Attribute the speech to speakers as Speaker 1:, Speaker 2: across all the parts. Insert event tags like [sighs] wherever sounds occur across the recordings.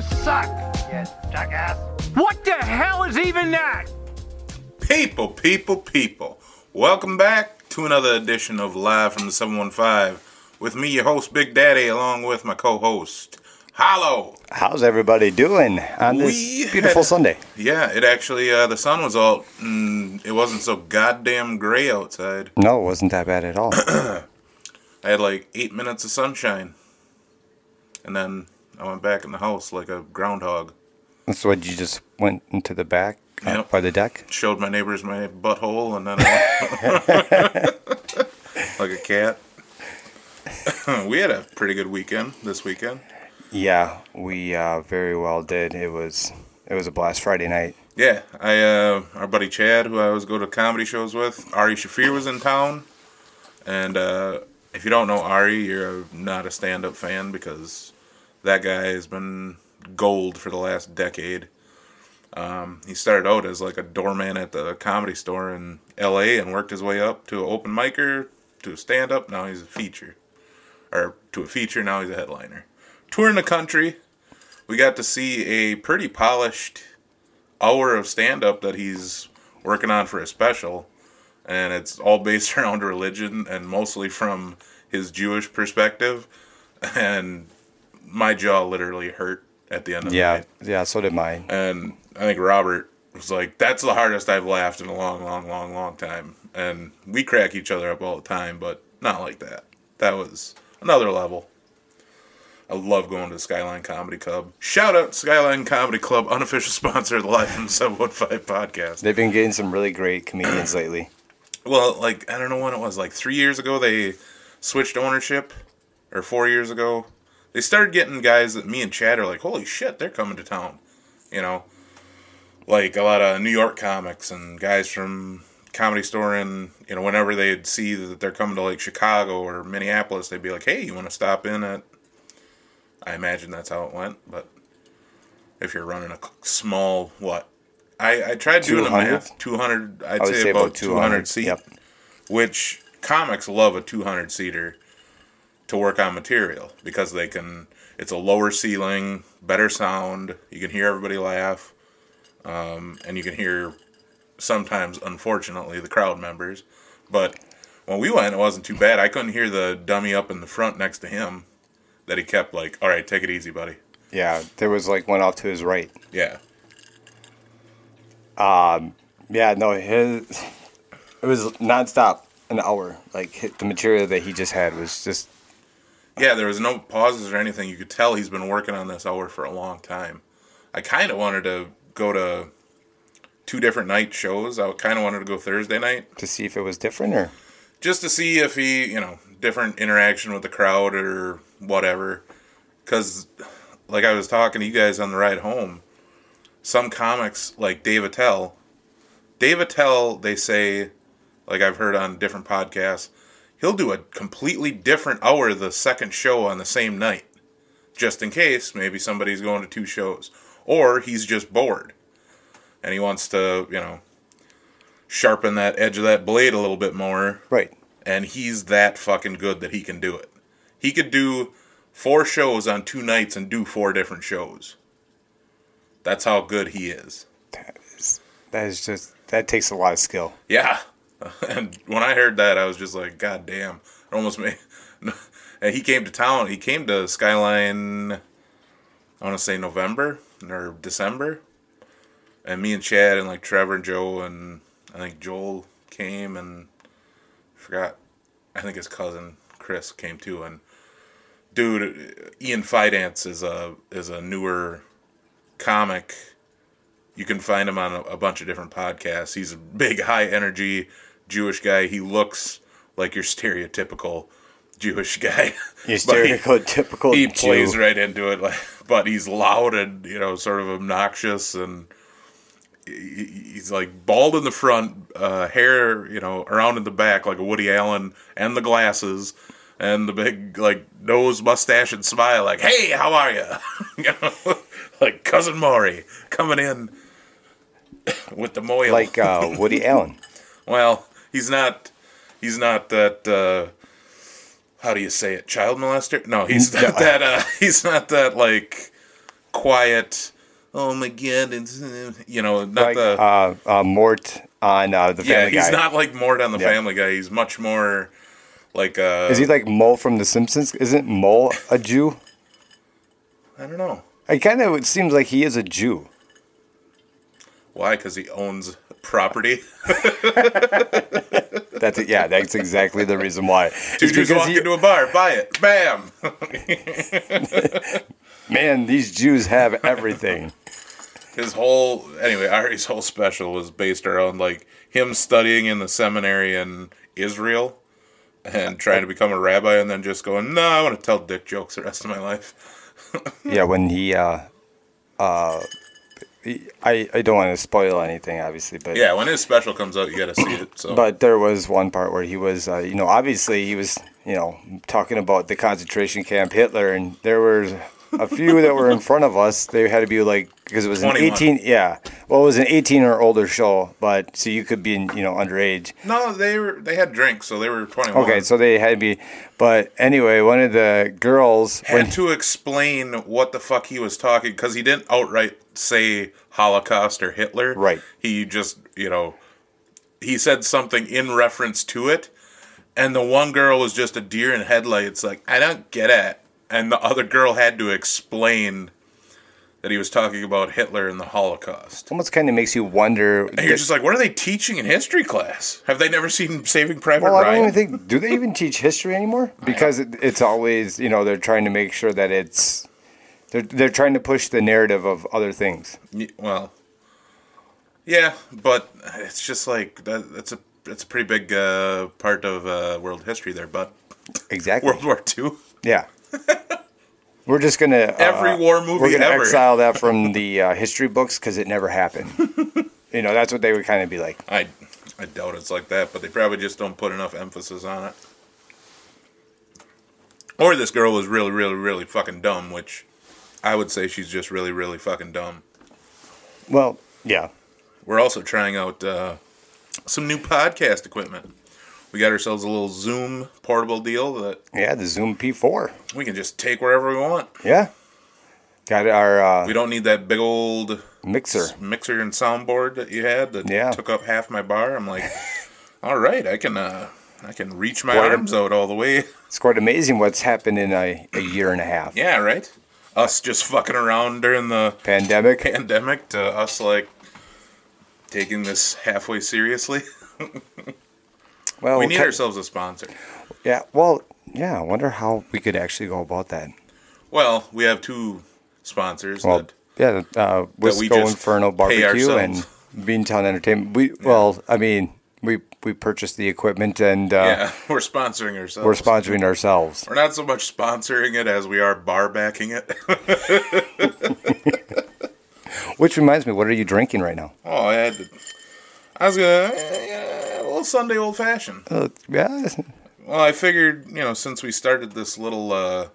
Speaker 1: suck. Yes, jackass. What the hell is even that?
Speaker 2: People, people, people. Welcome back to another edition of Live from the 715 with me, your host, Big Daddy, along with my co host, Hollow.
Speaker 3: How's everybody doing on this
Speaker 2: We
Speaker 3: beautiful
Speaker 2: had-
Speaker 3: Sunday?
Speaker 2: Yeah, it actually, uh, the sun was out, and it wasn't so goddamn gray outside.
Speaker 3: No, it wasn't that bad at all. [clears throat]
Speaker 2: I had like eight minutes of sunshine. And then I went back in the house like a groundhog.
Speaker 3: That's what you just went into the back uh,
Speaker 2: Yep.
Speaker 3: by the deck.
Speaker 2: Showed my neighbors my butthole, and then I- like a cat. [laughs] we had a pretty good weekend this weekend.
Speaker 3: Yeah, we uh, very well did. It was it was a blast Friday night.
Speaker 2: Yeah, I uh, our buddy Chad, who I always go to comedy shows with, Ari Shafir was in town, and uh, if you don't know Ari, you're not a stand-up fan because that guy has been gold for the last decade. Um, he started out as like a doorman at the comedy store in L.A. and worked his way up to an open micer, to a stand-up. Now he's a feature, or to a feature. Now he's a headliner. Touring the country, we got to see a pretty polished hour of stand up that he's working on for a special, and it's all based [laughs] around religion and mostly from his Jewish perspective. And my jaw literally hurt at the end of the
Speaker 3: Yeah,
Speaker 2: night.
Speaker 3: yeah, so did mine.
Speaker 2: And I think Robert was like, "That's the hardest I've laughed in a long, long, long, long time." And we crack each other up all the time, but not like that. That was another level. I love going to Skyline Comedy Club. Shout out Skyline Comedy Club, unofficial [laughs] sponsor of the Life from 715 podcast.
Speaker 3: They've been getting some really great comedians lately.
Speaker 2: Well, like I don't know when it was, like three years ago they switched ownership, or four years ago. They started getting guys that me and Chad are like, holy shit, they're coming to town, you know, like a lot of New York comics and guys from Comedy Store and you know whenever they'd see that they're coming to like Chicago or Minneapolis, they'd be like, hey, you want to stop in at? I imagine that's how it went, but if you're running a c- small what. I, I tried doing the
Speaker 3: 200?
Speaker 2: math. 200, I'd
Speaker 3: I
Speaker 2: say, about, 200, seat
Speaker 3: Yep.
Speaker 2: which comics love a 200 seater to work on material because they can it's a lower ceiling better sound you can hear everybody laugh um, and you can hear sometimes unfortunately the crowd members but when we went it wasn't too bad i couldn't hear the dummy up in the front next to him that he kept like all right take it easy buddy
Speaker 3: Yeah, there was like one off to his right.
Speaker 2: yeah
Speaker 3: Yeah, no, his it was nonstop an hour. Like hit, the material that he just had was just
Speaker 2: Yeah, there was no pauses or anything. You could tell he's been working on this hour for a long time. I kind of wanted to go to two different night shows. I kind of wanted to go Thursday night
Speaker 3: to see if it was different or
Speaker 2: just to see if he, you know, different interaction with the crowd or whatever. Because, like I was talking to you guys on the ride home, some comics like Dave Attell, Dave Attell, they say, like I've heard on different podcasts, he'll do a completely different hour the second show on the same night, just in case maybe somebody's going to two shows or he's just bored and he wants to, you know, sharpen that edge of that blade a little bit more
Speaker 3: right.
Speaker 2: and he's that fucking good that he can do it. He could do four shows on two nights and do four different shows. That's how good he is.
Speaker 3: That is just that takes a lot of skill.
Speaker 2: Yeah. [laughs] And when I heard that, I was just like, God damn. It almost made. [laughs] And he came to town. He came to Skyline, I want to say November or December. And me and Chad and like Trevor and Joe and I think Joel came and forgot. I think his cousin Chris came too. And dude, Ian Fidance is a is a newer comic you can find him on a, a bunch of different podcasts. He's a big, high energy Jewish guy. He looks like your stereotypical Jewish guy.
Speaker 3: Your
Speaker 2: [laughs] But he-
Speaker 3: stereotypical [laughs]
Speaker 2: he,
Speaker 3: Jew.
Speaker 2: plays right into it, like, [laughs] but he's loud and you know, sort of obnoxious, and he- he- he's like bald in the front, uh, hair you know around in the back, like a Woody Allen, and the glasses. And the big like nose, mustache, and smile, like, "Hey, how are you?" [laughs] you know, like cousin Maury coming in [laughs] with the moil.
Speaker 3: like uh,
Speaker 2: [laughs]
Speaker 3: Woody Allen.
Speaker 2: Well, he's not. He's not that. Uh, [laughs] how do you say it? Child molester? No, he's not that. Uh, he's not that like quiet. Oh my god! It's, uh," you know, not
Speaker 3: like
Speaker 2: the
Speaker 3: uh, uh, Mort on uh, the
Speaker 2: yeah.
Speaker 3: Family
Speaker 2: He's
Speaker 3: Guy.
Speaker 2: not like Mort on the
Speaker 3: Yeah.
Speaker 2: Family Guy. He's much more like uh.
Speaker 3: Is he like Mole from The Simpsons? Isn't Mole a Jew?
Speaker 2: I don't know
Speaker 3: It kind of it seems like he is a Jew.
Speaker 2: why because he owns property.
Speaker 3: That's it. Yeah, that's exactly the reason
Speaker 2: [laughs]
Speaker 3: why.
Speaker 2: Two
Speaker 3: It's
Speaker 2: Jews
Speaker 3: because
Speaker 2: walk
Speaker 3: he-
Speaker 2: into a bar, buy it, bam.
Speaker 3: man, these Jews have
Speaker 2: [laughs]
Speaker 3: everything.
Speaker 2: his whole anyway ari's whole special was based around like him studying in the seminary in israel and trying to become a rabbi and then just going no i want to tell dick jokes the rest of my life
Speaker 3: yeah, when he, uh, uh, he- I I don't want to spoil anything, obviously, but
Speaker 2: yeah when his special comes out you gotta see it so
Speaker 3: But there was one part where he was, uh, you know, obviously he was, you know, talking about the concentration camp Hitler, and there were a few that were in front of us. They had to be like because it was an
Speaker 2: 21.
Speaker 3: eighteen, yeah. Well, it was an eighteen or older show, but so you could be, in, you know, underage.
Speaker 2: no they were they had drinks so they were 21
Speaker 3: Okay, so they had to be, but anyway, one of the girls when
Speaker 2: had to explain what the fuck he was talking because he didn't outright say Holocaust or Hitler.
Speaker 3: Right.
Speaker 2: He just, you know, he said something in reference to it, and the one girl was just a deer in headlights, like I don't get it, and the other girl had to explain that he was talking about Hitler and the Holocaust.
Speaker 3: almost kind of makes you wonder.
Speaker 2: And you're just like, what are they teaching in history class? Have they never seen Saving Private
Speaker 3: Well, I
Speaker 2: Ryan?
Speaker 3: don't even think do they even teach history anymore? Because it, it's always you know they're trying to make sure that it's they're they're trying to push the narrative of other things.
Speaker 2: Y- well yeah but it's just like that, that's a that's a pretty big uh, part of uh, world history there but [laughs]
Speaker 3: Exactly.
Speaker 2: world war ii
Speaker 3: Yeah. We're just gonna uh,
Speaker 2: Every war movie
Speaker 3: We're gonna
Speaker 2: ever.
Speaker 3: exile
Speaker 2: [laughs]
Speaker 3: that from the uh, history books because it never happened. you know, that's what they would kind of be like.
Speaker 2: i i doubt it's like that but they probably just don't put enough emphasis on it or this girl was really really really fucking dumb which i would say she's just really really fucking dumb
Speaker 3: Well, yeah,
Speaker 2: we're also trying out uh, some new podcast equipment we got ourselves a little zoom portable deal that
Speaker 3: yeah, the Zoom P4.
Speaker 2: we can just take wherever we want
Speaker 3: Yeah, got our uh,
Speaker 2: We don't need that big old
Speaker 3: mixer.
Speaker 2: mixer and soundboard that you had that
Speaker 3: Yeah.
Speaker 2: took up half my bar. I'm
Speaker 3: [laughs]
Speaker 2: like, all right, I can uh, I can reach my
Speaker 3: Quite a-
Speaker 2: arms out all the way. [laughs]
Speaker 3: It's quite amazing what's happened in a, a year and a half.
Speaker 2: Yeah, right. Us just fucking around during the
Speaker 3: Pandemic.
Speaker 2: pandemic to us like taking this halfway seriously. [laughs]
Speaker 3: Well,
Speaker 2: We need
Speaker 3: ki-
Speaker 2: ourselves a sponsor.
Speaker 3: Yeah. Well, yeah. I wonder how we could actually go about that.
Speaker 2: Well, we have two sponsors.
Speaker 3: Well,
Speaker 2: that,
Speaker 3: yeah. Uh,
Speaker 2: we
Speaker 3: Wisco
Speaker 2: just
Speaker 3: Inferno
Speaker 2: pay
Speaker 3: Barbecue and
Speaker 2: ourselves.
Speaker 3: Beantown Entertainment. We well, I mean, we we purchased the equipment and uh,
Speaker 2: yeah, [laughs] we're sponsoring ourselves.
Speaker 3: we're sponsoring ourselves.
Speaker 2: We're not so much sponsoring it as we are bar backing it. [laughs]
Speaker 3: Which reminds me, what are you drinking right now?
Speaker 2: Oh, I had. To, I was gonna uh, a little Sunday old fashioned.
Speaker 3: Uh, yeah.
Speaker 2: Well, I figured you know since we started this little, uh,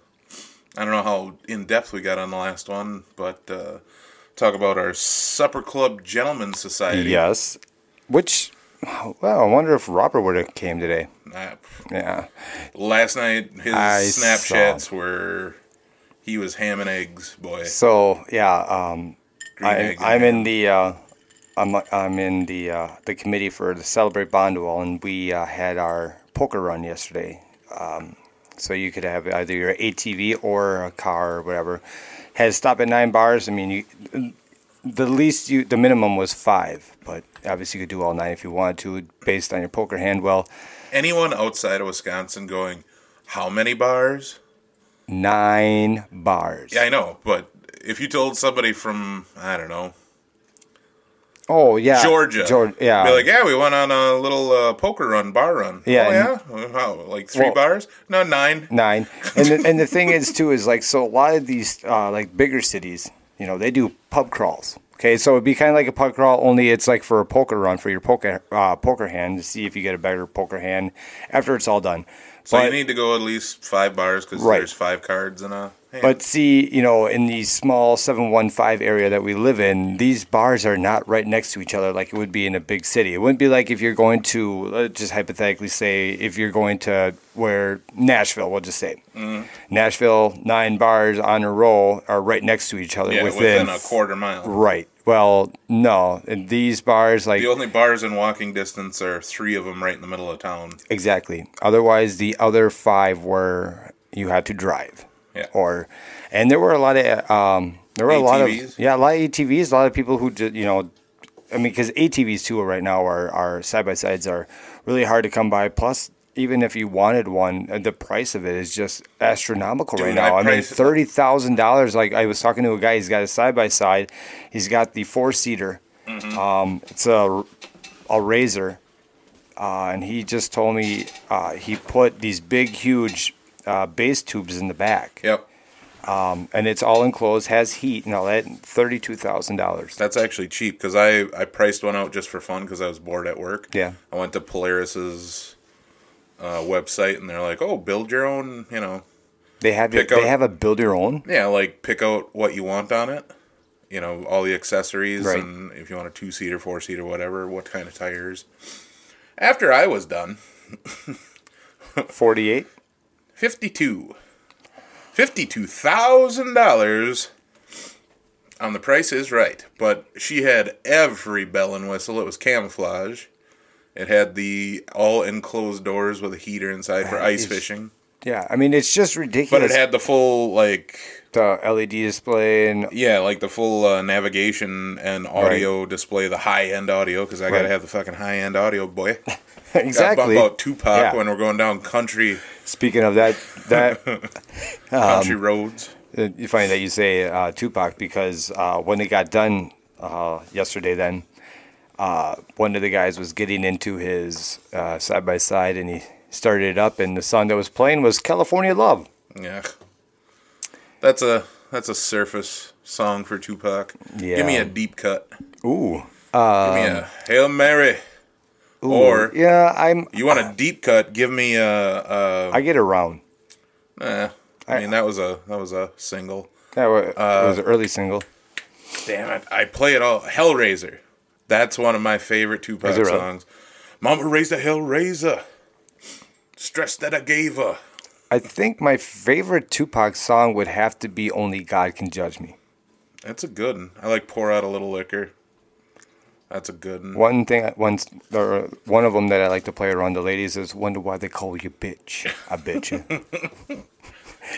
Speaker 2: I don't know how in depth we got on the last one, but uh, talk about our supper club gentlemen society.
Speaker 3: Yes. Which. Well, I wonder if Robert would have came today.
Speaker 2: Uh,
Speaker 3: Yeah.
Speaker 2: last night his
Speaker 3: I
Speaker 2: Snapchats were. He was ham and eggs, boy.
Speaker 3: So yeah. Um,
Speaker 2: Green
Speaker 3: I,
Speaker 2: eggs and
Speaker 3: I'm
Speaker 2: ham.
Speaker 3: in the uh, I'm I'm in the uh, the committee for the Celebrate Bondwell, and we uh, had our poker run yesterday. Um, so you could have either your ATV or a car or whatever. Had to stop at nine bars. I mean, you, the least you the minimum was five, but obviously you could do all nine if you wanted to, based on your poker hand. Well,
Speaker 2: Anyone outside of Wisconsin going, how many bars?
Speaker 3: nine bars.
Speaker 2: Yeah, I know, but if you told somebody from I don't know
Speaker 3: Oh yeah,
Speaker 2: Georgia.
Speaker 3: Georgia. Yeah.
Speaker 2: Be like, yeah, we went on a little uh, poker run, bar run.
Speaker 3: Yeah,
Speaker 2: Oh, yeah? Wow, like three
Speaker 3: Well-
Speaker 2: bars? No, nine.
Speaker 3: nine. And the, and the thing is too is like so a lot of these uh, like bigger cities, you know, they do pub crawls. Okay, so it'd be kind of like a pub crawl, only it's like for a poker run for your poker uh, poker hand to see if you get a better poker hand after it's all done.
Speaker 2: So
Speaker 3: but
Speaker 2: you need to go at least five bars because
Speaker 3: Right.
Speaker 2: there's five cards in a hand.
Speaker 3: But see, you know, in the small 715 area that we live in, these bars are not right next to each other like it would be in a big city. It wouldn't be like if you're going to, let's just hypothetically say, if you're going to where Nashville, we'll just say.
Speaker 2: Mm-hmm.
Speaker 3: Nashville, nine bars on a row are right next to each other
Speaker 2: Yeah,
Speaker 3: within,
Speaker 2: within a quarter mile.
Speaker 3: Right. Well, no. And these bars, like.
Speaker 2: The only bars in walking distance are three of them right in the middle of town.
Speaker 3: Exactly. Otherwise, the other five were you had to drive.
Speaker 2: Yeah.
Speaker 3: Or, and there were a lot of um, there were a lot
Speaker 2: ATVs?
Speaker 3: of yeah, a lot of ATVs, a lot of people who just you know, I mean, because ATVs too right now are are side by sides are really hard to come by. Plus, even if you wanted one, uh, the price of it is just astronomical right
Speaker 2: Dude, I
Speaker 3: now. I, mean,
Speaker 2: price-
Speaker 3: thirty thousand dollars. Like I was talking to a guy, he's got a side by side, he's got the four seater.
Speaker 2: Mm-hmm.
Speaker 3: Um, it's a a razor uh, and he just told me uh, he put these big, huge uh, bass tubes in the back,
Speaker 2: Yep.
Speaker 3: and it's all enclosed, has heat and all that. Thirty-two thousand dollars.
Speaker 2: That's actually cheap because I, I priced one out just for fun because I was bored at work.
Speaker 3: Yeah.
Speaker 2: I went to Polaris's uh, website and they're like, oh, build your own, you know,
Speaker 3: They have your,
Speaker 2: Pick up-
Speaker 3: they have a build your own.
Speaker 2: yeah, like pick out what you want on it. You know, all the accessories
Speaker 3: Right.
Speaker 2: and if you want a two seater, four seater, whatever, what kind of tires. After I was done,
Speaker 3: Forty-eight.
Speaker 2: 52 $52,000 on the price is right. But she had every bell and whistle. It was camouflage. It had the all enclosed doors with a heater inside for ice
Speaker 3: is-
Speaker 2: fishing.
Speaker 3: Yeah, I mean it's just
Speaker 2: But
Speaker 3: ridiculous.
Speaker 2: it had the full like
Speaker 3: the LED display and [laughs]
Speaker 2: yeah, like the full uh, navigation and audio display, the high end audio because I gotta
Speaker 3: Right.
Speaker 2: have the fucking high end audio,
Speaker 3: [laughs]
Speaker 2: boy. Gotta
Speaker 3: exactly.
Speaker 2: bump out Tupac
Speaker 3: Yeah.
Speaker 2: when we're going down country
Speaker 3: Speaking of that, that Um,
Speaker 2: country roads.
Speaker 3: Uh, It's funny that you say uh, Tupac because uh, when it got done uh, yesterday, then uh, one of the guys was getting into his uh, side by side and he started it up, and the song that was playing was California Love.
Speaker 2: Yeah. That's a that's a surface song for Tupac.
Speaker 3: Yeah.
Speaker 2: Give me a deep cut. Give
Speaker 3: Ooh.
Speaker 2: me a Hail Mary. Or
Speaker 3: Yeah, I'm.
Speaker 2: you want a deep cut? Give me a. a
Speaker 3: I get around.
Speaker 2: eh. I mean that was a that was a single.
Speaker 3: That was, it was an early single.
Speaker 2: Damn it! I play it all. Hellraiser. That's one of my favorite Tupac
Speaker 3: Is it really?
Speaker 2: songs. Mama raised a Hellraiser. Stress that I gave her.
Speaker 3: I think my favorite Tupac song would have to be "Only God Can Judge Me."
Speaker 2: That's a good one. I like pour out a little liquor. That's a good one.
Speaker 3: One thing, one, or one of them that I like to play around the ladies is "Wonder Why They Call You Bitch." I
Speaker 2: [laughs]
Speaker 3: bet you.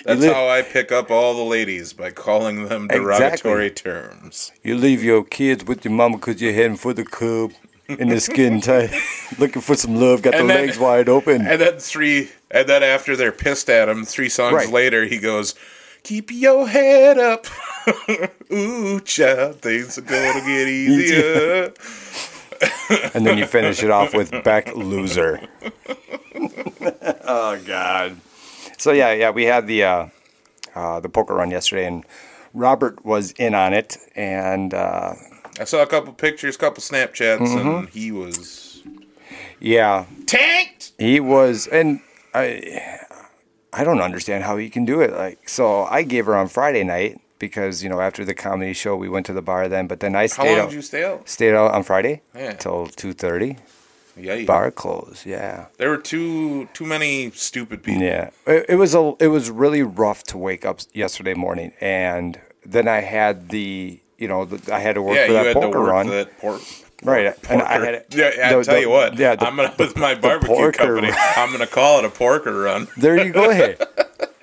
Speaker 2: That's
Speaker 3: li-
Speaker 2: how I pick up all the ladies by calling them derogatory terms.
Speaker 3: You leave your kids with your mama because you're heading for the club in the
Speaker 2: [laughs]
Speaker 3: skin tight, looking for some love, got
Speaker 2: And
Speaker 3: the
Speaker 2: then-
Speaker 3: legs wide open.
Speaker 2: And then three, and then after they're pissed at him, three songs
Speaker 3: Right.
Speaker 2: later, he goes, "Keep your head up, [laughs] ooh child, things are gonna
Speaker 3: [laughs]
Speaker 2: get easier."
Speaker 3: and then you finish it off
Speaker 2: [laughs]
Speaker 3: with Beck Loser. oh God. So yeah, yeah, we had the uh, uh, the poker run yesterday, and Robert was in on it, and uh,
Speaker 2: I saw a couple pictures, couple Snapchats,
Speaker 3: Mm-hmm.
Speaker 2: and he was
Speaker 3: yeah,
Speaker 2: tanked.
Speaker 3: He was, and I, I don't understand how he can do it. Like, so I gave her on Friday night because you know after the comedy show we went to the bar then, but then I
Speaker 2: How
Speaker 3: stayed
Speaker 2: long
Speaker 3: out,
Speaker 2: did you stay out?
Speaker 3: stayed out on Friday
Speaker 2: Yeah.
Speaker 3: till two thirty.
Speaker 2: Yeah, yeah.
Speaker 3: Bar closed. Yeah,
Speaker 2: There were too too many stupid people.
Speaker 3: yeah. It, it was a, it was really rough to wake up yesterday morning, and then I had the, you know, the, I had to work
Speaker 2: Yeah,
Speaker 3: for
Speaker 2: you
Speaker 3: that
Speaker 2: had to work
Speaker 3: poker run.
Speaker 2: for that pork.
Speaker 3: Right, and I had-
Speaker 2: yeah, yeah, I'll
Speaker 3: the-
Speaker 2: tell
Speaker 3: the-
Speaker 2: you what.
Speaker 3: yeah, the-
Speaker 2: I'm gonna with my barbecue
Speaker 3: porker
Speaker 2: company.
Speaker 3: run.
Speaker 2: I'm gonna call it a porker run.
Speaker 3: There you go. Hey,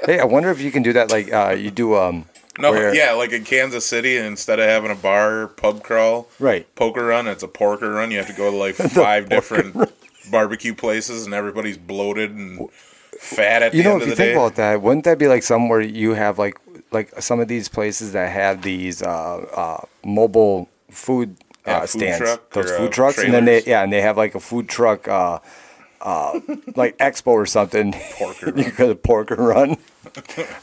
Speaker 3: hey. I wonder if you can do that. Like, uh, you do um.
Speaker 2: No,
Speaker 3: where-
Speaker 2: yeah, like in Kansas City, instead of having a bar pub crawl,
Speaker 3: Right.
Speaker 2: poker run, it's a porker run. You have to go to
Speaker 3: [laughs]
Speaker 2: like five different barbecue places, and everybody's bloated and fat at
Speaker 3: you
Speaker 2: the
Speaker 3: know,
Speaker 2: end
Speaker 3: if
Speaker 2: of
Speaker 3: you
Speaker 2: the
Speaker 3: think
Speaker 2: day.
Speaker 3: about that, wouldn't that be like somewhere you have like like some of these places that have these uh, uh, mobile food uh,
Speaker 2: Yeah, food
Speaker 3: stands,
Speaker 2: truck
Speaker 3: those
Speaker 2: or, uh,
Speaker 3: food trucks, and then they
Speaker 2: trailers.
Speaker 3: yeah, and they have like a food truck uh,
Speaker 2: [laughs]
Speaker 3: uh, like expo or something.
Speaker 2: Porker
Speaker 3: [laughs] you go to Porker Run.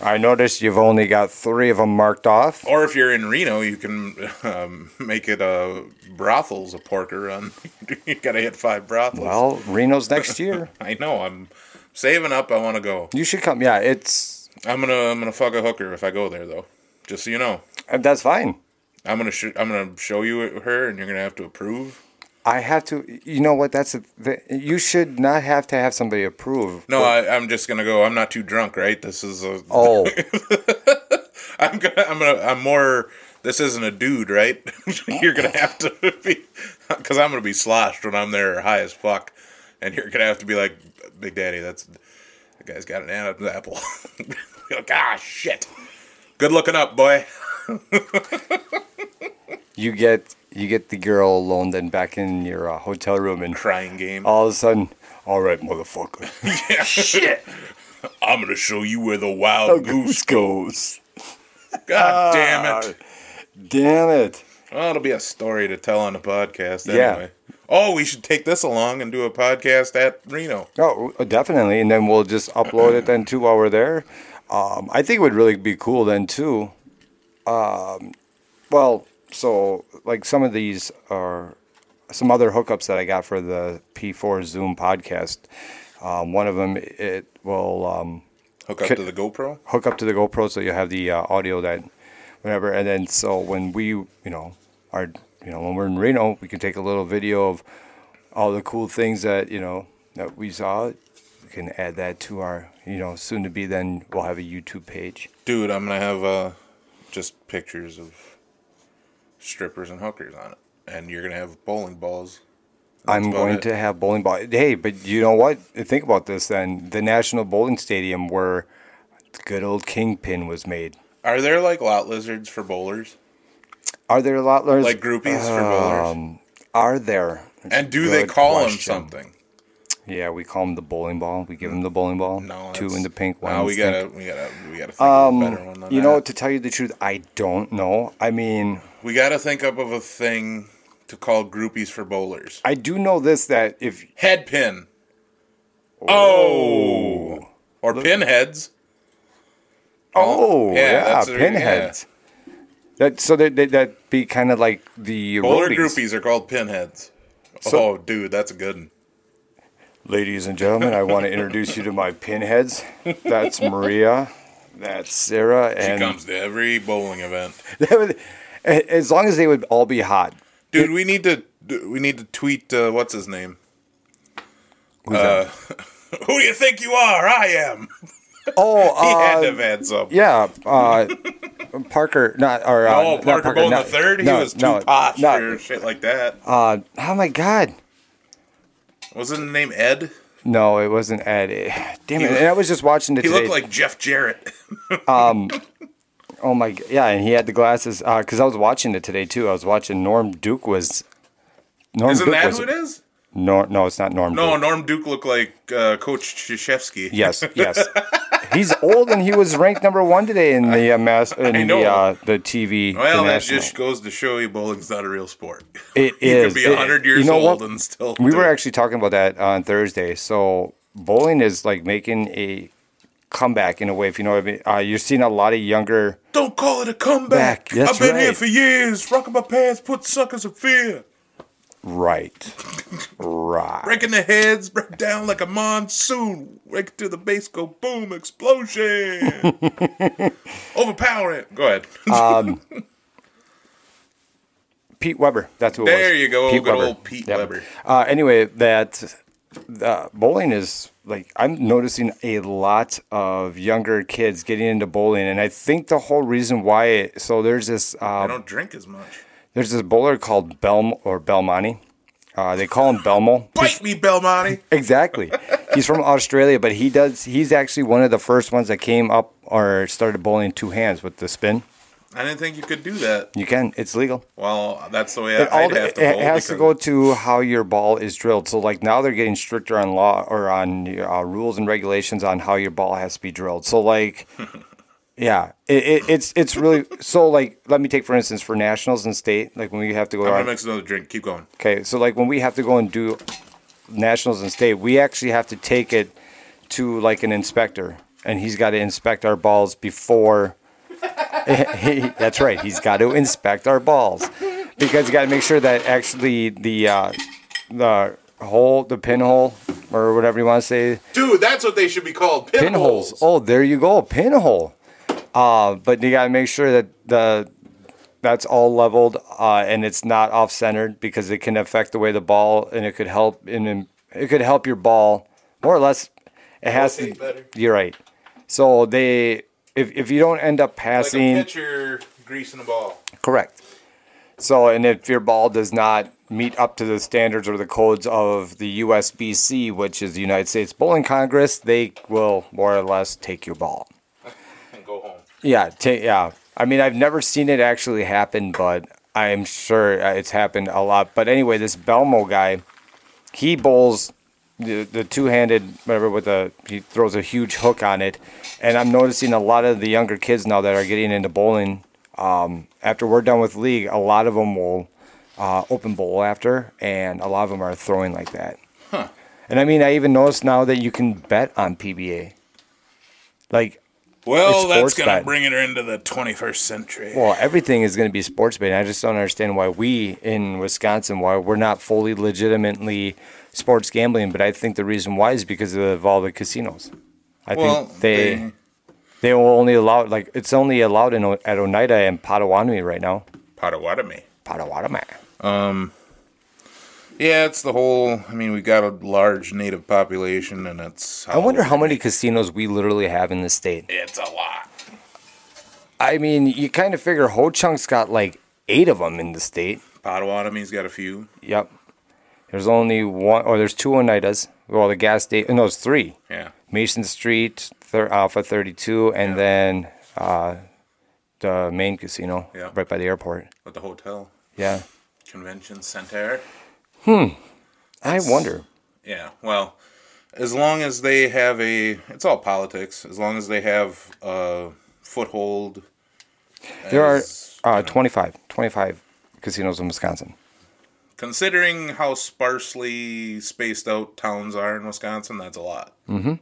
Speaker 3: I noticed you've only got three of them marked off.
Speaker 2: or if you're in Reno, you can um, make it a brothels a porker run. [laughs] you gotta hit five brothels.
Speaker 3: Well, Reno's next year.
Speaker 2: I know. I'm saving up. I want to go.
Speaker 3: You should come. Yeah, it's
Speaker 2: I'm gonna I'm gonna fuck a hooker if I go there though. Just so you know,
Speaker 3: Uh, That's fine.
Speaker 2: I'm gonna sh- I'm gonna show you it- her, and you're gonna have to approve.
Speaker 3: I have to. You know what? That's a. The, you should not have to have somebody approve.
Speaker 2: No, I, I'm just gonna go. I'm not too drunk, right? This is a.
Speaker 3: Oh,
Speaker 2: I'm gonna I'm gonna I'm more. This isn't a dude, right? [laughs] you're gonna have to be [laughs] because I'm gonna be sloshed when I'm there high as fuck, and you're gonna have to be like, Big Daddy, that's that guy's got an ad- apple. [laughs] You're like, ah, shit. Good looking up, boy.
Speaker 3: you get you get the girl alone, then back in your uh, hotel room, and
Speaker 2: Crying game. [laughs]
Speaker 3: all of a sudden, all right, motherfucker, [laughs]
Speaker 2: shit. I'm gonna show you where the wild
Speaker 3: Oh,
Speaker 2: goose.
Speaker 3: goose goes.
Speaker 2: God damn it.
Speaker 3: Damn it!
Speaker 2: Well, it'll be a story to tell on the podcast
Speaker 3: Yeah.
Speaker 2: anyway. Oh, we should take this along and do a podcast at Reno.
Speaker 3: Oh, definitely. And then we'll just upload it then too while we're there. Um, I think it would really be cool then too. Um, well, so like some of these are some other hookups that I got for the P4 Zoom podcast. Um, one of them it will um,
Speaker 2: Hook up
Speaker 3: Could-
Speaker 2: to the GoPro.
Speaker 3: hook up to the GoPro so you have the uh, audio that whatever. And then so when we you know are you know when we're in Reno, we can take a little video of all the cool things that you know that we saw. We can add that to our you know soon to be. Then we'll have a YouTube page.
Speaker 2: Dude, I'm gonna have uh, just pictures of strippers and hookers on it, and you're gonna have bowling balls.
Speaker 3: I'm
Speaker 2: about
Speaker 3: going
Speaker 2: it.
Speaker 3: to have bowling ball. Hey, but you know what? Think about this. Then the National Bowling Stadium where good old Kingpin was made.
Speaker 2: Are there like lot lizards for bowlers,
Speaker 3: Are there a lot
Speaker 2: like groupies for bowlers?
Speaker 3: Are there?
Speaker 2: And do they
Speaker 3: good
Speaker 2: call them
Speaker 3: question.
Speaker 2: something?
Speaker 3: Yeah, we call him the bowling ball. We give him the bowling ball.
Speaker 2: No,
Speaker 3: two
Speaker 2: that's-
Speaker 3: in the pink one.
Speaker 2: No, we gotta, we gotta, we gotta think of a better one. Than
Speaker 3: You
Speaker 2: that.
Speaker 3: know, to tell you the truth, I don't know. I mean,
Speaker 2: we gotta think up of a thing to call groupies for bowlers.
Speaker 3: I do know this that if
Speaker 2: Head pin. Oh. Or pinheads.
Speaker 3: oh, yeah,
Speaker 2: that's a-
Speaker 3: pinheads. That so that that that be kind of like the
Speaker 2: Bowler
Speaker 3: roadies.
Speaker 2: groupies are called pinheads.
Speaker 3: So-
Speaker 2: oh, dude, that's a good one.
Speaker 3: Ladies and gentlemen, I want to introduce you to my pinheads. That's Maria. That's Sarah.
Speaker 2: She
Speaker 3: And
Speaker 2: comes to every bowling event.
Speaker 3: [laughs] as long as they would all be hot.
Speaker 2: Dude, we need to d- we need to tweet uh, what's his
Speaker 3: [laughs]
Speaker 2: name?
Speaker 3: Who's
Speaker 2: Uh, [laughs]
Speaker 3: that?
Speaker 2: Who do you think you are? I am. [laughs]
Speaker 3: Oh,
Speaker 2: He had
Speaker 3: uh,
Speaker 2: to have had some.
Speaker 3: Yeah, uh, Parker, not or uh,
Speaker 2: Oh,
Speaker 3: not
Speaker 2: Parker, Bowl in
Speaker 3: not-
Speaker 2: the third. He
Speaker 3: no,
Speaker 2: was too
Speaker 3: no,
Speaker 2: posh
Speaker 3: no,
Speaker 2: or shit like that.
Speaker 3: uh, oh my God!
Speaker 2: Wasn't his name Ed?
Speaker 3: No, it wasn't Ed. It- damn it!
Speaker 2: looked-
Speaker 3: and I was just watching it
Speaker 2: He
Speaker 3: today.
Speaker 2: looked like Jeff Jarrett.
Speaker 3: [laughs] oh my g- yeah, and he had the glasses because I was watching it today too. I was watching Norm Duke was Norm
Speaker 2: Isn't
Speaker 3: Duke
Speaker 2: that
Speaker 3: was
Speaker 2: who it is?
Speaker 3: Nor, no, it's not Norm.
Speaker 2: No,
Speaker 3: Duke.
Speaker 2: Norm Duke looked like uh, Coach Krzyzewski.
Speaker 3: [laughs]
Speaker 2: [laughs]
Speaker 3: Yes, yes. He's old and he was ranked number one today in the uh, mass in
Speaker 2: know.
Speaker 3: the uh, the TV.
Speaker 2: Well,
Speaker 3: the
Speaker 2: that
Speaker 3: national.
Speaker 2: just goes to show you bowling's not a real sport. [laughs]
Speaker 3: It
Speaker 2: you
Speaker 3: is.
Speaker 2: could be
Speaker 3: It-
Speaker 2: 100 years
Speaker 3: you know
Speaker 2: old
Speaker 3: what?
Speaker 2: and still.
Speaker 3: We
Speaker 2: do
Speaker 3: were
Speaker 2: it.
Speaker 3: actually talking about that uh, on Thursday. So bowling is like making a comeback in a way, if you know what I mean. Uh, you're seeing a lot of younger.
Speaker 2: Don't call it a comeback.
Speaker 3: Back, that's
Speaker 2: I've been here
Speaker 3: right.
Speaker 2: for years, rocking my pants, put suckers in fear,
Speaker 3: Right. Right.
Speaker 2: breaking their heads, break down like a monsoon, wake to the base, go boom,
Speaker 3: [laughs]
Speaker 2: explosion, overpower it. Go ahead. [laughs]
Speaker 3: Um, Pete Weber. That's who it was.
Speaker 2: There you go, good old Pete
Speaker 3: Yep.
Speaker 2: Weber.
Speaker 3: Uh, anyway, that uh, bowling is like I'm noticing a lot of younger kids getting into bowling, and I think the whole reason why. It, so there's this.
Speaker 2: I
Speaker 3: Uh,
Speaker 2: don't drink as much.
Speaker 3: there's this bowler called Belm or Belmani. Uh, they call him Belmo.
Speaker 2: Bite me, Belmonte.
Speaker 3: Exactly. he's from Australia, but he does. He's actually one of the first ones that came up or started bowling two hands with the spin.
Speaker 2: I didn't think you could do that.
Speaker 3: You can. It's legal.
Speaker 2: Well, that's the way
Speaker 3: It, all,
Speaker 2: I'd have
Speaker 3: it,
Speaker 2: to bowl.
Speaker 3: has to
Speaker 2: because-
Speaker 3: go to how your ball is drilled. So, like now, they're getting stricter on law or on uh, rules and regulations on how your ball has to be drilled.
Speaker 2: [laughs]
Speaker 3: So, like, yeah, it, it, it's it's really so. Like, let me take for instance for nationals and state. Like when we have to go.
Speaker 2: I'm
Speaker 3: on,
Speaker 2: gonna mix another drink. Keep going.
Speaker 3: Okay, so like when we have to go and do nationals and state, we actually have to take it to like an inspector, and he's got to inspect our balls before. [laughs] That's right, he's got to inspect our balls because you got to make sure that actually the uh, the hole, the pinhole, or whatever you want to say.
Speaker 2: Dude, that's what they should be called. Pinholes.
Speaker 3: Pinholes. Oh, there you go, pinhole. Uh, but you gotta make sure that the that's all leveled uh, and it's not off centered because it can affect the way the ball and it could help in, in it could help your ball more or less. It has
Speaker 2: Rotate
Speaker 3: to.
Speaker 2: better.
Speaker 3: You're right. So they if if you don't end up
Speaker 2: Like
Speaker 3: passing,
Speaker 2: a pitcher greasing a ball.
Speaker 3: Correct. So, and if your ball does not meet up to the standards or the codes of the USBC, which is the United States Bowling Congress, they will more or less take your ball.
Speaker 2: and go home.
Speaker 3: Yeah, ta yeah. I mean, I've never seen it actually happen, but I'm sure uh, it's happened a lot. But anyway, this Belmo guy, he bowls the, the two handed whatever with a he throws a huge hook on it, and I'm noticing a lot of the younger kids now that are getting into bowling. Um, after we're done with league, a lot of them will uh, open bowl after, and a lot of them are throwing like that. And I mean, I even noticed now that you can bet on PBA. Like
Speaker 2: Well,
Speaker 3: It's
Speaker 2: that's
Speaker 3: sports
Speaker 2: gonna
Speaker 3: betting.
Speaker 2: bring it into the 21st century.
Speaker 3: Well, everything is going to be sports betting. I just don't understand why we in Wisconsin, why we're not fully legitimately sports gambling. But I think the reason why is because of all the casinos. I
Speaker 2: Well,
Speaker 3: think they, they will only allow like it's only allowed in O- at Oneida and Potawatomi right now.
Speaker 2: Potawatomi.
Speaker 3: Potawatomi.
Speaker 2: Yeah, it's the whole. I mean, we got a large native population, and it's.
Speaker 3: I wonder how many casinos we literally have in the state.
Speaker 2: It's a lot.
Speaker 3: I mean, you kind of figure Ho Chunk's got like eight of them in the state.
Speaker 2: Potawatomi's got a few.
Speaker 3: Yep. There's only one, or there's two Oneidas. Well, the gas station. No, it's three.
Speaker 2: Yeah.
Speaker 3: Mason Street, thir- uh, Alpha 32, and then uh, the main casino
Speaker 2: Yeah.
Speaker 3: right by the airport.
Speaker 2: But the hotel,
Speaker 3: Yeah.
Speaker 2: convention center.
Speaker 3: I wonder.
Speaker 2: Yeah. Well, as long as they have a, it's all politics. As long as they have a foothold.
Speaker 3: There are
Speaker 2: as-
Speaker 3: uh, 25, 25 casinos in Wisconsin.
Speaker 2: considering how sparsely spaced out towns are in Wisconsin, that's a lot. Mm-hmm.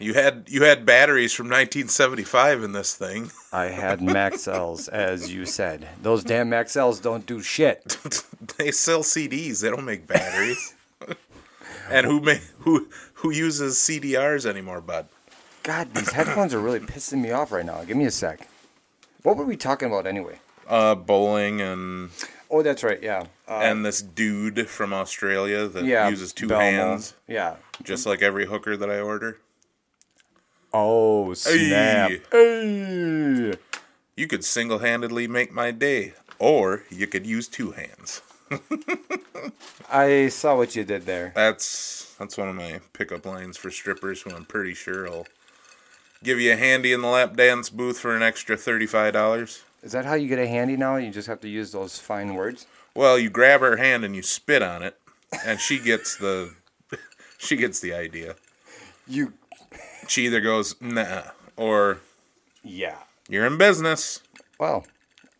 Speaker 2: you had you had batteries from 1975 in this thing.
Speaker 3: I had Maxells, as you said. Those damn Maxells don't do shit.
Speaker 2: [laughs] they sell CDs. They don't make
Speaker 3: [laughs]
Speaker 2: batteries. and who make who who uses CDRs anymore, bud?
Speaker 3: God, these headphones are really pissing me off right now. Give me a sec. What were we talking about anyway?
Speaker 2: Uh, bowling and
Speaker 3: Oh, that's right. Yeah. Uh,
Speaker 2: and this dude from Australia that
Speaker 3: yeah.
Speaker 2: uses two
Speaker 3: Belmo.
Speaker 2: hands,
Speaker 3: Yeah.
Speaker 2: just like every hooker that I order.
Speaker 3: Oh, snap.
Speaker 2: Hey.
Speaker 3: Hey.
Speaker 2: You could single-handedly make my day, or you could use two hands.
Speaker 3: I saw what you did there.
Speaker 2: That's that's one of my pickup lines for strippers who I'm pretty sure will give you a handy in the lap dance booth for an extra thirty-five dollars.
Speaker 3: Is that how you get a handy now? You just have to use those fine words?
Speaker 2: Well, you grab her hand and you spit on it, and she gets the [laughs] she gets the idea.
Speaker 3: You.
Speaker 2: She either goes nah or
Speaker 3: Yeah.
Speaker 2: you're in business.
Speaker 3: Well,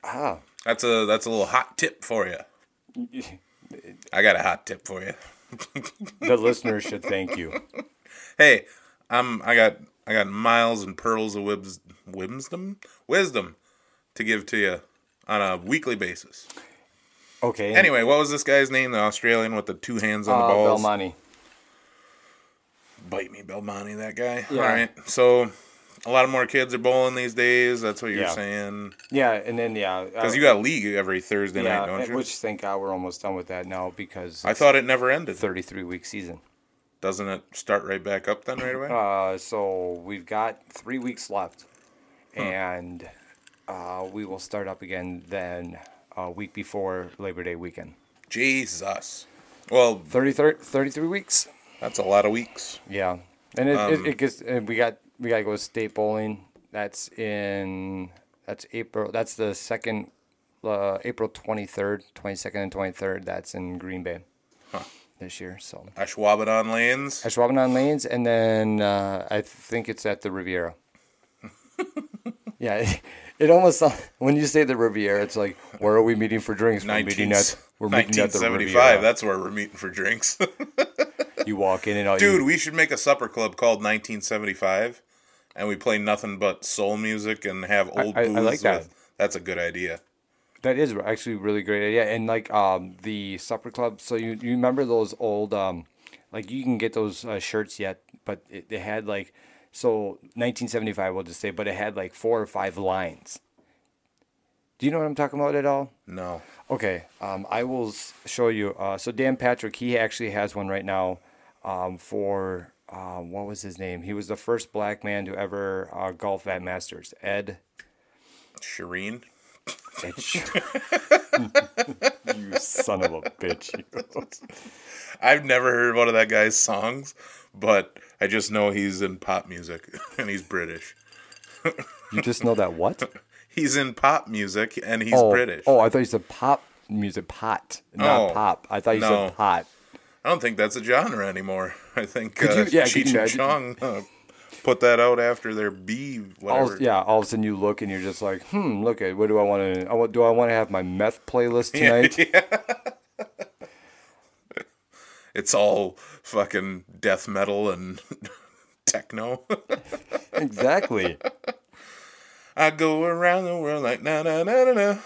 Speaker 3: ah.
Speaker 2: That's a that's a little hot tip for you. I got a hot tip for you.
Speaker 3: The listeners should thank you.
Speaker 2: Hey, I'm I got I got miles and pearls of wibs, wisdom wisdom to give to you on a weekly basis.
Speaker 3: Okay.
Speaker 2: Anyway, what was this guy's name? The Australian with the two hands on
Speaker 3: uh,
Speaker 2: the balls.
Speaker 3: Belmonte.
Speaker 2: Bite me, Belmonte, that guy.
Speaker 3: Yeah.
Speaker 2: All right. So, a lot of more kids are bowling these days. That's what you're
Speaker 3: Yeah.
Speaker 2: saying.
Speaker 3: Yeah, and then, yeah. uh,
Speaker 2: Because you got league every Thursday night, don't you?
Speaker 3: Which, thank God, we're almost done with that now because
Speaker 2: I thought it never ended.
Speaker 3: 33 week season.
Speaker 2: Doesn't it start right back up then right away?
Speaker 3: Uh, so we've got three weeks left, and uh, we will start up again then a week before Labor Day weekend.
Speaker 2: Jesus. Well,
Speaker 3: 33, 33 weeks.
Speaker 2: that's a lot of weeks.
Speaker 3: Yeah, and it, it, it gets and we got we gotta go to state bowling. That's in that's April. That's the second uh, April twenty third, twenty second, and twenty third. That's in Green Bay this year. So
Speaker 2: Ashwaubenon lanes.
Speaker 3: Ashwaubenon Lanes, and then uh, I think it's at the Riviera. yeah, it, it almost sound- when you say the Riviera, it's like where are we meeting for drinks? We're meeting
Speaker 2: 19,
Speaker 3: at we're meeting at the
Speaker 2: 1975.
Speaker 3: Riviera.
Speaker 2: That's where we're meeting for drinks. [laughs]
Speaker 3: You walk in and all
Speaker 2: Dude,
Speaker 3: you,
Speaker 2: we should make a supper club called 1975, and we play nothing but soul music and have old
Speaker 3: I- I
Speaker 2: booze.
Speaker 3: like that.
Speaker 2: With, that's a good idea.
Speaker 3: that is actually a really great idea. And like um the supper club, so you you remember those old um. Like you can get those uh, shirts yet, but it, it had like so 1975. We'll just say, but it had like four or five lines. Do you know what I'm talking about at all?
Speaker 2: No.
Speaker 3: Okay, um, I will s- show you. Uh, so Dan Patrick, he actually has one right now um, for uh, what was his name? He was the first black man to ever uh, golf at Masters. Ed.
Speaker 2: Shireen.
Speaker 3: Bitch.
Speaker 2: [laughs]
Speaker 3: you son of a bitch.
Speaker 2: I've never heard one of that guy's songs, but I just know he's in pop music [laughs] and he's British.
Speaker 3: You just know that what?
Speaker 2: [laughs] He's in pop music and he's
Speaker 3: oh,
Speaker 2: British.
Speaker 3: Oh, I thought you said pop music, pot, not
Speaker 2: Oh,
Speaker 3: pop. I thought you
Speaker 2: no.
Speaker 3: said pot.
Speaker 2: I don't think that's a genre anymore. [laughs] I think
Speaker 3: Could
Speaker 2: uh,
Speaker 3: you- yeah, could
Speaker 2: Cheech
Speaker 3: you
Speaker 2: and Chong uh, put that out after their B
Speaker 3: All,
Speaker 2: whatever.
Speaker 3: yeah, all of a sudden you look and you're just like, hmm, look at what do I want to? I want, do I want to have my meth
Speaker 2: [laughs]
Speaker 3: playlist tonight?
Speaker 2: It's all fucking death metal and [laughs] techno. [laughs]
Speaker 3: exactly.
Speaker 2: I go around the world like na na na na na.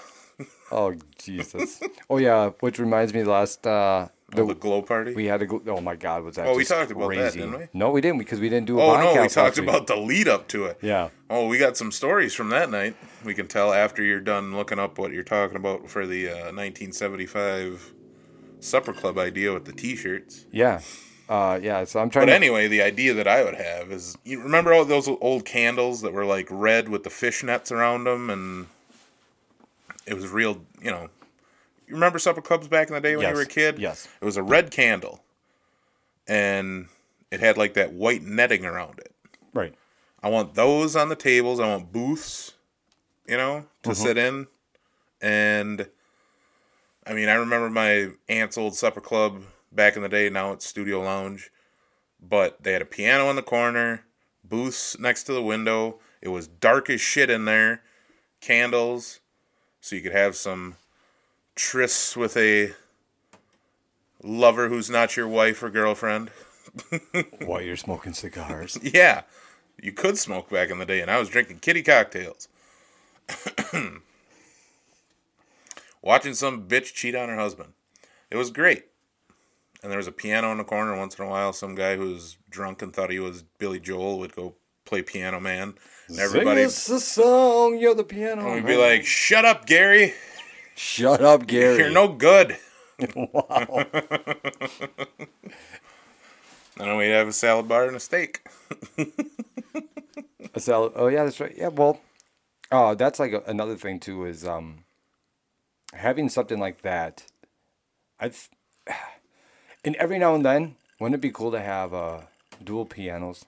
Speaker 3: Oh Jesus. oh yeah, which reminds me, last uh, the,
Speaker 2: Oh, the glow party.
Speaker 3: we had a gl- oh my God, was that?
Speaker 2: Oh, we
Speaker 3: just
Speaker 2: talked about that,
Speaker 3: crazy.
Speaker 2: didn't we?
Speaker 3: No, we didn't because we didn't do a
Speaker 2: oh
Speaker 3: podcast
Speaker 2: no, we
Speaker 3: last
Speaker 2: talked
Speaker 3: week.
Speaker 2: about the lead up to it.
Speaker 3: yeah.
Speaker 2: Oh, we got some stories from that night. We can tell after you're done looking up what you're talking about for the uh, 1975 supper club idea with the t-shirts.
Speaker 3: Yeah. Uh, yeah. So I'm trying
Speaker 2: But
Speaker 3: to.
Speaker 2: anyway, the idea that I would have is you remember all those old candles that were like red with the fishnets around them, and it was real. You know, you remember supper clubs back in the day when
Speaker 3: Yes,
Speaker 2: you were a kid?
Speaker 3: yes.
Speaker 2: It was a red candle, and it had like that white netting around it.
Speaker 3: right.
Speaker 2: I want those on the tables. I want booths, you know, to sit in. And I mean, I remember my aunt's old supper club back in the day. Now it's Studio Lounge, but they had a piano in the corner, booths next to the window. It was dark as shit in there, candles, so you could have some trysts with a lover who's not your wife or girlfriend.
Speaker 3: While you're smoking cigars.
Speaker 2: Yeah, you could smoke back in the day, and I was drinking kitty cocktails. [clears throat] Watching some bitch cheat on her husband. It was great. And there was a piano in the corner. Once in a while, some guy who was drunk and thought he was Billy Joel would go play Piano Man. And [laughs] everybody
Speaker 3: Sing
Speaker 2: would
Speaker 3: us a song. You're the piano.
Speaker 2: be
Speaker 3: man.
Speaker 2: like, Shut up, Gary.
Speaker 3: "Shut up, Gary."
Speaker 2: You're no good. wow. [laughs] and then we'd have a salad bar and a steak.
Speaker 3: A salad. Oh yeah, that's right. Yeah, well, oh, that's like a, another thing too is um, having something like that. I, th- [sighs] and every now and then, wouldn't it be cool to have uh, dual pianos?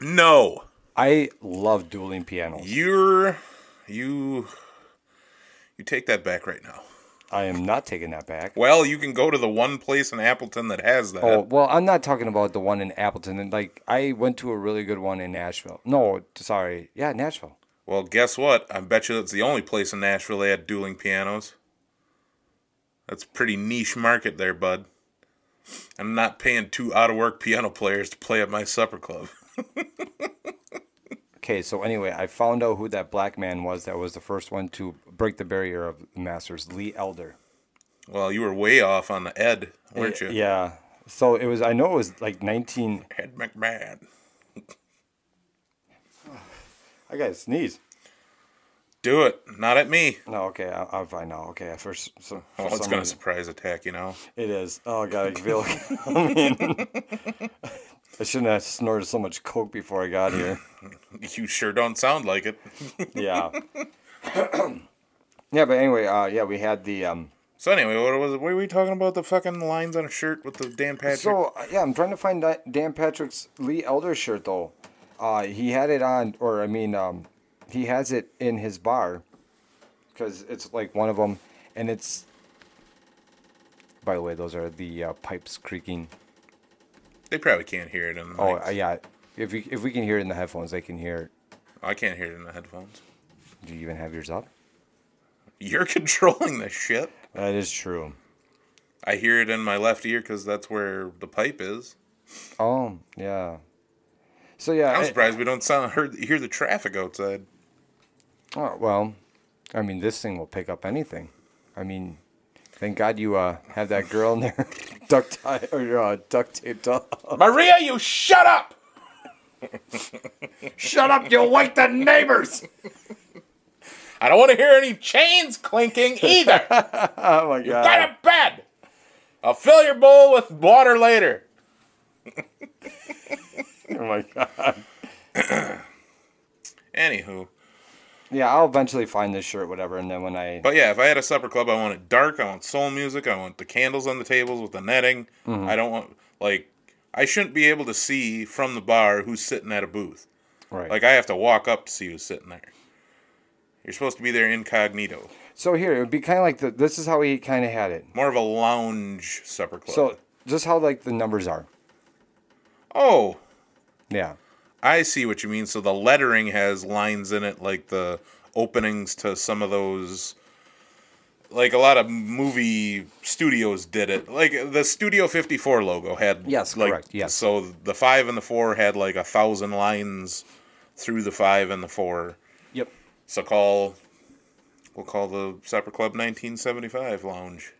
Speaker 2: No.
Speaker 3: I love dueling pianos.
Speaker 2: You're you you take that back right now.
Speaker 3: I am not taking that back.
Speaker 2: Well, you can go to the one place in Appleton that has that.
Speaker 3: Oh well, I'm not talking about the one in Appleton. And like, I went to a really good one in Nashville. No, sorry, yeah, Nashville.
Speaker 2: Well, guess what? I bet you that's the only place in Nashville they had dueling pianos. That's a pretty niche market there, bud. I'm not paying two out of work piano players to play at my supper club. [laughs]
Speaker 3: Okay, so anyway, I found out who that black man was that was the first one to break the barrier of masters, Lee Elder.
Speaker 2: Well, you were way off on the Ed, weren't you?
Speaker 3: Yeah. So it was. I know it was like 19.
Speaker 2: Ed McMahon.
Speaker 3: I gotta sneeze.
Speaker 2: Do it. Not at me.
Speaker 3: No, okay, I, I'm fine now. Okay, I first. So, for
Speaker 2: Oh, it's
Speaker 3: some
Speaker 2: gonna
Speaker 3: reason-
Speaker 2: surprise attack, you know. [laughs]
Speaker 3: It is. Oh god, I feel. Like, [laughs] I I shouldn't have snorted so much coke before I got here.
Speaker 2: You sure don't sound like it. [laughs]
Speaker 3: Yeah. yeah, but anyway, uh, yeah, we had the um.
Speaker 2: So anyway, what was what were we talking about? The fucking lines on a shirt with the Dan Patrick.
Speaker 3: So uh, yeah, I'm trying to find that Dan Patrick's Lee Elder shirt though. Uh, he had it on, or I mean, um, he has it in his bar because it's like one of them, and it's. By the way, those are the uh, pipes creaking.
Speaker 2: they probably can't hear it in the
Speaker 3: Oh
Speaker 2: mics.
Speaker 3: uh, yeah, if we if we can hear it in the headphones, they can hear.
Speaker 2: I can't hear it in the headphones.
Speaker 3: it. Do you even have yours up?
Speaker 2: You're [laughs] controlling this shit.
Speaker 3: That is true.
Speaker 2: I hear it in my left ear because that's where the pipe is.
Speaker 3: Oh yeah. So yeah.
Speaker 2: I'm
Speaker 3: I-
Speaker 2: surprised we don't sound heard, hear the traffic outside.
Speaker 3: Oh, well, I mean, this thing will pick up anything. I mean, Thank God you uh, have that girl in there [laughs] duct tie or uh, duct taped up.
Speaker 2: Maria, you shut [laughs] up!
Speaker 3: Shut up! You'll wake the neighbors.
Speaker 2: I don't want to hear any chains clinking either.
Speaker 3: [laughs] Oh my God!
Speaker 2: Get to bed. I'll fill your bowl with water later.
Speaker 3: Oh my God!
Speaker 2: Anywho,
Speaker 3: Yeah, I'll eventually find this shirt, whatever, and then when I
Speaker 2: but yeah, if I had a supper club, I want it dark. I want soul music. I want the candles on the tables with the netting. I don't want like I shouldn't be able to see from the bar who's sitting at a booth.
Speaker 3: right.
Speaker 2: Like I have to walk up to see who's sitting there. You're supposed to be there incognito.
Speaker 3: so here it would be kind of like the. This is how he kind of had it.
Speaker 2: More of a lounge supper club.
Speaker 3: So just how like the numbers are.
Speaker 2: oh,
Speaker 3: Yeah.
Speaker 2: I see what you mean. So the lettering has lines in it, like the openings to some of those. Like a lot of movie studios did it. Like the Studio 54 logo had.
Speaker 3: Yes,
Speaker 2: like,
Speaker 3: correct, yes.
Speaker 2: So the five and the four had like a thousand lines through the five and the four.
Speaker 3: Yep.
Speaker 2: So call. We'll call the Supper Club 1975 Lounge.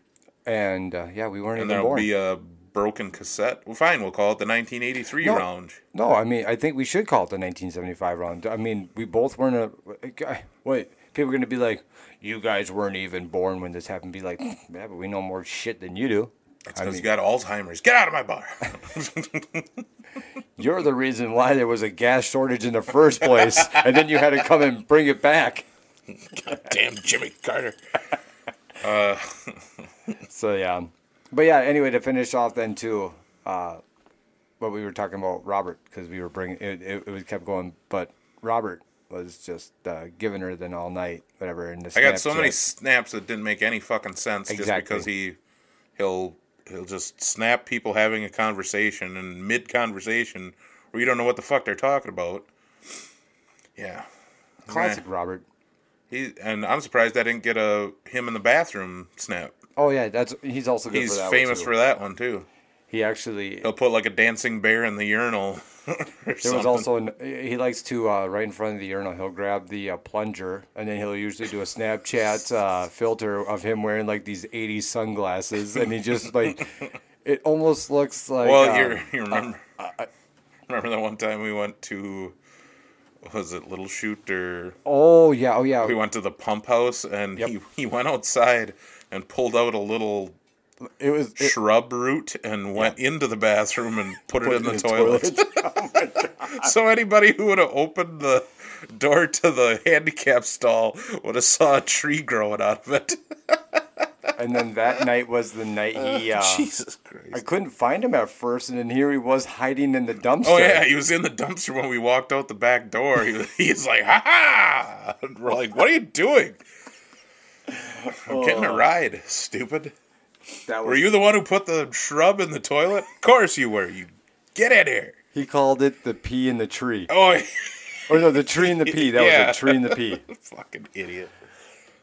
Speaker 3: And uh, yeah, we
Speaker 2: And
Speaker 3: weren't even
Speaker 2: there'll
Speaker 3: born.
Speaker 2: be a broken cassette. Well, fine, we'll call it the 1983
Speaker 3: No.
Speaker 2: Lounge.
Speaker 3: no, I mean I think we should call it the 1975 round. I mean we both weren't a. Wait, people are gonna be like, you guys weren't even born when this happened. Be like, "Mm, yeah, but we know more shit than you do. I
Speaker 2: Because
Speaker 3: mean,
Speaker 2: you got Alzheimer's. Get out of my bar.
Speaker 3: you're the reason why there was a gas shortage in the first place, [laughs] and then you had to come and bring it back.
Speaker 2: Damn Jimmy Carter.
Speaker 3: So yeah, but yeah. Anyway, to finish off then too, uh, what we were talking about Robert because we were bringing it, it. It was kept going, but Robert was just uh, giving her then all night, whatever. And the
Speaker 2: I got so many
Speaker 3: Snapchat.
Speaker 2: snaps that didn't make any fucking sense just
Speaker 3: Exactly.
Speaker 2: because he he'll he'll just snap people having a conversation and mid conversation where you don't know what the fuck they're talking about. Yeah.
Speaker 3: classic Robert.
Speaker 2: He and I'm surprised I didn't get a him in the bathroom snap.
Speaker 3: Oh yeah, that's he's also good
Speaker 2: He's
Speaker 3: for that one,
Speaker 2: famous
Speaker 3: too.
Speaker 2: for Oh, that one too.
Speaker 3: He actually
Speaker 2: He'll put like a dancing bear in the urinal. [laughs] or
Speaker 3: there was
Speaker 2: something.
Speaker 3: also an, he likes to uh, right in front of the urinal. He'll grab the uh, plunger and then he'll usually do a Snapchat uh, filter of him wearing like these '80s sunglasses, and he
Speaker 2: [laughs]
Speaker 3: just like it almost looks like
Speaker 2: Well,
Speaker 3: uh,
Speaker 2: you you remember remember that one time we went to was it Little Shoot or
Speaker 3: oh yeah oh yeah
Speaker 2: we went to the pump house and he, he went outside and pulled out a little
Speaker 3: It was it-
Speaker 2: shrub root and went into the bathroom and put, it in the, toilet. [laughs] so anybody who would have opened the door to the handicap stall would have saw a tree growing out of it.
Speaker 3: and then that night was the night he. Uh,
Speaker 2: [laughs] Jesus
Speaker 3: I
Speaker 2: Christ.
Speaker 3: couldn't find him at first, and then here he was hiding in the dumpster.
Speaker 2: Oh yeah, he was in the dumpster when we walked out the back door. [laughs] He, he's like, "Ha ha!" And we're like, "What are you doing?" [laughs] I'm getting a ride, stupid.
Speaker 3: that was,
Speaker 2: Were you the one who put the shrub in the toilet? Of course you were. You get in here.
Speaker 3: He called it the pea in the tree,
Speaker 2: Oh, [laughs]
Speaker 3: or no, the tree in the pea. That
Speaker 2: Yeah.
Speaker 3: was the tree in the pea.
Speaker 2: fucking idiot.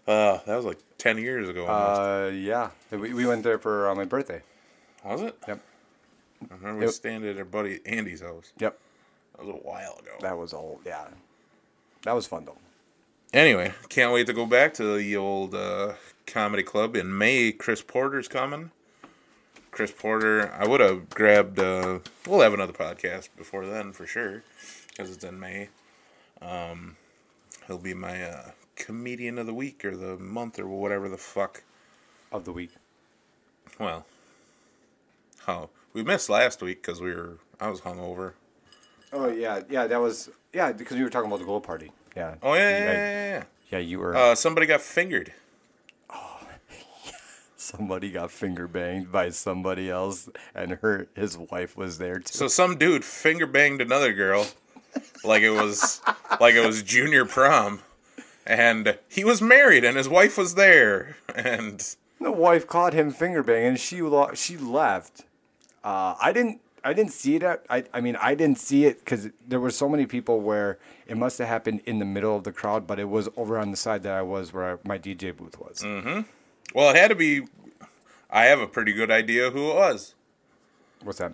Speaker 2: Uh, that was like ten years ago. Almost.
Speaker 3: Uh, yeah, we, we went there for uh, my birthday.
Speaker 2: was it?
Speaker 3: yep.
Speaker 2: I remember we
Speaker 3: Yep.
Speaker 2: stand at our buddy Andy's house.
Speaker 3: Yep,
Speaker 2: That was a while ago.
Speaker 3: that was old. Yeah, that was fun though.
Speaker 2: Anyway, can't wait to go back to the old uh, comedy club in May. Chris Porter's coming. Chris Porter, I would have grabbed. Uh, we'll have another podcast before then for sure, because it's in May. Um, he'll be my uh, comedian of the week or the month or whatever the fuck.
Speaker 3: Of the week.
Speaker 2: Well, how we missed last week because we were I was hungover.
Speaker 3: Oh yeah, yeah, that was yeah because we were talking about the glow party. Yeah.
Speaker 2: Oh yeah, yeah,
Speaker 3: I-
Speaker 2: yeah, yeah,
Speaker 3: yeah, you were.
Speaker 2: yeah. Uh, somebody got fingered.
Speaker 3: somebody got finger banged by somebody else, and her his wife was there too.
Speaker 2: So some dude finger banged another girl, like it was like it was junior prom, and he was married and his wife was there, and
Speaker 3: The wife caught him finger banging. She lo- she left. Uh, I didn't. I didn't see it. At, I I mean, I didn't see it because there were so many people where it must have happened in the middle of the crowd, but it was over on the side that I was, where I, my DJ booth was.
Speaker 2: well, it had to be. I have a pretty good idea who it was
Speaker 3: What's that?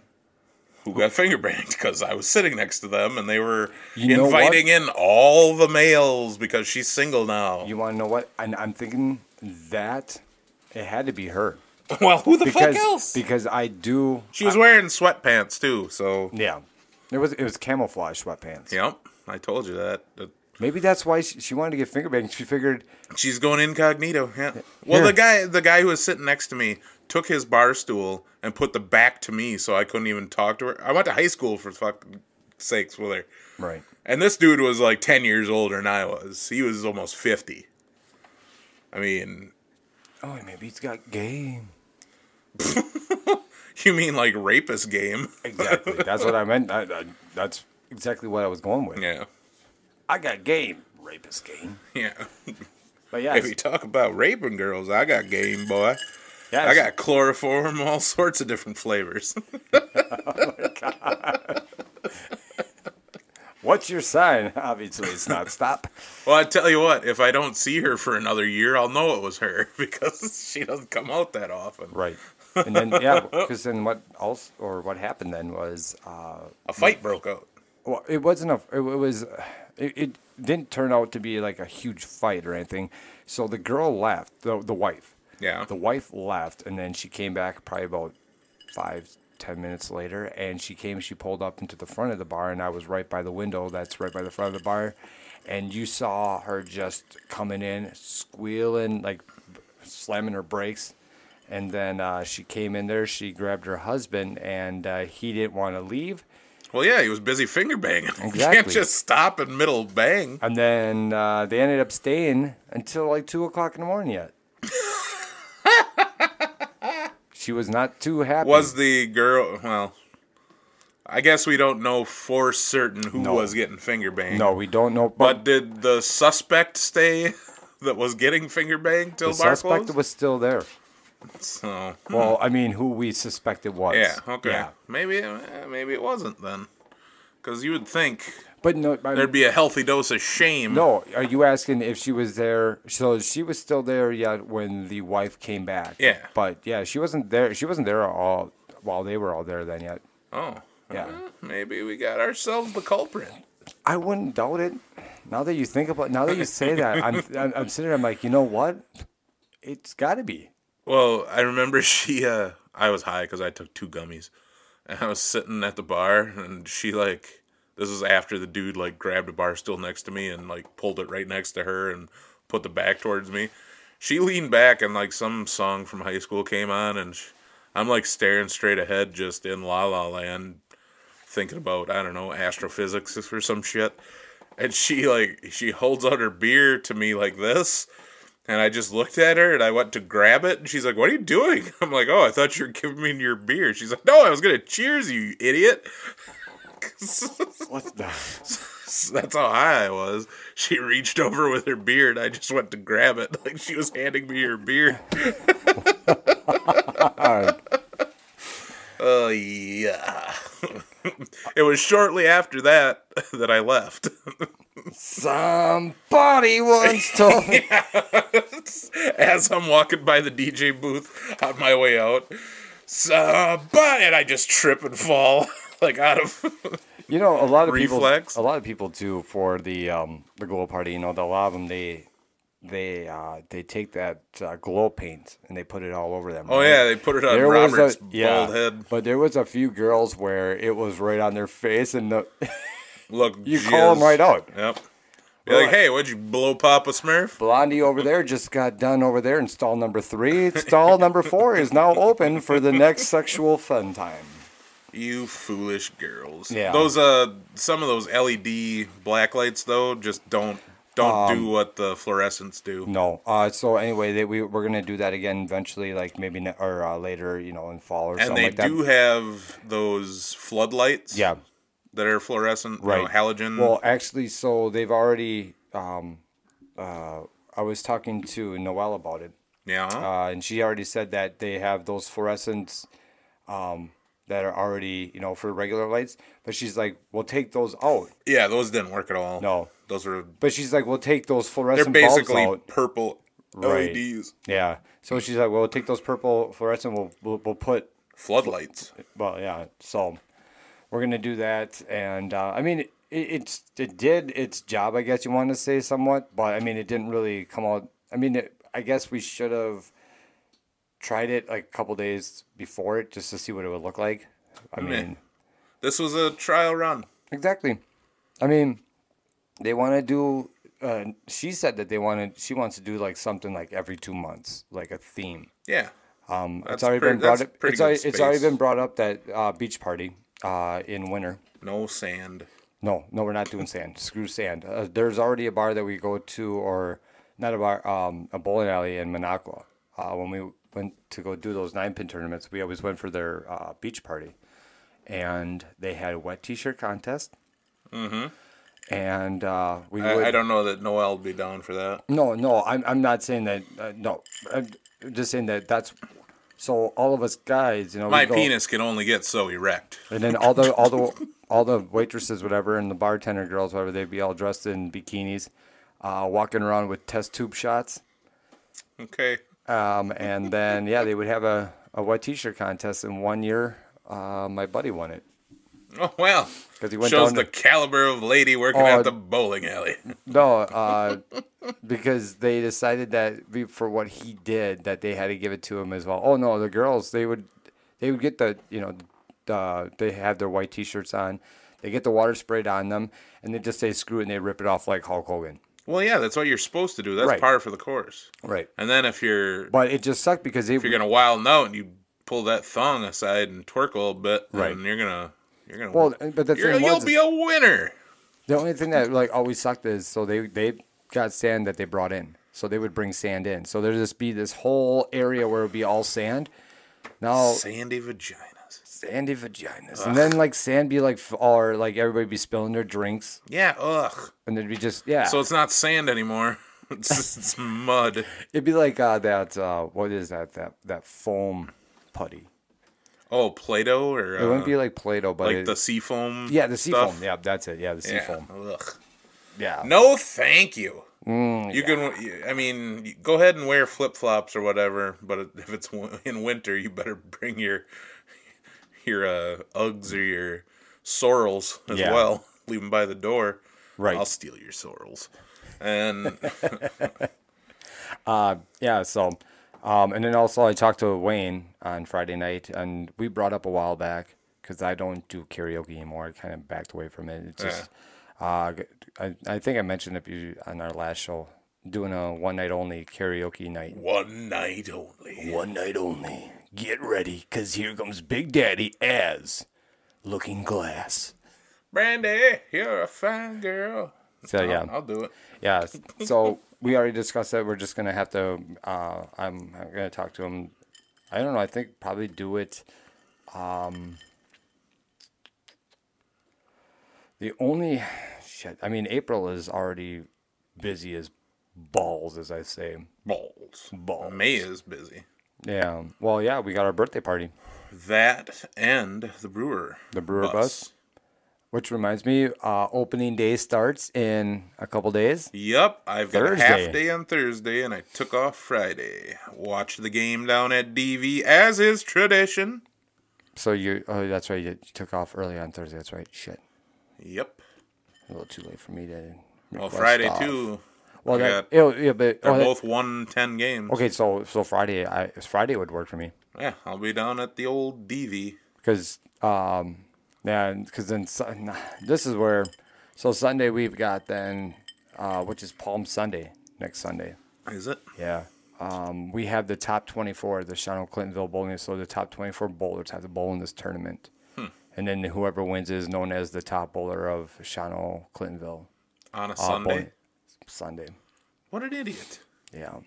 Speaker 2: who got finger banged because I was sitting next to them and they were
Speaker 3: You know what?
Speaker 2: inviting in all the males because she's single now.
Speaker 3: You want to know what? And I'm thinking that it had to be her
Speaker 2: [laughs] Well, who the
Speaker 3: because
Speaker 2: fuck else?
Speaker 3: because I do.
Speaker 2: she was wearing sweatpants too, so
Speaker 3: Yeah, it was it was camouflage sweatpants.
Speaker 2: yep. I told you that. that-
Speaker 3: Maybe that's why she, she wanted to get finger banged. She figured
Speaker 2: She's going incognito. Yeah. Well,
Speaker 3: Here.
Speaker 2: the guy, the guy who was sitting next to me, took his bar stool and put the back to me, so I couldn't even talk to her. I went to high school for fucking sakes with her,
Speaker 3: right.
Speaker 2: and this dude was like ten years older than I was. He was almost fifty. I mean, [laughs]
Speaker 3: Oh, maybe he's got game.
Speaker 2: you mean like rapist game? [laughs]
Speaker 3: Exactly. that's what I meant. I, I, that's exactly what I was going with.
Speaker 2: Yeah,
Speaker 3: I got game. Rapist game.
Speaker 2: yeah.
Speaker 3: But yeah,
Speaker 2: If you talk about raping girls, I got game, boy.
Speaker 3: yes.
Speaker 2: I got chloroform, all sorts of different flavors. [laughs]
Speaker 3: What's your sign? [laughs] Obviously, it's
Speaker 2: [laughs]
Speaker 3: not stop.
Speaker 2: Well, I tell you what, if I don't see her for another year, I'll know it was her [laughs] because she doesn't come out that often.
Speaker 3: Right. And then yeah, because then what else or what happened then was uh,
Speaker 2: A fight broke out.
Speaker 3: well, it wasn't a it, it was it, it didn't turn out to be like a huge fight or anything. So the girl left the the wife.
Speaker 2: Yeah.
Speaker 3: The wife left, and then she came back probably about five ten minutes later, and she came. She pulled up into the front of the bar, and I was right by the window. That's right by the front of the bar, and you saw her just coming in, squealing like slamming her brakes. And then uh, she came in there. She grabbed her husband, and uh, he didn't want to leave.
Speaker 2: Well, yeah, he was busy finger banging. [laughs] Exactly. You can't
Speaker 3: Exactly.
Speaker 2: just stop in middle bang.
Speaker 3: And then uh, they ended up staying until like two o'clock in the
Speaker 2: [laughs]
Speaker 3: morning. Yet she was not too happy.
Speaker 2: Was the girl, well, I guess we don't know for certain who
Speaker 3: No.
Speaker 2: was getting finger banged.
Speaker 3: no, we don't know. But,
Speaker 2: But did the suspect stay [laughs] that was getting finger banged till
Speaker 3: the
Speaker 2: bar
Speaker 3: suspect
Speaker 2: closed?
Speaker 3: was still there.
Speaker 2: So,
Speaker 3: Well, I mean, who we suspected was.
Speaker 2: yeah, okay.
Speaker 3: Yeah.
Speaker 2: Maybe, eh, maybe it wasn't then. Because you would think
Speaker 3: But no, I
Speaker 2: there'd be a healthy dose of shame.
Speaker 3: no. Are you asking if she was there? So she was still there yet when the wife came back.
Speaker 2: Yeah.
Speaker 3: But yeah, she wasn't there. She wasn't there all while they were all there then yet.
Speaker 2: Oh.
Speaker 3: Yeah.
Speaker 2: Well, maybe we got ourselves the culprit.
Speaker 3: I wouldn't doubt it. Now that you think about, now that you say that,
Speaker 2: [laughs]
Speaker 3: I'm I'm, I'm sitting. there, I'm like, you know what? It's got to be.
Speaker 2: Well, I remember [laughs] she. Uh, I was high because I took two gummies, and I was sitting at the bar, and she like. This was after the dude like grabbed a bar stool next to me and like pulled it right next to her and put the back towards me. She leaned back and like some song from high school came on and sh I'm like staring straight ahead just in La La Land, thinking about I don't know astrophysics or some shit. And she like she holds out her beer to me like this, and I just looked at her and I went to grab it. And she's like, What are you doing? [laughs] I'm like, Oh, I thought you were giving me your beer. She's like, No, I was going to cheers you, you idiot. [laughs]
Speaker 3: What the?
Speaker 2: That's how high I was. She reached over with her beer and I just went to grab it. [laughs] Like she was handing me her beer. Oh, yeah. [laughs] it was shortly after that [laughs] that I left. [laughs]
Speaker 3: Somebody once told
Speaker 2: [laughs]
Speaker 3: me.
Speaker 2: as I'm walking by the DJ booth on my way out. Somebody, and I just trip and fall [laughs] like out of.
Speaker 3: You know, a lot of
Speaker 2: Reflex.
Speaker 3: people, a lot of people do for the um the glow party. You know, the- a lot of them they they uh they take that uh, glow paint and they put it all over them.
Speaker 2: oh
Speaker 3: right?
Speaker 2: yeah, they put it on Robert's bald
Speaker 3: yeah,
Speaker 2: head.
Speaker 3: but there was a few girls where it was right on their face, and the, [laughs]
Speaker 2: Look,
Speaker 3: you call them
Speaker 2: jizz.
Speaker 3: right out.
Speaker 2: Yep. You're like,
Speaker 3: Right.
Speaker 2: hey, what'd you blow, Papa Smurf?
Speaker 3: Blondie over there just got done over there in stall number three. Stall number four is now open for the next sexual fun time.
Speaker 2: You foolish girls.
Speaker 3: Yeah.
Speaker 2: Those uh, some of those LED black lights though, just don't don't
Speaker 3: Um,
Speaker 2: do what the fluorescents do.
Speaker 3: No. Uh, so anyway, they, we we're gonna do that again eventually, like maybe ne- or uh, later, you know, in fall or
Speaker 2: and
Speaker 3: something
Speaker 2: they
Speaker 3: like that.
Speaker 2: do have those floodlights.
Speaker 3: yeah.
Speaker 2: That are fluorescent. you know,
Speaker 3: Right.
Speaker 2: halogen.
Speaker 3: Well, actually, so they've already. Um, uh, I was talking to Noelle about it,
Speaker 2: yeah.
Speaker 3: uh, and she already said that they have those fluorescents um, that are already, you know, for regular lights. But she's like, we'll take those out.
Speaker 2: yeah. Those didn't work at all.
Speaker 3: No.
Speaker 2: Those were.
Speaker 3: But she's like, we'll take those
Speaker 2: They're
Speaker 3: fluorescent
Speaker 2: basically
Speaker 3: bulbs out.
Speaker 2: purple E
Speaker 3: Right.
Speaker 2: LEDs.
Speaker 3: Yeah. So she's like, well, we'll take those purple fluorescent. We'll, we'll, we'll put,
Speaker 2: Floodlights.
Speaker 3: well, yeah. So we're going to do that. And uh, I mean, it, it's, it did its job, I guess you want to say somewhat, but I mean, it didn't really come out. I mean, it, I guess we should have tried it like a couple days before it just to see what it would look like. I
Speaker 2: Meh.
Speaker 3: mean,
Speaker 2: This was a trial run.
Speaker 3: exactly. I mean, they want to do. Uh, she said that they wanted. She wants to do like something like every two months, like a theme.
Speaker 2: Yeah.
Speaker 3: Um,
Speaker 2: That's
Speaker 3: it's already
Speaker 2: pretty-
Speaker 3: been brought
Speaker 2: that's
Speaker 3: up.
Speaker 2: pretty
Speaker 3: It's already,
Speaker 2: good
Speaker 3: it's already
Speaker 2: space.
Speaker 3: been brought up that uh, beach party uh, in winter.
Speaker 2: No sand.
Speaker 3: No, no, we're not doing sand. Screw sand. Uh, there's already a bar that we go to, or not a bar, um, a bowling alley in Minocqua. Uh, when we went to go do those nine pin tournaments, we always went for their uh, beach party, and they had a wet t-shirt contest. Mm-hmm. And uh, we would,
Speaker 2: I, I don't know that Noel would be down for that.
Speaker 3: no, no, I'm, I'm not saying that. Uh, no, I'm just saying that that's. So all of us guys, you know, we
Speaker 2: My
Speaker 3: go-
Speaker 2: penis can only get so erect.
Speaker 3: and then all the all the all the waitresses, whatever, and the bartender girls, whatever, they'd be all dressed in bikinis, uh, walking around with test tube shots.
Speaker 2: Okay.
Speaker 3: Um, and then yeah, they would have a, a wet t-shirt contest. And one year, uh, my buddy won it
Speaker 2: Oh well.
Speaker 3: because he went
Speaker 2: Shows
Speaker 3: down.
Speaker 2: the caliber of lady working
Speaker 3: Oh,
Speaker 2: at the bowling alley. [laughs]
Speaker 3: No, uh, because they decided that be- for what he did, that they had to give it to him as well. Oh no, the girls they would they would get the you know the, they have their white T-shirts on, they get the water sprayed on them, and they just say screw it and they rip it off like Hulk Hogan.
Speaker 2: Well, yeah, that's what you're supposed to do. That's
Speaker 3: Right.
Speaker 2: par for the course.
Speaker 3: Right.
Speaker 2: And then if you're
Speaker 3: But it just sucked because they
Speaker 2: if you're gonna wild out and you pull that thong aside and twerk a little bit, then
Speaker 3: Right.
Speaker 2: you're gonna you're gonna
Speaker 3: well, but the
Speaker 2: you're,
Speaker 3: thing
Speaker 2: you'll
Speaker 3: was,
Speaker 2: be a winner.
Speaker 3: the only thing that like always sucked is so they they got sand that they brought in, so they would bring sand in. So there'd just be this whole area where it'd be all sand. Now
Speaker 2: Sandy vaginas.
Speaker 3: sandy vaginas. And then like sand be like, f- or like everybody be spilling their drinks,
Speaker 2: Yeah, ugh.
Speaker 3: and it'd be just yeah.
Speaker 2: So it's not sand anymore. [laughs] It's, it's mud.
Speaker 3: it'd be like uh, that. Uh, what is that? That that foam putty.
Speaker 2: Oh, Play-Doh or
Speaker 3: It
Speaker 2: uh,
Speaker 3: wouldn't be like Play-Doh, but
Speaker 2: like
Speaker 3: it-
Speaker 2: the sea foam.
Speaker 3: yeah, the sea
Speaker 2: stuff?
Speaker 3: foam. Yeah, that's it. Yeah, the sea
Speaker 2: Yeah.
Speaker 3: foam.
Speaker 2: Ugh.
Speaker 3: Yeah.
Speaker 2: No, thank you.
Speaker 3: Mm,
Speaker 2: you can. I mean, you- go ahead and wear flip flops or whatever. But if it's w- in winter, you better bring your your uh, Uggs or your sorrels as
Speaker 3: Yeah.
Speaker 2: well. [laughs] Leave them by the door.
Speaker 3: Right.
Speaker 2: I'll steal your sorrels. And
Speaker 3: Yeah, so um, and then also I talked to Wayne on Friday night, and we brought up a while back because I don't do karaoke anymore. I kind of backed away from it. It's just uh, g- I, I think I mentioned it you- on our last show doing a one night only karaoke night.
Speaker 2: one night only.
Speaker 3: One night only. Get ready, cause here comes Big Daddy as Looking Glass.
Speaker 2: Brandy, you're a fine girl.
Speaker 3: So yeah,
Speaker 2: I'll do it.
Speaker 3: Yeah. s- [laughs] So we already discussed that. We're just gonna have to. Uh, I'm, I'm gonna talk to him. I don't know. I think probably do it. Um, the only shit. I mean, April is already busy as balls, as I say.
Speaker 2: Balls.
Speaker 3: Balls.
Speaker 2: May is busy.
Speaker 3: Yeah. Well, yeah. We got our birthday party.
Speaker 2: That and the brewer.
Speaker 3: The brewer bus. Which reminds me, uh, opening day starts in a couple days.
Speaker 2: Yep, I've got a
Speaker 3: Thursday.
Speaker 2: half day on Thursday, and I took off Friday. Watched the game down at DV as is tradition.
Speaker 3: So you, oh, that's right. You took off early on Thursday. That's right. Shit.
Speaker 2: Yep.
Speaker 3: A little too late for me to.
Speaker 2: Well,
Speaker 3: request
Speaker 2: Friday
Speaker 3: off.
Speaker 2: too.
Speaker 3: Well,
Speaker 2: We
Speaker 3: that,
Speaker 2: got-
Speaker 3: yeah, yeah, but
Speaker 2: They're
Speaker 3: oh, that-
Speaker 2: both one ten games.
Speaker 3: okay. So so Friday, I Friday would work for me
Speaker 2: Yeah, I'll be down at the old DV.
Speaker 3: because um yeah because then Sun- [sighs] this is where so Sunday we've got then uh which is Palm Sunday next Sunday.
Speaker 2: Is it?
Speaker 3: Yeah. Um, we have the top 24, the Shawnee Clintonville Bowling. So the top 24 bowlers have to bowl in this tournament.
Speaker 2: Hmm.
Speaker 3: And then whoever wins is known as the top bowler of Shawnee Clintonville.
Speaker 2: On a
Speaker 3: uh,
Speaker 2: Sunday.
Speaker 3: bowling- Sunday.
Speaker 2: What an idiot.
Speaker 3: Yeah.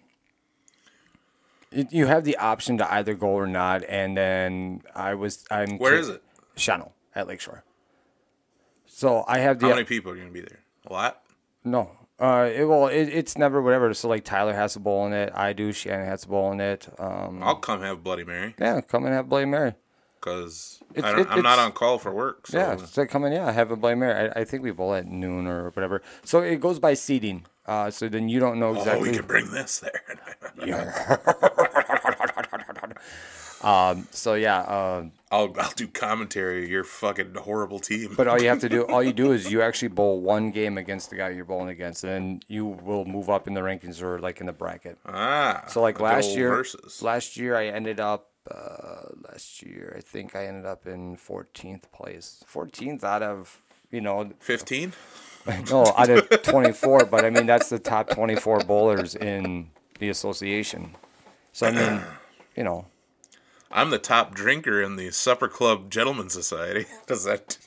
Speaker 3: You- You have the option to either go or not, and then I was I'm.
Speaker 2: Where is it?
Speaker 3: Channel at Lakeshore. So I have the
Speaker 2: How many people are going to be there? A lot?
Speaker 3: no. Uh, it, well, it, it's never whatever. So like Tyler has a bowl in it. I do. Shannon has a bowl in it. Um,
Speaker 2: I'll come have Bloody Mary
Speaker 3: yeah, come and have Bloody Mary.
Speaker 2: because
Speaker 3: It's- it-
Speaker 2: I'm not
Speaker 3: it's-
Speaker 2: on call for work. So. Oh,
Speaker 3: Yeah, so come in. Yeah, have a Bloody Mary. I, I think we bowl at noon or whatever. So it goes by seating. Uh, so then you don't know
Speaker 2: Oh,
Speaker 3: exactly.
Speaker 2: we can bring this there.
Speaker 3: Um, so yeah, uh,
Speaker 2: [laughs] I'll I'll do commentary. of Your fucking horrible team.
Speaker 3: but uh, all you have to do, all you do is you actually bowl one game against the guy you're bowling against, and you will move up in the rankings or like in the bracket.
Speaker 2: ah,
Speaker 3: So like
Speaker 2: good
Speaker 3: last
Speaker 2: old
Speaker 3: year,
Speaker 2: versus.
Speaker 3: last year I ended up uh, last year I think I ended up in 14th place, 14th out of you know
Speaker 2: fifteen.
Speaker 3: no out of 24, but I mean that's the top 24 bowlers in the association. So I mean, you know,
Speaker 2: I'm the top drinker in the supper club gentlemen society. [laughs] Does that?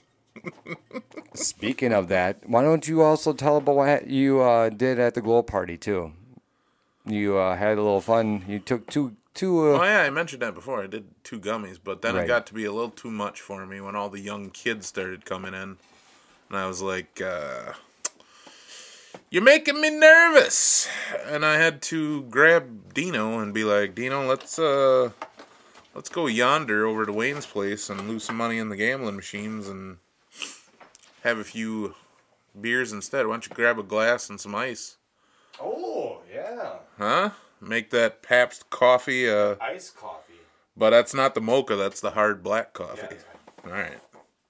Speaker 3: speaking of that, why don't you also tell about what you uh, did at the glow party too? You uh, had a little fun. You took two two. Uh,
Speaker 2: Oh yeah, I mentioned that before. I did two gummies, but then
Speaker 3: Right.
Speaker 2: it got to be a little too much for me when all the young kids started coming in, and I was like, uh, "You're making me nervous," and I had to grab Dino and be like, "Dino, let's uh, let's go yonder over to Wayne's place and lose some money in the gambling machines and have a few beers instead. Why don't you grab a glass and some ice,
Speaker 4: Oh, yeah.
Speaker 2: huh?" Make that Pabst coffee uh,
Speaker 4: Iced coffee.
Speaker 2: But that's not the mocha, that's the hard black coffee.
Speaker 4: that's
Speaker 2: All right.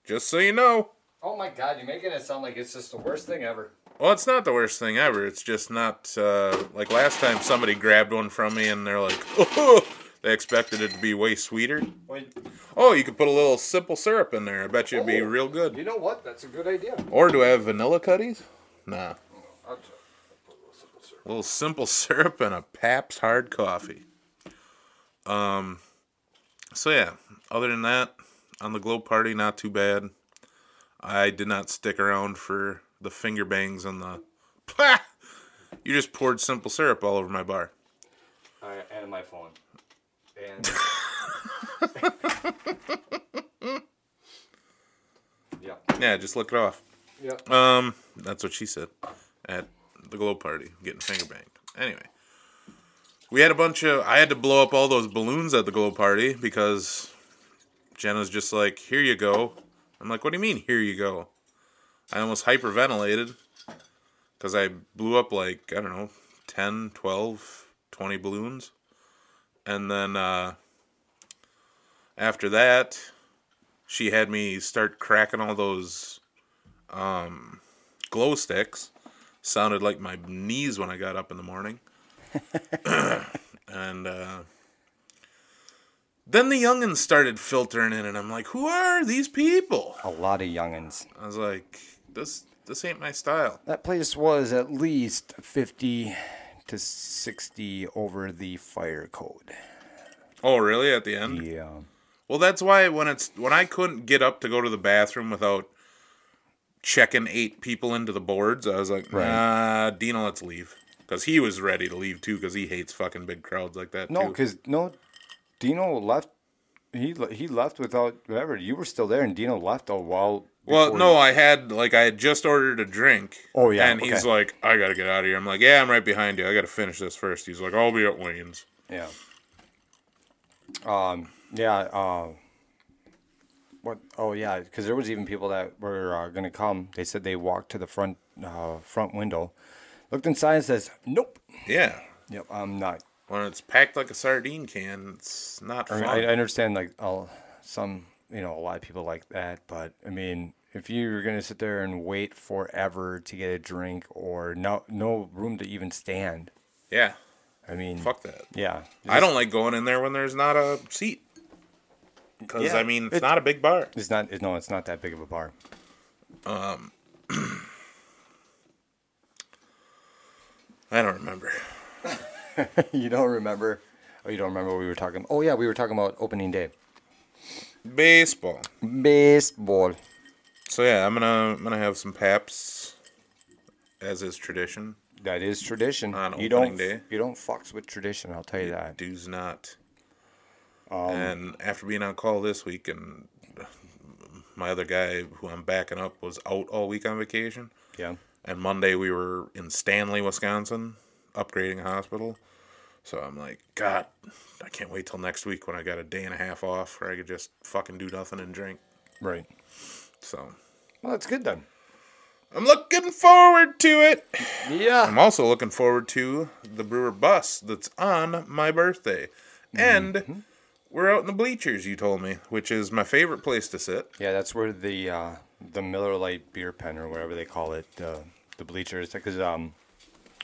Speaker 2: Just so you know.
Speaker 3: Oh my God! You're making it sound like it's just the worst thing ever.
Speaker 2: Well, it's not the worst thing ever. It's just not uh, like last time somebody grabbed one from me and they're like, [laughs] oh, they expected it to be way sweeter.
Speaker 3: Wait,
Speaker 2: Oh, you could put a little simple syrup in there. I bet you it'd be real good.
Speaker 3: you know what? That's a good idea.
Speaker 2: Or do I have vanilla cutties? Nah.
Speaker 3: I'll t-
Speaker 2: A little simple [laughs] syrup and a Pabst hard coffee. Um. So yeah. Other than that, on the globe party, not too bad. I did not stick around for the finger bangs and the. [laughs] Pah! You just poured simple syrup all over my bar.
Speaker 3: All right, and my phone. And [laughs] yep,
Speaker 2: Yeah, just lick it off.
Speaker 3: yep.
Speaker 2: Um, that's what she said at the glow party, getting finger banged. Anyway, we had a bunch of. I had to blow up all those balloons at the glow party because Jenna's just like, "Here you go." I'm like, "What do you mean, here you go?" I almost hyperventilated because I blew up like I don't know, 10, 12, 20 balloons, and then uh, after that, she had me start cracking all those um, glow sticks sounded like my knees when I got up in the morning. and uh, then the youngins started filtering in, and I'm like, "Who are these people?"
Speaker 3: A lot of youngins.
Speaker 2: I was like, "This this ain't my style."
Speaker 3: That place was at least fifty to sixty over the fire code.
Speaker 2: Oh, really? At the end?
Speaker 3: Yeah.
Speaker 2: Well, that's why when it's when I couldn't get up to go to the bathroom without checking eight people into the boards, I was like,
Speaker 3: Right.
Speaker 2: "Nah, Dino, let's leave." Because he was ready to leave too, because he hates fucking big crowds like that.
Speaker 3: No,
Speaker 2: too.
Speaker 3: because no, Dino left. He le- he left without whatever. You were still there, and Dino left a while.
Speaker 2: Well,
Speaker 3: before
Speaker 2: no,
Speaker 3: you-
Speaker 2: I had like I had just ordered a drink.
Speaker 3: Oh, yeah,
Speaker 2: and he's
Speaker 3: okay.
Speaker 2: like, "I gotta get out of here." I'm like, "Yeah, I'm right behind you. I gotta finish this first. He's like, "I'll be at Wayne's."
Speaker 3: Yeah. Um. Yeah. Uh, what? Oh, yeah. Because there was even people that were uh, gonna come. They said they walked to the front uh, front window, looked inside, and says, "Nope.
Speaker 2: Yeah,
Speaker 3: Yep, I'm not."
Speaker 2: when it's packed like a sardine can, it's not fun.
Speaker 3: I, mean, I, I understand like all some you know a lot of people like that, but I mean. If you're gonna sit there and wait forever to get a drink, or no no room to even stand,
Speaker 2: yeah,
Speaker 3: I mean,
Speaker 2: fuck that.
Speaker 3: yeah,
Speaker 2: I don't like going in there when there's not a seat. Because
Speaker 3: Yeah,
Speaker 2: I mean, it's
Speaker 3: it's-
Speaker 2: not a big bar.
Speaker 3: It's not. it- No, it's not that big of a bar. [laughs]
Speaker 2: I don't remember.
Speaker 3: you don't remember? Oh, you don't remember what we were talking? Oh yeah, we were talking about opening day.
Speaker 2: Baseball.
Speaker 3: Baseball.
Speaker 2: So yeah, I'm gonna I'm gonna have some paps, as is tradition.
Speaker 3: That is tradition.
Speaker 2: On
Speaker 3: you
Speaker 2: opening
Speaker 3: don't.
Speaker 2: day.
Speaker 3: You don't fucks with tradition. I'll tell you that.
Speaker 2: does not. and after being on call this week, and my other guy who I'm backing up was out all week on vacation,
Speaker 3: Yeah.
Speaker 2: and Monday we were in Stanley, Wisconsin, upgrading a hospital. So I'm like, God, I can't wait till next week when I got a day and a half off where I could just fucking do nothing and drink.
Speaker 3: Right.
Speaker 2: So
Speaker 3: Well, that's good then.
Speaker 2: I'm looking forward to it.
Speaker 3: Yeah.
Speaker 2: I'm also looking forward to the Brewer bus that's on my birthday. And we're out in the bleachers. You told me, which is my favorite place to sit.
Speaker 3: Yeah, that's where the uh, the Miller Lite beer pen or whatever they call it, uh, the bleachers, because um,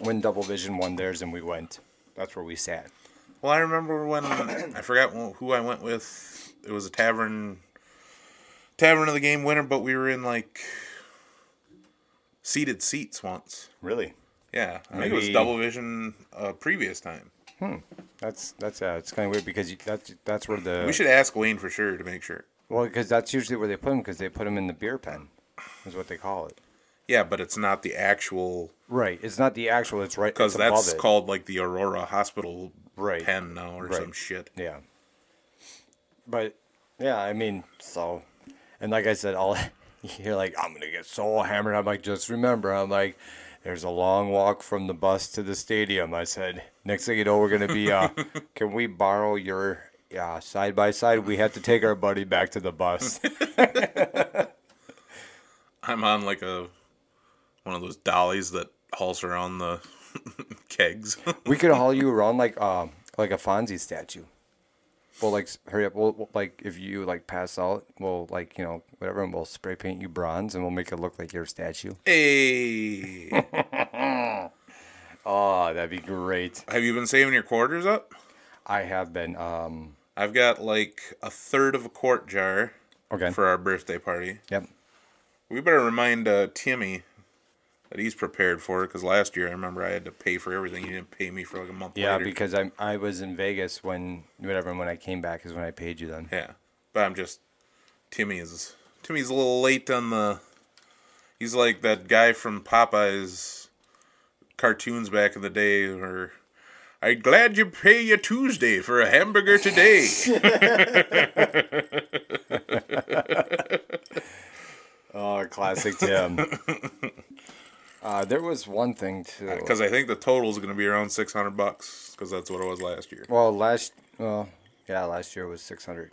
Speaker 3: when Double Vision won theirs and we went, that's where we sat.
Speaker 2: Well, I remember when I forgot wh- who I went with. It was a tavern, tavern of the game winner, but we were in like seated seats once.
Speaker 3: Really?
Speaker 2: Yeah, I think it was
Speaker 3: Maybe-
Speaker 2: double vision uh, previous time.
Speaker 3: That's that's uh, it's kind of weird because you, that's that's where the
Speaker 2: We should ask Wayne for sure to make sure.
Speaker 3: well because that's usually where they put them because they put them in the beer pen, is what they call it.
Speaker 2: Yeah, but it's not the actual
Speaker 3: Right. It's not the actual. It's right
Speaker 2: because
Speaker 3: it's above
Speaker 2: that's
Speaker 3: it.
Speaker 2: called like the Aurora Hospital
Speaker 3: Right.
Speaker 2: pen now or
Speaker 3: Right.
Speaker 2: some shit.
Speaker 3: Yeah. But yeah, I mean, so, and like I said, all [laughs] you're like, I'm gonna get so hammered. I'm like, just remember, I'm like, there's a long walk from the bus to the stadium. I said, next thing you know, we're gonna be. Uh, can we borrow your? Yeah, side by side, we have to take our buddy back to the bus.
Speaker 2: I'm on like a one of those dollies that hauls around the [laughs]
Speaker 3: [laughs]
Speaker 2: kegs.
Speaker 3: we could haul you around like um like a Fonzie statue. We'll like s- hurry up. We'll, we'll, like if you like pass out, we'll like you know whatever, and we'll spray paint you bronze, and we'll make it look like your statue.
Speaker 2: hey,
Speaker 3: Oh, that'd be great.
Speaker 2: have you been saving your quarters up?
Speaker 3: I have been. Um,
Speaker 2: I've got like a third of a quart jar
Speaker 3: okay.
Speaker 2: for our birthday party.
Speaker 3: yep.
Speaker 2: We better remind uh, Timmy that he's prepared for it because last year I remember I had to pay for everything. He didn't pay me for like a month
Speaker 3: Yeah,
Speaker 2: later.
Speaker 3: because I I was in Vegas when whatever, and when I came back is when I paid you then.
Speaker 2: Yeah, but I'm just Timmy is Timmy's a little late on the. He's like that guy from Popeyes cartoons back in the day, or I'm glad you pay you Tuesday for a hamburger
Speaker 3: [laughs]
Speaker 2: today.
Speaker 3: [laughs] Oh, [laughs] classic Tim. [laughs] uh, there was one thing too.
Speaker 2: Because I think the total is going to be around six hundred bucks, because that's what it was last year.
Speaker 3: Well, last well, yeah, last year was six hundred,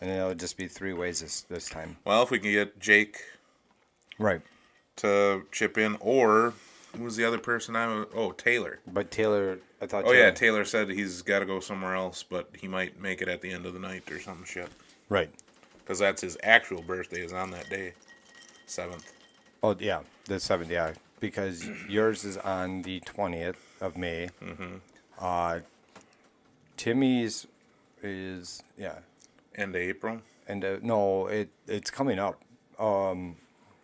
Speaker 3: and then it would just be three ways this this time.
Speaker 2: Well, if we can get Jake
Speaker 3: Right.
Speaker 2: to chip in, or who was the other person? I oh Taylor.
Speaker 3: But Taylor, I thought.
Speaker 2: Oh yeah, Taylor said he's got to go somewhere else, but he might make it at the end of the night or some shit.
Speaker 3: right.
Speaker 2: because that's his actual birthday is on that day, seventh.
Speaker 3: Oh yeah, the seventh. Yeah, because yours is on the twentieth of May. Mm-hmm. Uh, Timmy's is yeah,
Speaker 2: End of April,
Speaker 3: and uh, no, it it's coming up. Um,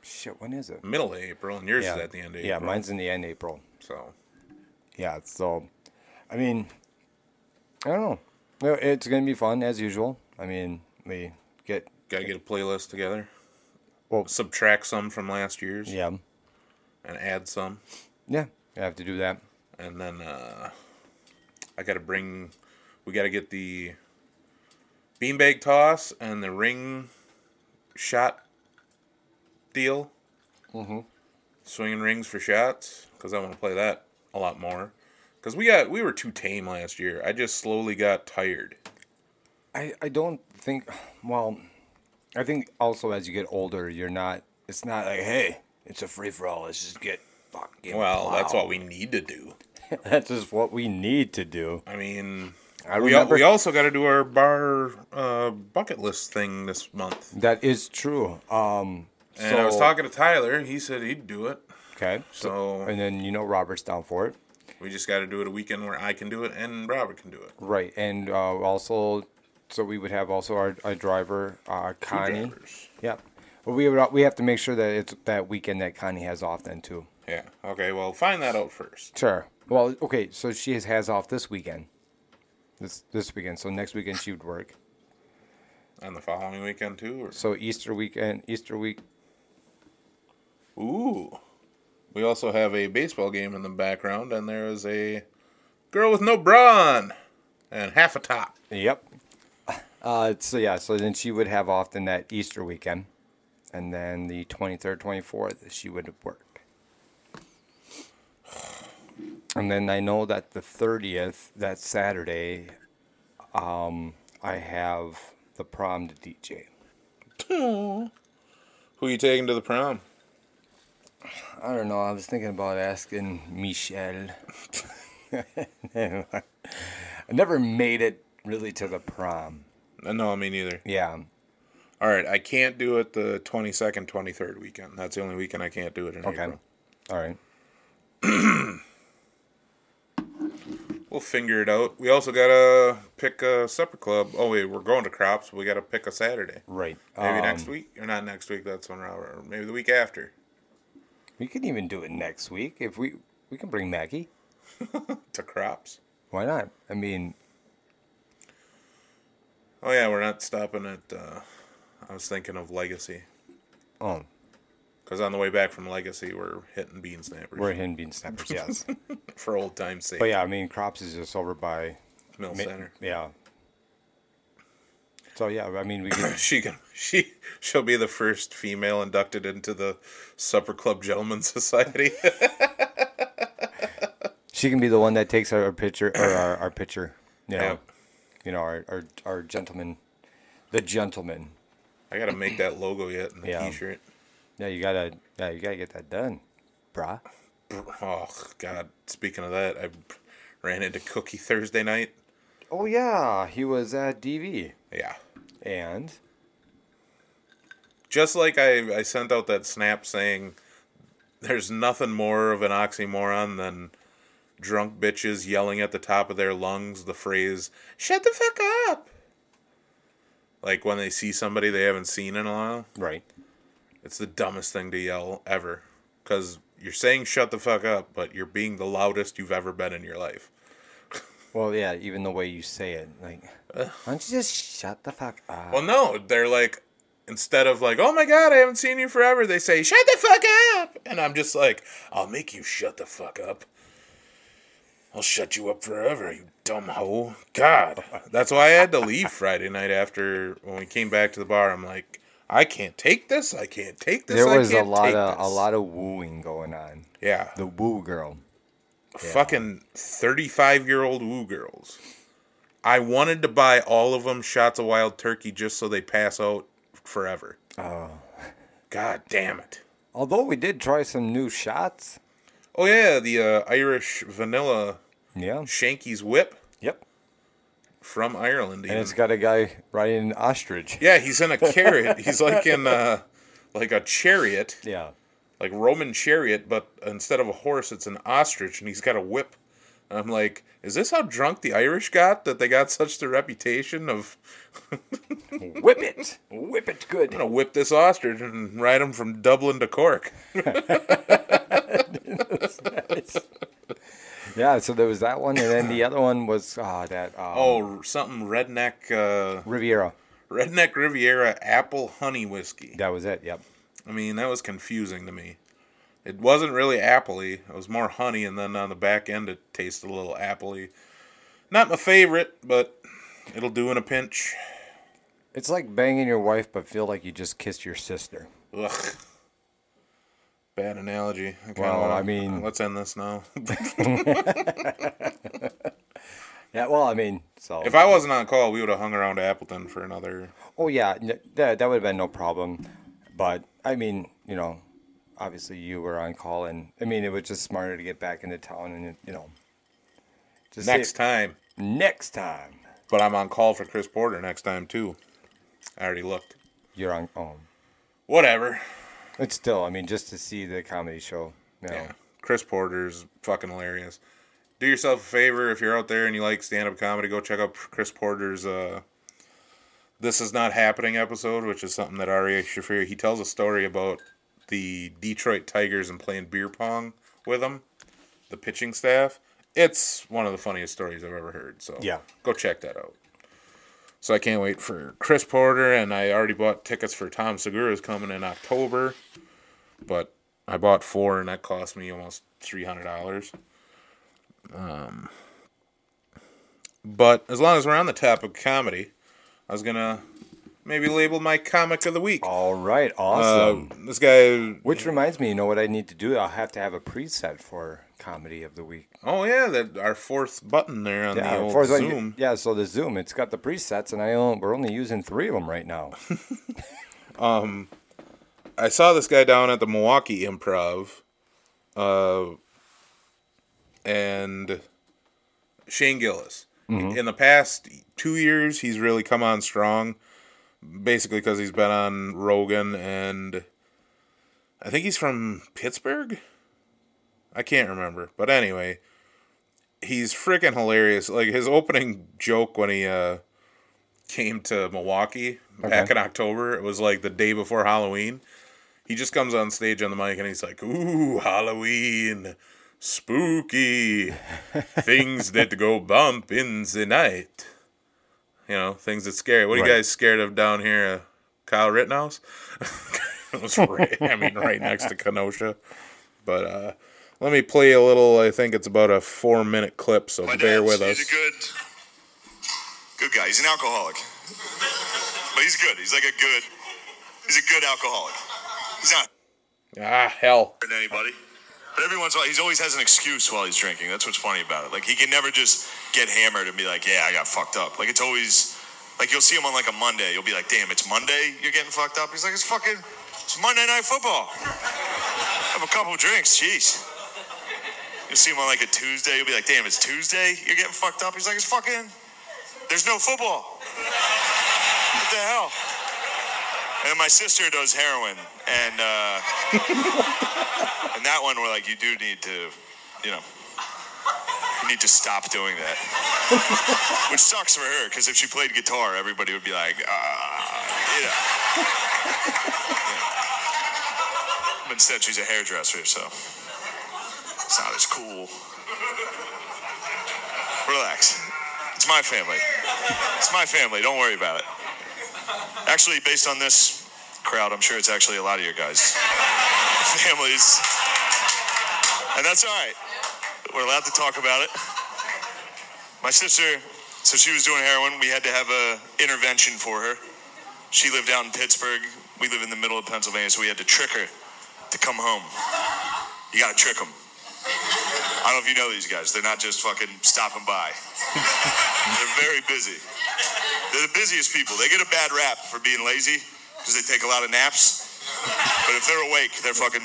Speaker 3: shit, when is it?
Speaker 2: middle of April, and yours
Speaker 3: Yeah,
Speaker 2: is at the end of
Speaker 3: yeah,
Speaker 2: April.
Speaker 3: mine's in the end of April.
Speaker 2: So
Speaker 3: Yeah, so, I mean, I don't know. No, It's gonna be fun as usual. I mean, we get
Speaker 2: gotta get a playlist together.
Speaker 3: Well-
Speaker 2: subtract some from last year's
Speaker 3: yeah,
Speaker 2: and add some,
Speaker 3: yeah. I have to do that.
Speaker 2: and then uh, I gotta bring. We gotta get the beanbag toss and the ring shot deal. Mm-hmm. Swinging rings for shots because I want to play that a lot more. Because we got we were too tame last year. I just slowly got tired.
Speaker 3: I, I don't think well I think also as you get older you're not it's not like hey it's a free for all let's just get fucking
Speaker 2: Well, that's
Speaker 3: plowed."
Speaker 2: what we need to do.
Speaker 3: [laughs] that's just what we need to do
Speaker 2: I mean,
Speaker 3: I
Speaker 2: we, al-
Speaker 3: remember
Speaker 2: we also got to do our bar uh, bucket list thing this month.
Speaker 3: that is true um
Speaker 2: And I was
Speaker 3: so-
Speaker 2: talking to Tyler. He said he'd do it.
Speaker 3: okay so
Speaker 2: So
Speaker 3: and then you know Robert's down for it
Speaker 2: we just got to do it a weekend where I can do it and Robert can do it.
Speaker 3: right and uh, also so we would have also our, our driver uh,
Speaker 2: Two
Speaker 3: Connie
Speaker 2: drivers.
Speaker 3: yep well we would al- we have to make sure that it's that weekend that Connie has off then too
Speaker 2: Yeah. Okay. Well, find that out first.
Speaker 3: Sure. Well, okay, so she has, has off this weekend. This this weekend. So next weekend she would work.
Speaker 2: And the following weekend too. Or...
Speaker 3: So Easter weekend, Easter week.
Speaker 2: Ooh. We also have a baseball game in the background, and there is a girl with no bra on and half a top.
Speaker 3: Yep. Uh, so yeah, so then she would have off then that Easter weekend, and then the twenty third, twenty fourth, she would work. And then I know that the thirtieth, that Saturday, um, I have the prom to DJ.
Speaker 2: Who you taking to the prom?
Speaker 3: I don't know. I was thinking about [laughs] asking Michelle. I never made it really to the prom.
Speaker 2: Uh, No, me neither.
Speaker 3: Yeah.
Speaker 2: All right, I can't do it the 22nd, 23rd weekend. That's the only weekend I can't do it in
Speaker 3: Okay.
Speaker 2: April.
Speaker 3: All right.
Speaker 2: We'll figure it out. We also got to pick a supper club. Oh, wait, we're going to Crops. We got to pick a Saturday.
Speaker 3: Right.
Speaker 2: Maybe
Speaker 3: Um,
Speaker 2: next week? Or not next week, that's when we're out. Or maybe the week after.
Speaker 3: We could even do it next week if we we can bring Maggie.
Speaker 2: To Crops?
Speaker 3: Why not? I mean,
Speaker 2: Oh, yeah, we're not stopping at. Uh, I was thinking of Legacy.
Speaker 3: oh,
Speaker 2: Because on the way back from Legacy, we're hitting Bean Snappers.
Speaker 3: we're hidden bean snappers, [laughs] yes.
Speaker 2: For old time's sake.
Speaker 3: but Oh, yeah, I mean, crops is just over by
Speaker 2: Mill
Speaker 3: Ma-
Speaker 2: Center.
Speaker 3: Yeah. So yeah, I mean, we could,
Speaker 2: She can [laughs] she she'll be the first female inducted into the Supper Club Gentlemen [laughs] Society.
Speaker 3: [coughs] she can be the one that takes our picture or our, our picture. You know,
Speaker 2: Yep.
Speaker 3: you know, our, our our gentleman, the gentleman.
Speaker 2: I gotta make that logo yet and the
Speaker 3: Yeah.
Speaker 2: T-shirt.
Speaker 3: Yeah, you gotta, yeah, you gotta get that done, brah.
Speaker 2: Oh God! Speaking of that, I ran into Cookie Thursday night.
Speaker 3: Oh yeah, he was at DV,
Speaker 2: Yeah,
Speaker 3: and
Speaker 2: just like I I sent out that snap saying, "There's nothing more of an oxymoron than." Drunk bitches yelling at the top of their lungs the phrase, shut the fuck up! Like when they see somebody they haven't seen in a while.
Speaker 3: right,
Speaker 2: It's the dumbest thing to yell ever. Because you're saying shut the fuck up, but you're being the loudest you've ever been in your life.
Speaker 3: Well, yeah, even the way you say it, like, why don't you just shut the fuck up?
Speaker 2: Well, no, they're like, instead of like, oh my god, I haven't seen you forever, they say, shut the fuck up! And I'm just like, I'll make you shut the fuck up. I'll shut you up forever, you dumb hoe. God. That's why I had to
Speaker 3: [laughs]
Speaker 2: leave Friday night after when we came back to the bar. I'm like, I can't take this. I can't take this.
Speaker 3: there
Speaker 2: I
Speaker 3: was a
Speaker 2: can't
Speaker 3: lot
Speaker 2: take
Speaker 3: of a
Speaker 2: this."
Speaker 3: lot of wooing going on.
Speaker 2: Yeah.
Speaker 3: The woo girl.
Speaker 2: fucking 35 year old woo girls. I wanted to buy all of them shots of wild turkey just so they pass out forever. Oh. God damn it.
Speaker 3: Although we did try some new shots.
Speaker 2: Oh, yeah, the uh, Irish vanilla
Speaker 3: Yeah.
Speaker 2: Shanky's whip
Speaker 3: Yep.
Speaker 2: from Ireland.
Speaker 3: And
Speaker 2: even.
Speaker 3: it's got a guy riding an ostrich.
Speaker 2: yeah, he's in a
Speaker 3: [laughs]
Speaker 2: carriot. he's like in uh, like a chariot,
Speaker 3: Yeah.
Speaker 2: like Roman chariot, but instead of a horse, it's an ostrich, and he's got a whip. I'm like, is this how drunk the Irish got that they got such the reputation of
Speaker 3: Whip
Speaker 1: [laughs]
Speaker 3: it. Whip it good.
Speaker 2: gonna whip this ostrich and ride him from Dublin to Cork.
Speaker 3: Yeah, so there was that one and then the other one was ah that um,
Speaker 2: Oh, something redneck, uh,
Speaker 3: Riviera.
Speaker 2: redneck Riviera apple honey whiskey.
Speaker 3: That was it, yep.
Speaker 2: I mean, that was confusing to me. It wasn't really appley. It was more honey, and then on the back end, it tasted a little appley. Not my favorite, but it'll do in a pinch.
Speaker 3: It's like banging your wife but feel like you just kissed your sister.
Speaker 2: Ugh. Bad analogy. I kinda
Speaker 3: Well,
Speaker 2: wanna-
Speaker 3: I mean-
Speaker 2: let's end this now.
Speaker 3: Yeah, well I mean so
Speaker 2: if I wasn't on call, we would have hung around Appleton for another
Speaker 3: Oh yeah, n- that that would have been no problem, but I mean, you know, obviously you were on call, and I mean, it was just smarter to get back into town, and you know, just say-
Speaker 2: next time.
Speaker 3: next time
Speaker 2: But I'm on call for Chris Porter next time too. I already looked.
Speaker 3: you're on. Oh,
Speaker 2: Whatever.
Speaker 3: it's still, I mean, just to see the comedy show, you know.
Speaker 2: Yeah. Chris Porter's fucking hilarious. Do yourself a favor if you're out there and you like stand up comedy, go check out Chris Porter's uh This Is Not Happening episode, which is something that Ari Shafir he tells a story about the Detroit Tigers and playing beer pong with them, the pitching staff. It's one of the funniest stories I've ever heard. So
Speaker 3: Yeah.
Speaker 2: go check that out. So I can't wait for Chris Porter, and I already bought tickets for Tom Segura's coming in October, but I bought four, and that cost me almost three hundred dollars. Um, but as long as we're on the topic of comedy, I was gonna maybe label my comic of the week.
Speaker 3: All right,
Speaker 2: Uh,
Speaker 3: awesome.
Speaker 2: this guy,
Speaker 3: Which reminds me, you know what I need to do? I'll have to have a preset for comedy of the week.
Speaker 2: oh yeah, that our fourth button there on the old
Speaker 3: for the-
Speaker 2: Zoom.
Speaker 3: yeah. So the Zoom, it's got the presets, and I only, we're only using three of them
Speaker 2: [laughs]
Speaker 3: right now.
Speaker 2: I saw this guy down at the Milwaukee Improv, uh, and Shane Gillis. In the past two years, he's really come on strong, basically because he's been on Rogan and I think he's from Pittsburgh. I can't remember, but anyway, he's freaking hilarious. Like his opening joke when he uh, came to Milwaukee back in October, it was like the day before Halloween. He just comes on stage on the mic and he's like, "Ooh, Halloween, spooky things that go bump in the night." You know, things that scary. What are
Speaker 3: Right.
Speaker 2: you guys scared of down here, uh, Kyle Rittenhouse? [laughs] it was right, I mean, right next to Kenosha. But uh, let me play a little. I think it's about a four-minute clip, so
Speaker 5: My
Speaker 2: bear
Speaker 5: dad's-
Speaker 2: with us.
Speaker 5: He's a good, good guy. He's an alcoholic, but he's good. He's like a good, he's a good alcoholic. He's not
Speaker 2: Ah, hell.
Speaker 5: than anybody. But every once in a while, he always has an excuse while he's drinking. That's what's funny about it. Like he can never just get hammered and be like, "Yeah, I got fucked up." Like it's always like you'll see him on like a Monday. You'll be like, "Damn, it's Monday. You're getting fucked up." He's like, "It's fucking, it's Monday night football. [laughs] Have a couple drinks, jeez." You'll see him on like a Tuesday. You'll be like, "Damn, it's Tuesday. You're getting fucked up." He's like, "It's fucking, there's no football. [laughs] What the hell?" And my sister does heroin, and. uh and that one, we're like, you do need to, you know, you need to stop doing that. [laughs] Which sucks for her, because if she played guitar, everybody would be like, ah, you know. But instead, she's a hairdresser, so it's not as cool. Relax. It's my family. It's my family. Don't worry about it. Actually, based on this crowd, I'm sure it's actually a lot of your guys' [laughs] families. And that's all right. We're allowed to talk about it. My sister, so she was doing heroin. We had to have a intervention for her. She lived out in Pittsburgh. We live in the middle of Pennsylvania, so we had to trick her to come home. You gotta trick them. I don't know if you know these guys. They're not just fucking stopping by. They're very busy. They're the busiest people. They get a bad rap for being lazy because they take a lot of naps. But if they're awake, they're fucking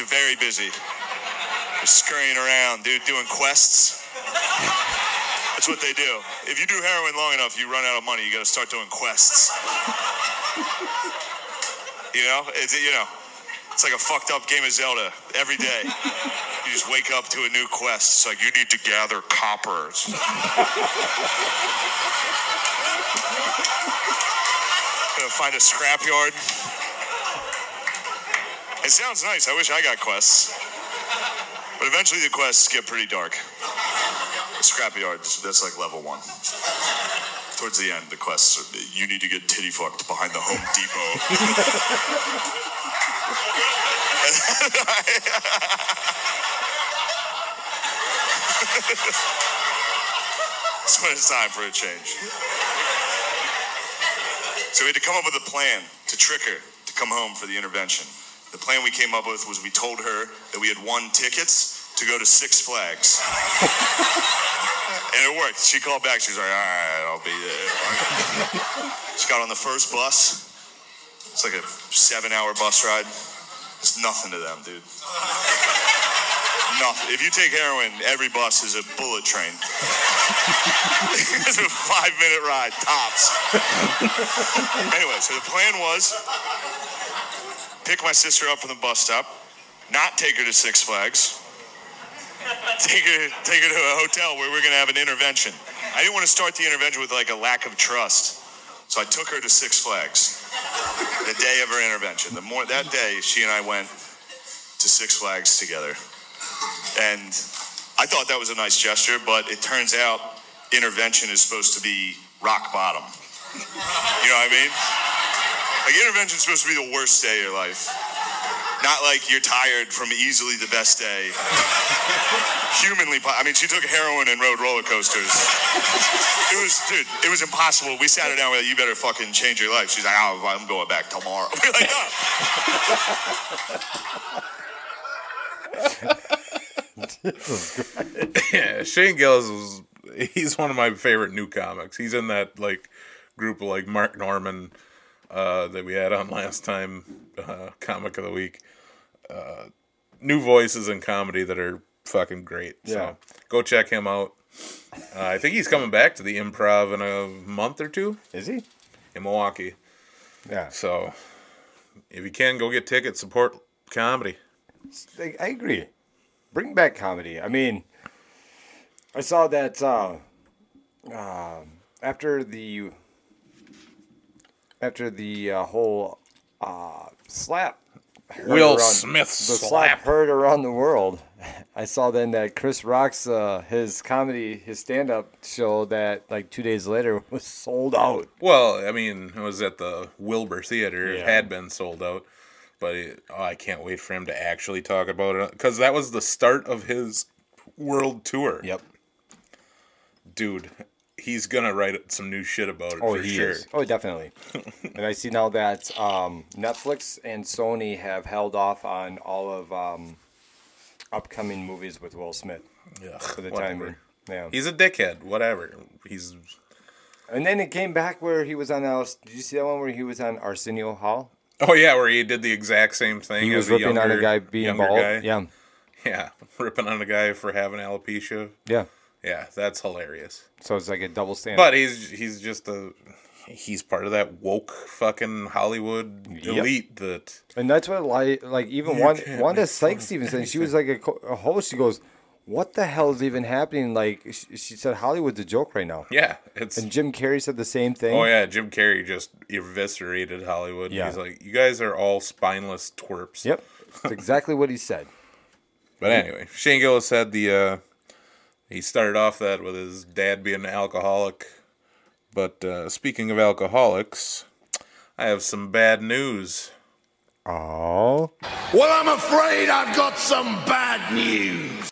Speaker 5: they're very busy. They're scurrying around, dude, doing quests. That's what they do. If you do heroin long enough, you run out of money. You got to start doing quests. You know, it's you know, it's like a fucked up game of Zelda. Every day, you just wake up to a new quest. It's like you need to gather coppers. Gonna find a scrapyard. It sounds nice. I wish I got quests. But eventually the quests get pretty dark. The scrapyard, that's like level one. Towards the end, the quests are you need to get titty fucked behind the Home Depot. [laughs] That's when it's time for a change. So we had to come up with a plan to trick her to come home for the intervention. The plan we came up with was we told her that we had won tickets to go to Six Flags. and it worked. She called back. She was like, all right, I'll be there. she got on the first bus. It's like a seven hour bus ride. It's nothing to them, dude. Nothing. If you take heroin, every bus is a bullet train. [laughs] it's a five minute ride, tops anyway, so the plan was pick my sister up from the bus stop, not take her to Six Flags, take her take her to a hotel where we're gonna have an intervention. I didn't want to start the intervention with like a lack of trust, so I took her to Six Flags the day of her intervention. The more that day, she and I went to Six Flags together, and I thought that was a nice gesture, but it turns out intervention is supposed to be rock bottom. You know what I mean? Like intervention's supposed to be the worst day of your life. Not like you're tired from easily the best day. [laughs] Humanly, po- I mean, she took heroin and rode roller coasters. It was, dude, it was impossible. We sat her down. We're like, you better fucking change your life. She's like, oh, I'm going back tomorrow. [laughs] We're like, no.
Speaker 2: Yeah, Shane Gillis was he's one of my favorite new comics. He's in that like group of like Mark Norman uh, that we had on [laughs] last time, uh, comic of the week. Uh, new voices in comedy that are fucking great.
Speaker 3: Yeah.
Speaker 2: So go check him out. Uh, I think he's coming back to the improv in a month or two
Speaker 3: Is he?
Speaker 2: in Milwaukee.
Speaker 3: Yeah.
Speaker 2: So if you can, go get tickets, support comedy.
Speaker 3: I, I agree. Bring back comedy. I mean, I saw that uh, um after the after the uh, whole uh, slap. heard
Speaker 2: Will Smith
Speaker 3: the
Speaker 2: slap.
Speaker 3: heard around the world. [laughs] I saw then that Chris Rock's uh, his comedy his stand up show that like two days later [laughs] was sold out.
Speaker 2: Well, I mean, it was at the Wilbur Theater. It
Speaker 3: Yeah.
Speaker 2: had been sold out, but it, oh, I can't wait for him to actually talk about it because that was the start of his world tour. dude, he's gonna write some new shit about it
Speaker 3: Oh,
Speaker 2: for
Speaker 3: he
Speaker 2: sure.
Speaker 3: is.
Speaker 2: [laughs]
Speaker 3: Oh, definitely. and I see now that um, Netflix and Sony have held off on all of um, upcoming movies with Will Smith
Speaker 2: Ugh,
Speaker 3: for the
Speaker 2: whatever.
Speaker 3: time being. Yeah.
Speaker 2: He's a dickhead. Whatever. He's
Speaker 3: and then it came back where he was on. Uh, did you see that one where he was on Arsenio Hall?
Speaker 2: oh yeah, where he did the exact same thing.
Speaker 3: He
Speaker 2: as
Speaker 3: was
Speaker 2: a
Speaker 3: ripping on a
Speaker 2: younger-
Speaker 3: guy being
Speaker 2: younger
Speaker 3: bald.
Speaker 2: guy.
Speaker 3: Yeah.
Speaker 2: [laughs] yeah, ripping on a guy for having alopecia.
Speaker 3: Yeah.
Speaker 2: Yeah, that's hilarious.
Speaker 3: So it's like a double standard.
Speaker 2: But he's he's just a he's part of that woke fucking Hollywood elite that
Speaker 3: And that's what like like even one
Speaker 2: can't
Speaker 3: Wanda
Speaker 2: make
Speaker 3: Sykes even said she was like a, co- a host. She goes, "What the hell is even happening?" Like she, she said, Hollywood's a joke right now.
Speaker 2: yeah, it's
Speaker 3: And Jim Carrey said the same thing.
Speaker 2: Oh yeah, Jim Carrey just eviscerated Hollywood.
Speaker 3: Yeah.
Speaker 2: He's like, you guys are all spineless twerps.
Speaker 3: Yep, that's exactly what
Speaker 2: [laughs]
Speaker 3: he said.
Speaker 2: But anyway, Shane Gillis had the uh he started off that with his dad being an alcoholic. But uh speaking of alcoholics, I have some bad news.
Speaker 3: Oh,
Speaker 6: Well, I'm afraid I've got some bad news.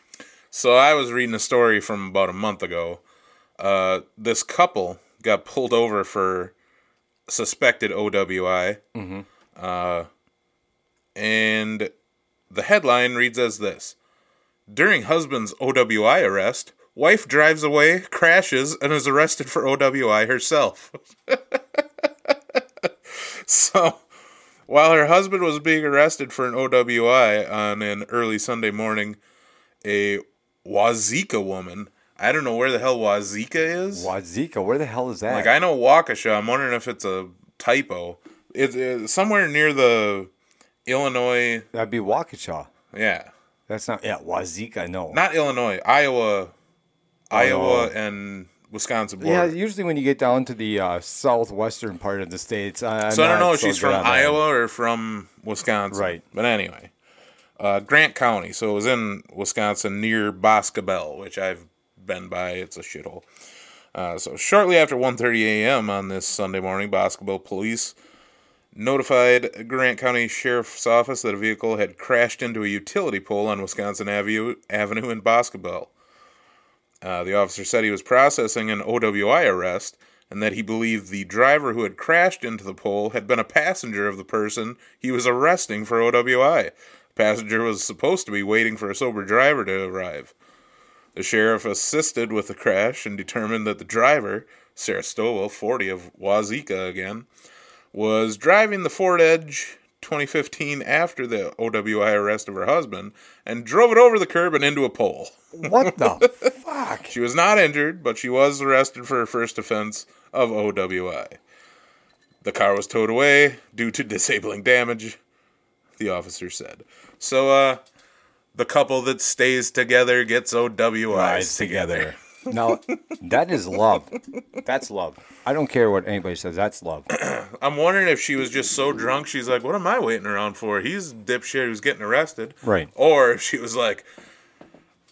Speaker 2: So I was reading a story from about a month ago. Uh this couple got pulled over for suspected OWI. Mm-hmm. Uh and the headline reads as this During husband's OWI arrest, wife drives away, crashes, and is arrested for OWI herself. [laughs] so, while her husband was being arrested for an OWI on an early Sunday morning, a Wazika woman, I don't know where the hell Wazika is.
Speaker 3: Wazika, where the hell is that?
Speaker 2: Like I know Waukesha. I'm wondering if it's a typo. It's uh, somewhere near the Illinois.
Speaker 3: That'd be Waukesha.
Speaker 2: Yeah,
Speaker 3: That's not yeah Wazika. No.
Speaker 2: not Illinois. Iowa, Iowa, and Wisconsin
Speaker 3: yeah,
Speaker 2: border.
Speaker 3: usually when you get down to the uh, southwestern part of the states, uh, I, I'm
Speaker 2: so I don't
Speaker 3: not
Speaker 2: know if she's
Speaker 3: good
Speaker 2: from
Speaker 3: on that.
Speaker 2: Iowa or from Wisconsin.
Speaker 3: Right.
Speaker 2: But anyway, uh, Grant County. So it was in Wisconsin near Boscobel, which I've been by. It's a shithole. Uh, so shortly after 1.30 a.m. on this Sunday morning, Boscobel police notified Grant County Sheriff's Office that a vehicle had crashed into a utility pole on Wisconsin Avenue, Avenue in Boscobel. Uh, the officer said he was processing an OWI arrest and that he believed the driver who had crashed into the pole had been a passenger of the person he was arresting for OWI. passenger was supposed to be waiting for a sober driver to arrive. The sheriff assisted with the crash and determined that the driver, Sarah Stowell, 40 of Wazika again, was driving the Ford Edge 2015 after the OWI arrest of her husband and drove it over the curb and into a pole.
Speaker 3: [laughs] What [laughs] the fuck?
Speaker 2: She was not injured, but she was arrested for her first offense of OWI. The car was towed away due to [laughs] disabling damage, the officer said. So, uh, the couple that stays together gets OWIs together. [laughs]
Speaker 3: now that is love. That's love. I don't care what anybody says.
Speaker 2: [coughs]
Speaker 3: That's love.
Speaker 2: I'm wondering if she was just so drunk, she's like, "What am I waiting around for? He's a dipshit who's getting arrested."
Speaker 3: Right.
Speaker 2: Or if she was like,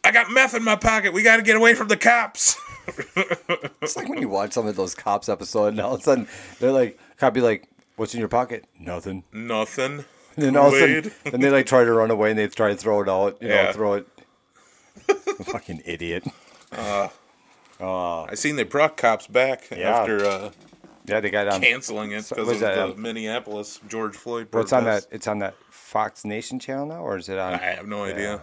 Speaker 2: "I got meth in my pocket. We got to get away from the cops." [laughs]
Speaker 3: It's like when you watch some of those cops episodes, and all of a sudden they're like, cop be like, "What's in your pocket?
Speaker 2: [laughs]
Speaker 3: Nothing."
Speaker 2: Nothing.
Speaker 3: And then all of a sudden,
Speaker 2: Kool-Aid.
Speaker 3: then they like try to run away and they try to throw it out, you
Speaker 2: Yeah.
Speaker 3: know, throw it. Fucking
Speaker 2: [laughs]
Speaker 3: idiot.
Speaker 2: I seen they brought cops back
Speaker 3: Yeah.
Speaker 2: after uh,
Speaker 3: Yeah, they got um,
Speaker 2: canceling it because
Speaker 3: was
Speaker 2: of
Speaker 3: that,
Speaker 2: the
Speaker 3: um,
Speaker 2: Minneapolis George Floyd.
Speaker 3: Well, it's on that.
Speaker 2: protest.
Speaker 3: It's on that Fox Nation channel now, or is it on?
Speaker 2: I have no idea.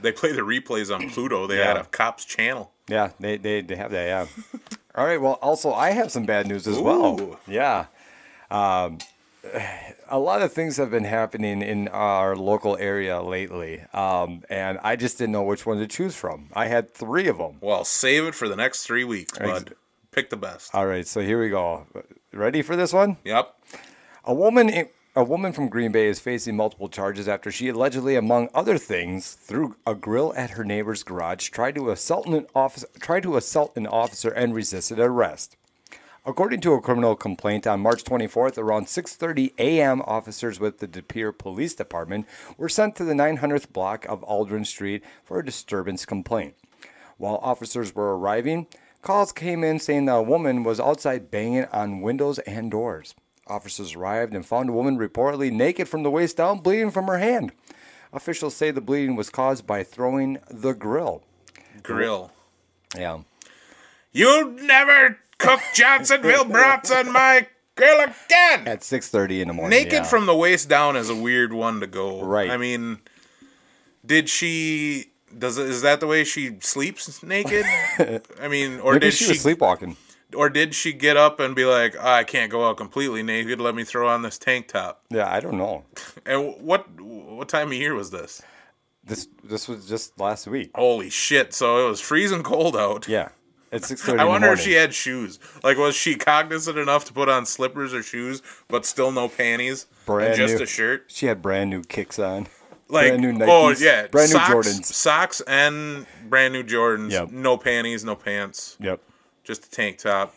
Speaker 2: They play the replays on Pluto. They had
Speaker 3: Yeah.
Speaker 2: a cops channel.
Speaker 3: Yeah, they, they they have that. Yeah. All right. Well, also I have some bad news as well.
Speaker 2: Ooh.
Speaker 3: Yeah. Um, a lot of things have been happening in our local area lately, um, and I just didn't know which one to choose from. I had three of them.
Speaker 2: Well, save it for the next three weeks, bud. Pick the best.
Speaker 3: All right, so here we go. Ready for this one?
Speaker 2: Yep.
Speaker 3: A woman in, a woman from Green Bay is facing multiple charges after she allegedly, among other things, threw a grill at her neighbor's garage, tried to assault an officer, tried to assault an officer, and resisted arrest. According to a criminal complaint on March 24th, around 6:30 a.m., officers with the De Pere Police Department were sent to the 900th block of Aldrin Street for a disturbance complaint. While officers were arriving, calls came in saying that a woman was outside banging on windows and doors. Officers arrived and found a woman reportedly naked from the waist down, bleeding from her hand. Officials say the bleeding was caused by throwing the grill.
Speaker 2: Grill.
Speaker 3: Yeah.
Speaker 2: You'll never
Speaker 3: [laughs]
Speaker 2: cook Johnsonville brats on my grill again.
Speaker 3: At 6:30 in the morning.
Speaker 2: Naked
Speaker 3: yeah.
Speaker 2: from the waist down is a weird one to go.
Speaker 3: Right.
Speaker 2: I mean, did she? Does is that the way she sleeps
Speaker 3: [laughs]
Speaker 2: naked? I mean, or
Speaker 3: Maybe
Speaker 2: did
Speaker 3: she
Speaker 2: she,
Speaker 3: was sleepwalking.
Speaker 2: or did she get up and be like, "I can't go out completely naked. Let me throw on this tank top."
Speaker 3: Yeah, I don't know.
Speaker 2: And what what time of year was this?
Speaker 3: This this was just last week.
Speaker 2: Holy shit! So it was freezing cold out.
Speaker 3: Yeah. At 6:30
Speaker 2: I wonder
Speaker 3: in the
Speaker 2: if she
Speaker 3: morning.
Speaker 2: had shoes. Like, was she cognizant enough to put on slippers or shoes, but still no panties
Speaker 3: Brand
Speaker 2: and just
Speaker 3: new.
Speaker 2: a shirt?
Speaker 3: She had brand new kicks on.
Speaker 2: Like,
Speaker 3: brand new Nikes.
Speaker 2: oh yeah,
Speaker 3: Brand new
Speaker 2: socks,
Speaker 3: Jordans.
Speaker 2: socks and brand new Jordans.
Speaker 3: Yep.
Speaker 2: No panties, no pants,
Speaker 3: Yep.
Speaker 2: just a tank top.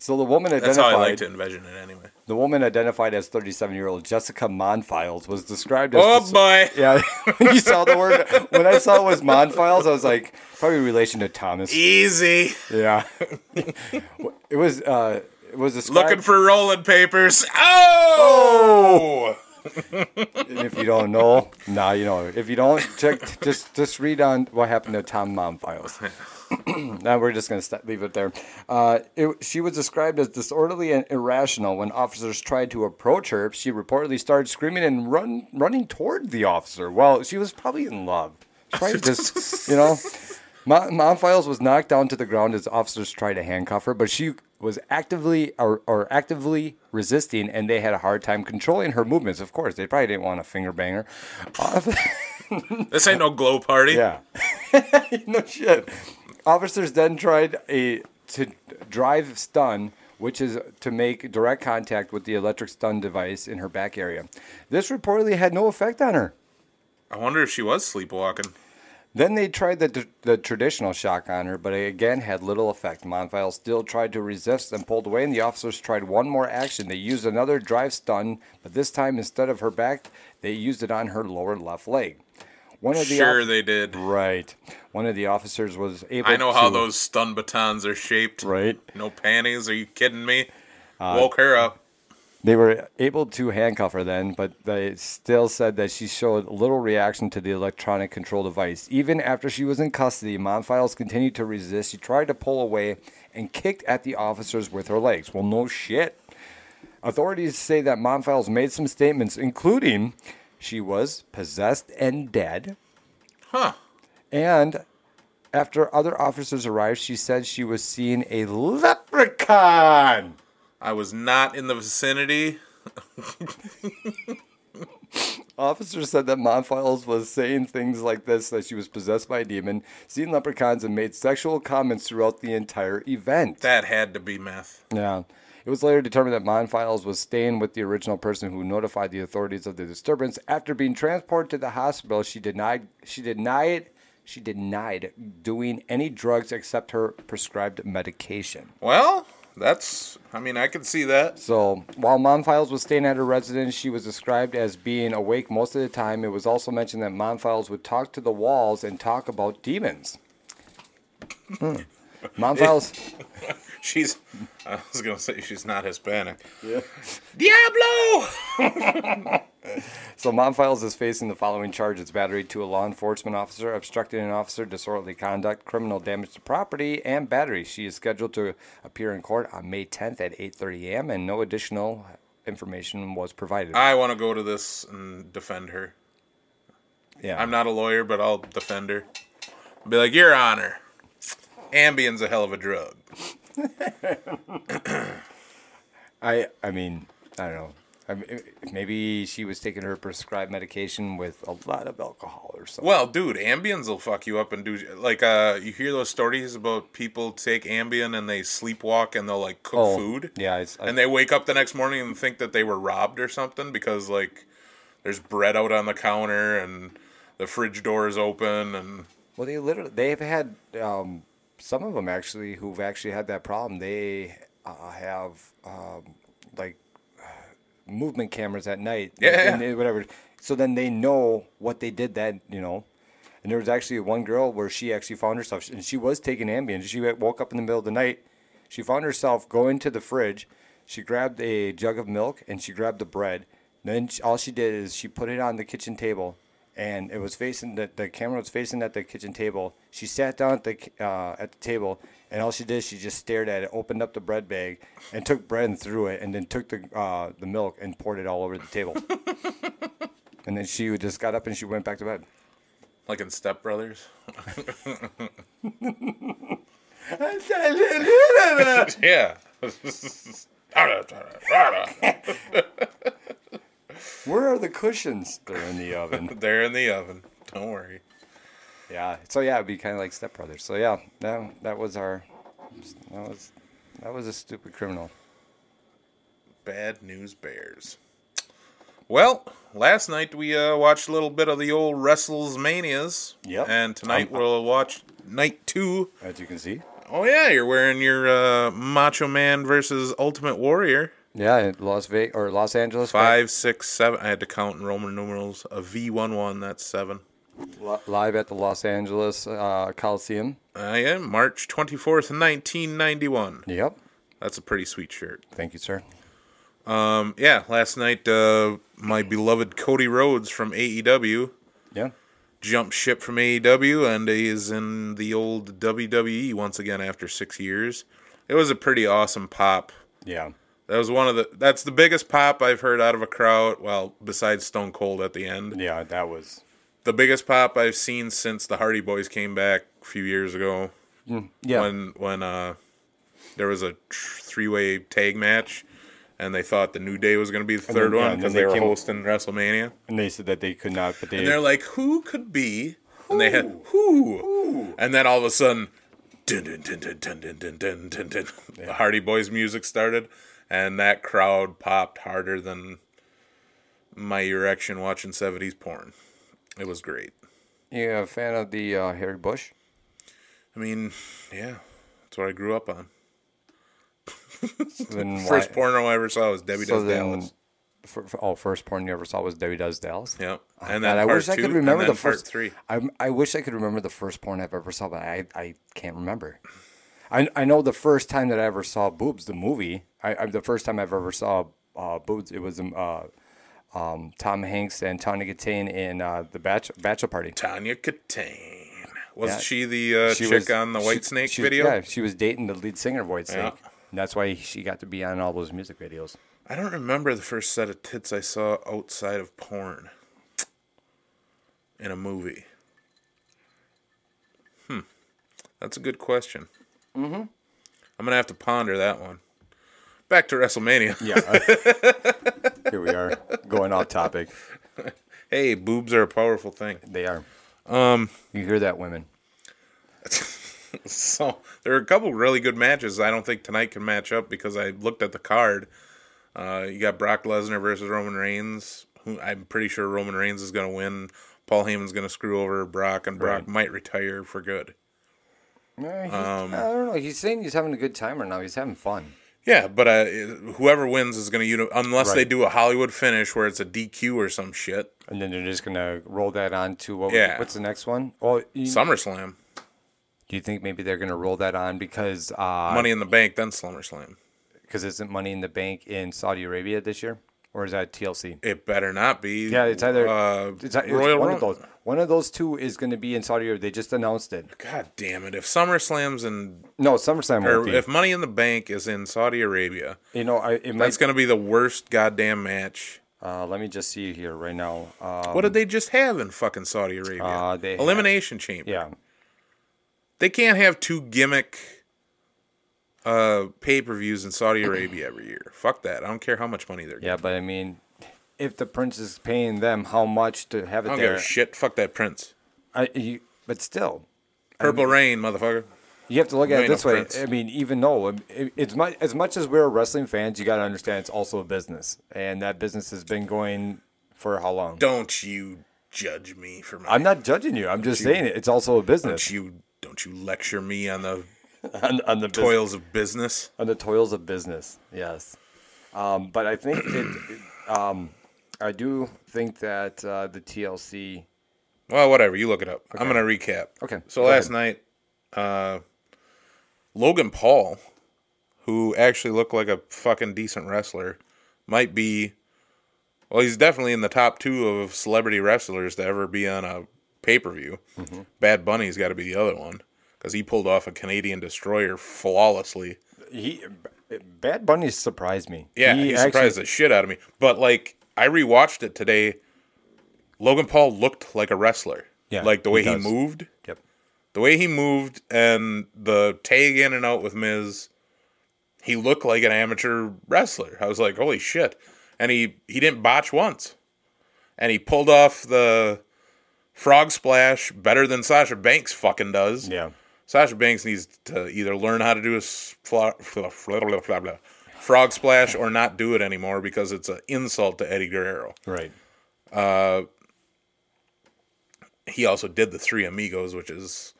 Speaker 3: So the woman identified
Speaker 2: That's how I like to envision it, anyway.
Speaker 3: the woman identified as 37-year-old Jessica Monfiles was described as
Speaker 2: Oh
Speaker 3: the-
Speaker 2: boy,
Speaker 3: Yeah, [laughs] you saw the word when I saw it was Monfiles. I was like, probably in relation to Thomas.
Speaker 2: easy.
Speaker 3: Yeah, [laughs] it was. Uh, it was described,
Speaker 2: Looking for rolling papers. Oh,
Speaker 3: and if you don't know, nah, you know. If you don't check, just just read on what happened to Tom Monfiles. [clears throat] now we're just gonna st- leave it there. Uh, it, she was described as disorderly and irrational. When officers tried to approach her, she reportedly started screaming and run running toward the officer. Well, she was probably in love. Probably just you know. Mon- Monfiles was knocked down to the ground as officers tried to handcuff her, but she was actively or, or actively resisting, and they had a hard time controlling her movements. Of course, they probably didn't want to finger bang her. [laughs]
Speaker 2: this ain't no glow party.
Speaker 3: Yeah. [laughs] no shit. Officers then tried a to drive stun, which is to make direct contact with the electric stun device in her back area. This reportedly had no effect on her.
Speaker 2: I wonder if she was sleepwalking.
Speaker 3: Then they tried the, the traditional shock on her, but it again had little effect. Monfile still tried to resist and pulled away, and the officers tried one more action. They used another drive stun, but this time instead of her back, they used it on her lower left leg. One of the
Speaker 2: Sure,
Speaker 3: off-
Speaker 2: they did.
Speaker 3: Right. One of the officers was able.
Speaker 2: I know how
Speaker 3: to-
Speaker 2: those stun batons are shaped.
Speaker 3: Right. Uh,
Speaker 2: No panties. Are you kidding me? Woke her up.
Speaker 3: They were able to handcuff her then, but they still said that she showed little reaction to the electronic control device. Even after she was in custody, Monfiles continued to resist. She tried to pull away and kicked at the officers with her legs. Well, no shit. Authorities say that Monfiles made some statements, including she was possessed and dead.
Speaker 2: Huh.
Speaker 3: And after other officers arrived, she said she was seeing a leprechaun.
Speaker 2: I was not in the vicinity.
Speaker 3: Officers said that Monfiles was saying things like this that she was possessed by a demon, seen leprechauns, and made sexual comments throughout the entire event.
Speaker 2: That had to be meth.
Speaker 3: yeah. It was later determined that Monfiles was staying with the original person who notified the authorities of the disturbance. After being transported to the hospital, she denied she denied she denied doing any drugs except her prescribed medication.
Speaker 2: Well, that's. I mean, I can see that.
Speaker 3: So while Monfiles was staying at her residence, she was described as being awake most of the time. It was also mentioned that Monfiles would talk to the walls and talk about demons. Hmm. Monfiles,
Speaker 2: She's. I was gonna say she's not Hispanic. Yeah. Diablo.
Speaker 3: so Monfiles is facing the following charges: battery to a law enforcement officer, obstructing an officer, disorderly conduct, criminal damage to property, and battery. She is scheduled to appear in court on May 10th at 8:30 a.m. and no additional information was provided.
Speaker 2: I want to go to this and defend her.
Speaker 3: yeah,
Speaker 2: I'm not a lawyer, but I'll defend her. be like, Your Honor, Ambien's a hell of a drug.
Speaker 3: I I mean, I don't know. I mean, maybe she was taking her prescribed medication with a lot of alcohol or something.
Speaker 2: Well, dude, Ambien's will fuck you up and do like uh you hear those stories about people take Ambien and they sleepwalk and they'll like cook
Speaker 3: Oh,
Speaker 2: food.
Speaker 3: yeah, it's-
Speaker 2: and they wake up the next morning and think that they were robbed or something because like there's bread out on the counter and the fridge door is open and
Speaker 3: Well, they literally they've had um, some of them actually who've actually had that problem. They uh, have um, like uh, movement cameras at night,
Speaker 2: Yeah,
Speaker 3: like,
Speaker 2: yeah,
Speaker 3: and
Speaker 2: yeah.
Speaker 3: they- eh, whatever. So then they know what they did that you know. And there was actually one girl where she actually found herself, and she was taking Ambien. She wa- woke up in the middle of the night. She found herself going to the fridge. She grabbed a jug of milk and she grabbed the bread. Then sh all she did is she put it on the kitchen table, and it was facing the, the camera was facing at the kitchen table. She sat down at the ki- uh, at the table, and all she did is she just stared at it, opened up the bread bag, and took bread and threw it, and then took the uh, the milk and poured it all over the table. and then she just got up and she went back to
Speaker 2: [laughs]
Speaker 3: bed.
Speaker 2: like in Step Brothers. yeah. [laughs]
Speaker 3: Where are the cushions? They're in the oven.
Speaker 2: They're in the oven. Don't worry.
Speaker 3: yeah. So yeah, it'd be kind of like Step Brothers. So yeah, that that was our, that was, that was a stupid criminal.
Speaker 2: Bad News Bears. Well, last night we uh, watched a little bit of the old Wrestles Manias.
Speaker 3: Yep.
Speaker 2: And tonight we'll watch night two.
Speaker 3: As you can see.
Speaker 2: Oh yeah, you're wearing your uh, Macho Man versus Ultimate Warrior.
Speaker 3: Yeah, in Las Vegas or Los Angeles. right?
Speaker 2: Five, six, seven. I had to count in Roman numerals. A V one one. That's seven.
Speaker 3: Li- live at the Los Angeles uh, Coliseum.
Speaker 2: I am Uh, March twenty fourth, nineteen ninety one.
Speaker 3: Yep.
Speaker 2: That's a pretty sweet shirt.
Speaker 3: Thank you, sir.
Speaker 2: Yeah, last night uh, my beloved Cody Rhodes from AEW
Speaker 3: Yeah.
Speaker 2: jumped ship from AEW and is in the old WWE once again after six years. It was a pretty awesome pop.
Speaker 3: Yeah.
Speaker 2: That was one of the that's the biggest pop I've heard out of a crowd. Well, besides Stone Cold at the end,
Speaker 3: Yeah, that was.
Speaker 2: the biggest pop I've seen since the Hardy Boys came back a few years ago
Speaker 3: Mm, Yeah.
Speaker 2: when when uh there was a three way tag match. And they thought the New Day was going to be the
Speaker 3: then-
Speaker 2: third
Speaker 3: yeah,
Speaker 2: one
Speaker 3: and
Speaker 2: because
Speaker 3: then
Speaker 2: they,
Speaker 3: they
Speaker 2: were
Speaker 3: came-
Speaker 2: hosting WrestleMania.
Speaker 3: and they said that they could not, but they.
Speaker 2: And they're like, who could be? And they had who? And then all of a sudden, dun, dun, dun, dun, dun, dun, dun, dun, dun, dun, the Hardy Boys music started, and that crowd popped harder than my erection watching seventies porn. It was great.
Speaker 3: yeah, a fan of the uh, Harry Bush.
Speaker 2: I mean, yeah, that's what I grew up on.
Speaker 3: So then
Speaker 2: First
Speaker 3: why-
Speaker 2: porno I ever saw was Debbie
Speaker 3: So
Speaker 2: Does
Speaker 3: then,
Speaker 2: Dallas.
Speaker 3: fir- fir- oh, first porn you ever saw was Debbie Does Dallas.
Speaker 2: Yep. And then
Speaker 3: Oh God, I
Speaker 2: part
Speaker 3: wish
Speaker 2: two,
Speaker 3: I could
Speaker 2: and
Speaker 3: remember
Speaker 2: then
Speaker 3: the first
Speaker 2: part three.
Speaker 3: I, I wish I could remember the first porn I've ever saw, but I, I can't remember. I, I know the first time that I ever saw boobs, the movie. I, I the first time I've ever saw uh, boobs, it was um, uh, um, Tom Hanks and Tawny Gatane in uh, the bachelor, bachelor party.
Speaker 2: Tanya Katane. Wasn't
Speaker 3: Yeah.
Speaker 2: she the uh,
Speaker 3: She
Speaker 2: chick
Speaker 3: was-
Speaker 2: on the
Speaker 3: she-
Speaker 2: White Snake
Speaker 3: she-
Speaker 2: video?
Speaker 3: Yeah, she was dating the lead singer of White Snake.
Speaker 2: Yeah.
Speaker 3: And that's why she got to be on all those music videos.
Speaker 2: I don't remember the first set of tits I saw outside of porn in a movie. Hmm. That's a good question. Mm-hmm. I'm going to have to ponder that one. Back to WrestleMania.
Speaker 3: Yeah.
Speaker 1: uh,
Speaker 2: [laughs]
Speaker 3: here we are going off topic.
Speaker 2: hey, boobs are a powerful thing.
Speaker 3: They are. Um, you hear that, women?
Speaker 2: So there are a couple really good matches I don't think tonight can match up because I looked at the card. Uh, you got Brock Lesnar versus Roman Reigns. Who I'm pretty sure Roman Reigns is going to win. Paul Heyman's going to screw over Brock, and Brock
Speaker 3: Right.
Speaker 2: might retire for good. Um,
Speaker 3: I don't know. He's saying he's having a good time right now. He's having fun.
Speaker 2: Yeah, but uh, whoever wins is going to uni- unless they
Speaker 3: Right.
Speaker 2: do a Hollywood finish where it's a DQ or some shit.
Speaker 3: And then they're just gonna roll that on to what?
Speaker 2: Yeah.
Speaker 3: What's the next one? Oh, you,
Speaker 2: SummerSlam,
Speaker 3: do you think maybe they're gonna roll that on because because
Speaker 2: Money in the Bank, then SummerSlam.
Speaker 3: isn't Money in the Bank in Saudi Arabia this year, or is that TLC?
Speaker 2: It better not be.
Speaker 3: Yeah, it's either
Speaker 2: uh,
Speaker 3: it's, it's
Speaker 2: Royal
Speaker 3: one
Speaker 2: Rum-
Speaker 3: of those. One of those two is gonna be in Saudi Arabia. They just announced it.
Speaker 2: God damn it! If SummerSlam's in,
Speaker 3: No, SummerSlam.
Speaker 2: or
Speaker 3: Won't be.
Speaker 2: if Money in the Bank is in Saudi Arabia,
Speaker 3: you know, I, it might.
Speaker 2: that's going to be the worst goddamn match.
Speaker 3: uh, let me just see here right now. Uh,
Speaker 2: what did they just have in fucking Saudi Arabia?
Speaker 3: Uh, they had-
Speaker 2: Elimination Chamber.
Speaker 3: yeah.
Speaker 2: They can't have two gimmick uh, pay per views in Saudi Arabia every year. Fuck that. I don't care how much money they're getting.
Speaker 1: Yeah, but I mean, if the prince is paying them how much to have
Speaker 2: I
Speaker 1: it
Speaker 2: don't give
Speaker 1: there,
Speaker 2: a shit. Fuck that Prince.
Speaker 1: I, you, but still,
Speaker 2: Purple Rain, motherfucker.
Speaker 1: you have to look
Speaker 2: You
Speaker 1: at it
Speaker 2: ain't no
Speaker 1: this way.
Speaker 2: prince.
Speaker 1: I mean, even though it, it, it's much, as much as we're wrestling fans, you got to understand it's also a business, and that business has been going for how long?
Speaker 2: Don't you judge me for my.
Speaker 1: I'm not judging you. I'm just saying it. It's also a
Speaker 2: Don't
Speaker 1: business
Speaker 2: you don't you lecture me [laughs] on the
Speaker 1: on, on the business.
Speaker 2: toils of business?
Speaker 1: on the toils of business. Yes, um, but I think it, it- um, I do think that uh, the TLC.
Speaker 2: Well, whatever. You look it up. I'm gonna recap.
Speaker 1: Okay,
Speaker 2: So
Speaker 1: go
Speaker 2: last
Speaker 1: ahead.
Speaker 2: night, uh, Logan Paul, who actually looked like a fucking decent wrestler, might be. Well, he's definitely in the top two of celebrity wrestlers to ever be on a pay per view.
Speaker 1: Mm-hmm.
Speaker 2: Bad Bunny's got to be the other one because he pulled off a Canadian destroyer flawlessly.
Speaker 1: He, Bad Bunny surprised me.
Speaker 2: Yeah, he, surprised the shit out of me. But like, I rewatched it today. Logan Paul looked like a wrestler.
Speaker 1: Yeah,
Speaker 2: like the
Speaker 1: he
Speaker 2: way he
Speaker 1: does.
Speaker 2: moved.
Speaker 1: Yep.
Speaker 2: the way he moved and the tag in and out with Miz, he looked like an amateur wrestler. I was like, holy shit. And he, he didn't botch once. And he pulled off the frog splash better than Sasha Banks fucking does.
Speaker 1: Yeah.
Speaker 2: Sasha Banks needs to either learn how to do a s- fla- fla- fla- blah, blah, blah, frog splash or not do it anymore because it's an insult to Eddie Guerrero.
Speaker 1: Right.
Speaker 2: He also did the Three Amigos, which is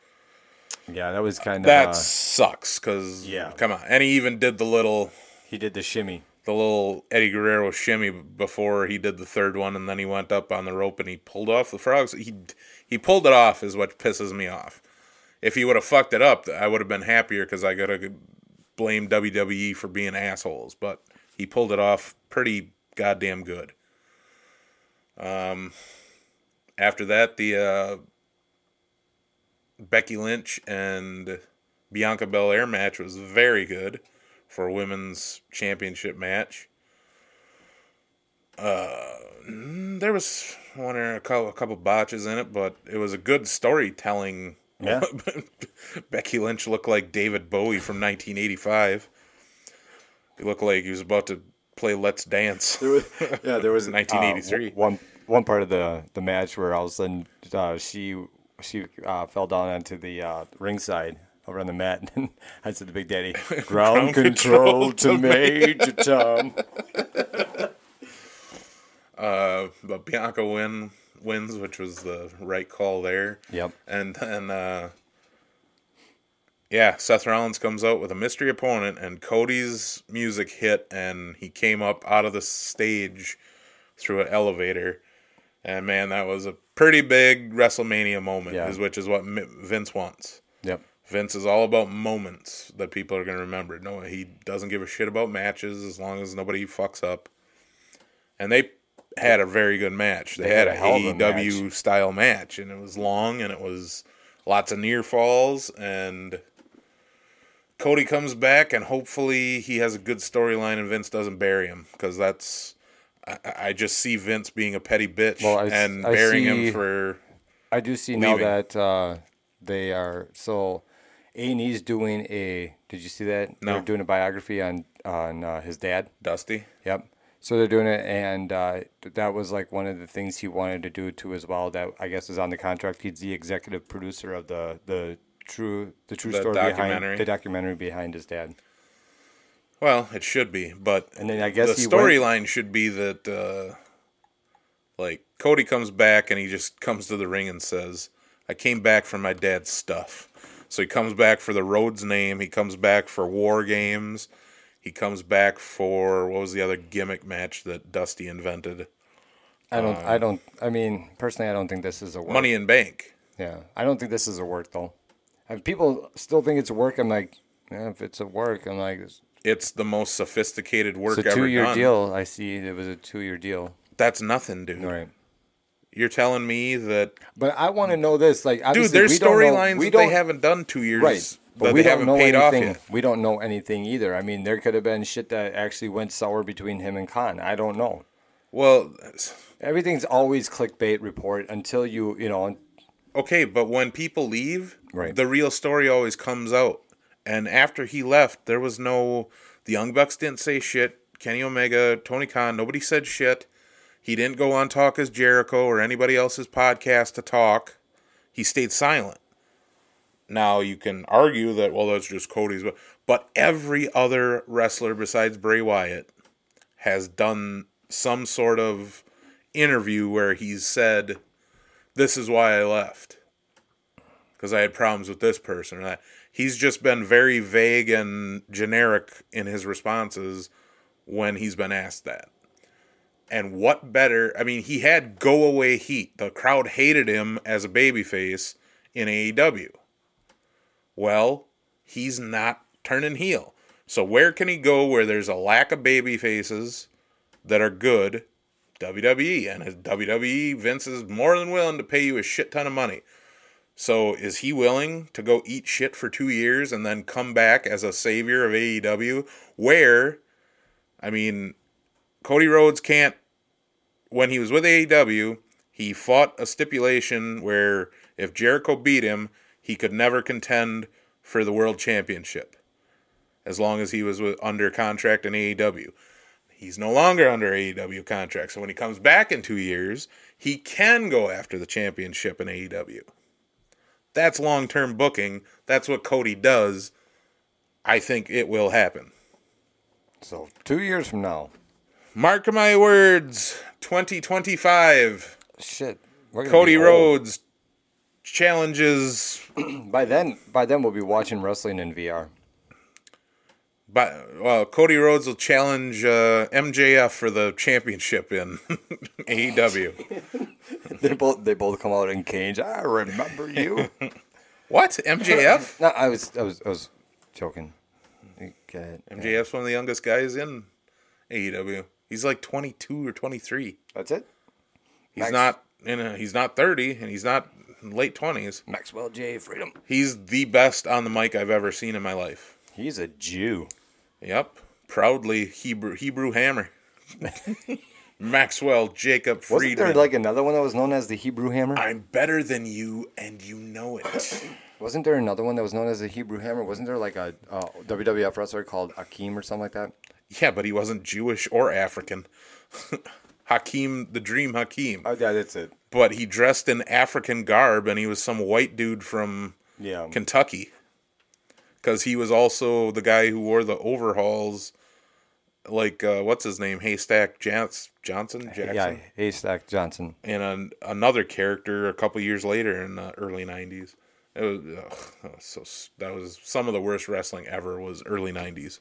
Speaker 1: Yeah, that was kind of.
Speaker 2: that
Speaker 1: uh,
Speaker 2: sucks because
Speaker 1: Yeah.
Speaker 2: come on and he even did the little
Speaker 1: he did the shimmy.
Speaker 2: the little eddie guerrero shimmy before he did the third one and then he went up on the rope and he pulled off the frogs he he pulled it off is what pisses me off if he would have fucked it up i would have been happier because i gotta blame wwe for being assholes but he pulled it off pretty goddamn good um after that the uh Becky Lynch and Bianca Belair match was very good for a women's championship match. Uh, mm, there was one or a couple, a couple botches in it, but it was a good storytelling.
Speaker 1: Yeah.
Speaker 2: [laughs] Becky Lynch looked like David Bowie from 1985. He looked like he was about to play Let's Dance.
Speaker 1: yeah,
Speaker 2: [laughs]
Speaker 1: there was uh,
Speaker 2: 1983.
Speaker 1: one one part of the the match where all of a sudden uh, she she uh, fell down onto the uh, ringside over on the mat, [laughs] and I said to
Speaker 2: [laughs]
Speaker 1: Big Daddy, "Ground, control,
Speaker 2: control
Speaker 1: to
Speaker 2: to
Speaker 1: Major Tom."
Speaker 2: Uh, but Bianca win wins, which was the right call there.
Speaker 1: Yep.
Speaker 2: And then uh yeah, Seth Rollins comes out with a mystery opponent and Cody's music hit and he came up out of the stage through an elevator. And man, that was a pretty big WrestleMania moment,
Speaker 1: Yeah.
Speaker 2: is which is what Mi- Vince wants.
Speaker 1: Yep.
Speaker 2: Vince is all about moments that people are going to remember. No, he doesn't give a shit about matches as long as nobody fucks up. And they had a very good match. They, had,
Speaker 1: had a
Speaker 2: a
Speaker 1: hell of a
Speaker 2: AEW style match, and it was long, and it was lots of near falls. And Cody comes back, and hopefully he has a good storyline, and Vince doesn't bury him because that's. I, I- I just see Vince being a petty bitch
Speaker 1: Well, I s-
Speaker 2: and
Speaker 1: I
Speaker 2: burying
Speaker 1: see-
Speaker 2: him for
Speaker 1: I do see now
Speaker 2: Leaving.
Speaker 1: that uh, they are so. A and E's doing a. Did you see that?
Speaker 2: No.
Speaker 1: They're doing a biography on on uh, his dad.
Speaker 2: Dusty.
Speaker 1: Yep. So they're doing it, and uh, th- that was like one of the things he wanted to do too, as well. That I guess is on the contract. He's the executive producer of the the true the true
Speaker 2: The
Speaker 1: story
Speaker 2: documentary.
Speaker 1: behind the documentary behind his dad.
Speaker 2: Well, it should be, but
Speaker 1: And then I guess
Speaker 2: the
Speaker 1: he went-
Speaker 2: storyline should be that uh, like Cody comes back and he just comes to the ring and says, "I came back for my dad's stuff." So he comes back for the Rhodes name. He comes back for War Games. He comes back for what was the other gimmick match that Dusty invented?
Speaker 1: I don't.
Speaker 2: Um.
Speaker 1: I don't. I mean, personally, I don't think this is a work.
Speaker 2: Money in Bank.
Speaker 1: Yeah, I don't think this is a work though. And people still think it's a work. I'm like, yeah, if it's a work, I'm like, it's
Speaker 2: It's the most sophisticated work
Speaker 1: it's a
Speaker 2: ever
Speaker 1: two year
Speaker 2: done.
Speaker 1: deal. I see it was a two year deal.
Speaker 2: That's nothing, dude.
Speaker 1: Right.
Speaker 2: You're telling me that,
Speaker 1: But I want to know this, like,
Speaker 2: dude?
Speaker 1: obviously,
Speaker 2: There's
Speaker 1: we don't know-
Speaker 2: storylines
Speaker 1: we
Speaker 2: that they
Speaker 1: don't-
Speaker 2: haven't done two years
Speaker 1: right
Speaker 2: that they haven't paid off
Speaker 1: anything
Speaker 2: yet.
Speaker 1: we don't know anything either i mean there could have been shit that actually went sour between him and khan i don't know
Speaker 2: Well,
Speaker 1: everything's always clickbait report until you you know
Speaker 2: okay, but when people leave,
Speaker 1: Right.
Speaker 2: the real story always comes out. And after he left, there was no. The Young Bucks didn't say shit. Kenny Omega, Tony Khan, nobody said shit. He didn't go on Talk as Jericho or anybody else's podcast to talk. He stayed silent. Now you can argue that, well, that's just Cody's. But, but every other wrestler besides Bray Wyatt has done some sort of interview where he's said, This is why I left because I had problems with this person or that. He's just been very vague and generic in his responses when he's been asked that. And what better? I mean, he had go away heat. The crowd hated him as a babyface in AEW. Well, he's not turning heel. So where can he go where there's a lack of baby faces that are good? WWE E, and his WWE Vince is more than willing to pay you a shit ton of money. So is he willing to go eat shit for two years and then come back as a savior of AEW? Where, I mean, Cody Rhodes can't. When he was with AEW, he fought a stipulation where if Jericho beat him, he could never contend for the world championship as long as he was with, under contract in E AEW. He's no longer under AEW contract. So when he comes back in two years, he can go after the championship in AEW. That's long term booking. That's what Cody does. I think it will happen.
Speaker 3: So two years from now,
Speaker 2: Mark my words 2025,
Speaker 3: shit. We're gonna
Speaker 2: Cody
Speaker 3: be old.
Speaker 2: Rhodes challenges.
Speaker 3: By then, by then we'll be watching wrestling in VR.
Speaker 2: By, well, Cody Rhodes will challenge uh, MJF for the championship in [laughs] E AEW.
Speaker 3: [laughs] They both they both come out in cage. I remember you.
Speaker 2: What? MJF?
Speaker 3: no, I was I was I was joking. You Get it?
Speaker 2: MJF's one of the youngest guys in AEW. He's like 22 or 23.
Speaker 3: [laughs] That's it.
Speaker 2: He's
Speaker 3: Nice.
Speaker 2: not in a, he's not 30 and he's not late 20s.
Speaker 3: Maxwell J. Freedom.
Speaker 2: He's the best on the mic I've ever seen in my life.
Speaker 3: He's a Jew.
Speaker 2: Yep. Proudly Hebrew Hebrew Hammer. [laughs] Maxwell Jacob
Speaker 3: Wasn't
Speaker 2: Friedman.
Speaker 3: there like another one that was known as the Hebrew Hammer?
Speaker 2: I'm better than you and you know it.
Speaker 3: Wasn't there another one that was known as the Hebrew Hammer? Wasn't there like a uh, WWF wrestler called Akeem or something like that?
Speaker 2: yeah, but he wasn't Jewish or African. [laughs] Hakeem the Dream Hakeem.
Speaker 3: Oh yeah, that's it.
Speaker 2: But he dressed in African garb and he was some white dude from
Speaker 3: Yeah.
Speaker 2: Kentucky because he was also the guy who wore the overhauls. Like uh, what's his name? Haystack Jans- Johnson Jackson
Speaker 3: yeah, Haystack Johnson.
Speaker 2: and an, another character a couple years later in the early '90s. It was, ugh, that was so s- that was some of the worst wrestling ever was early '90s.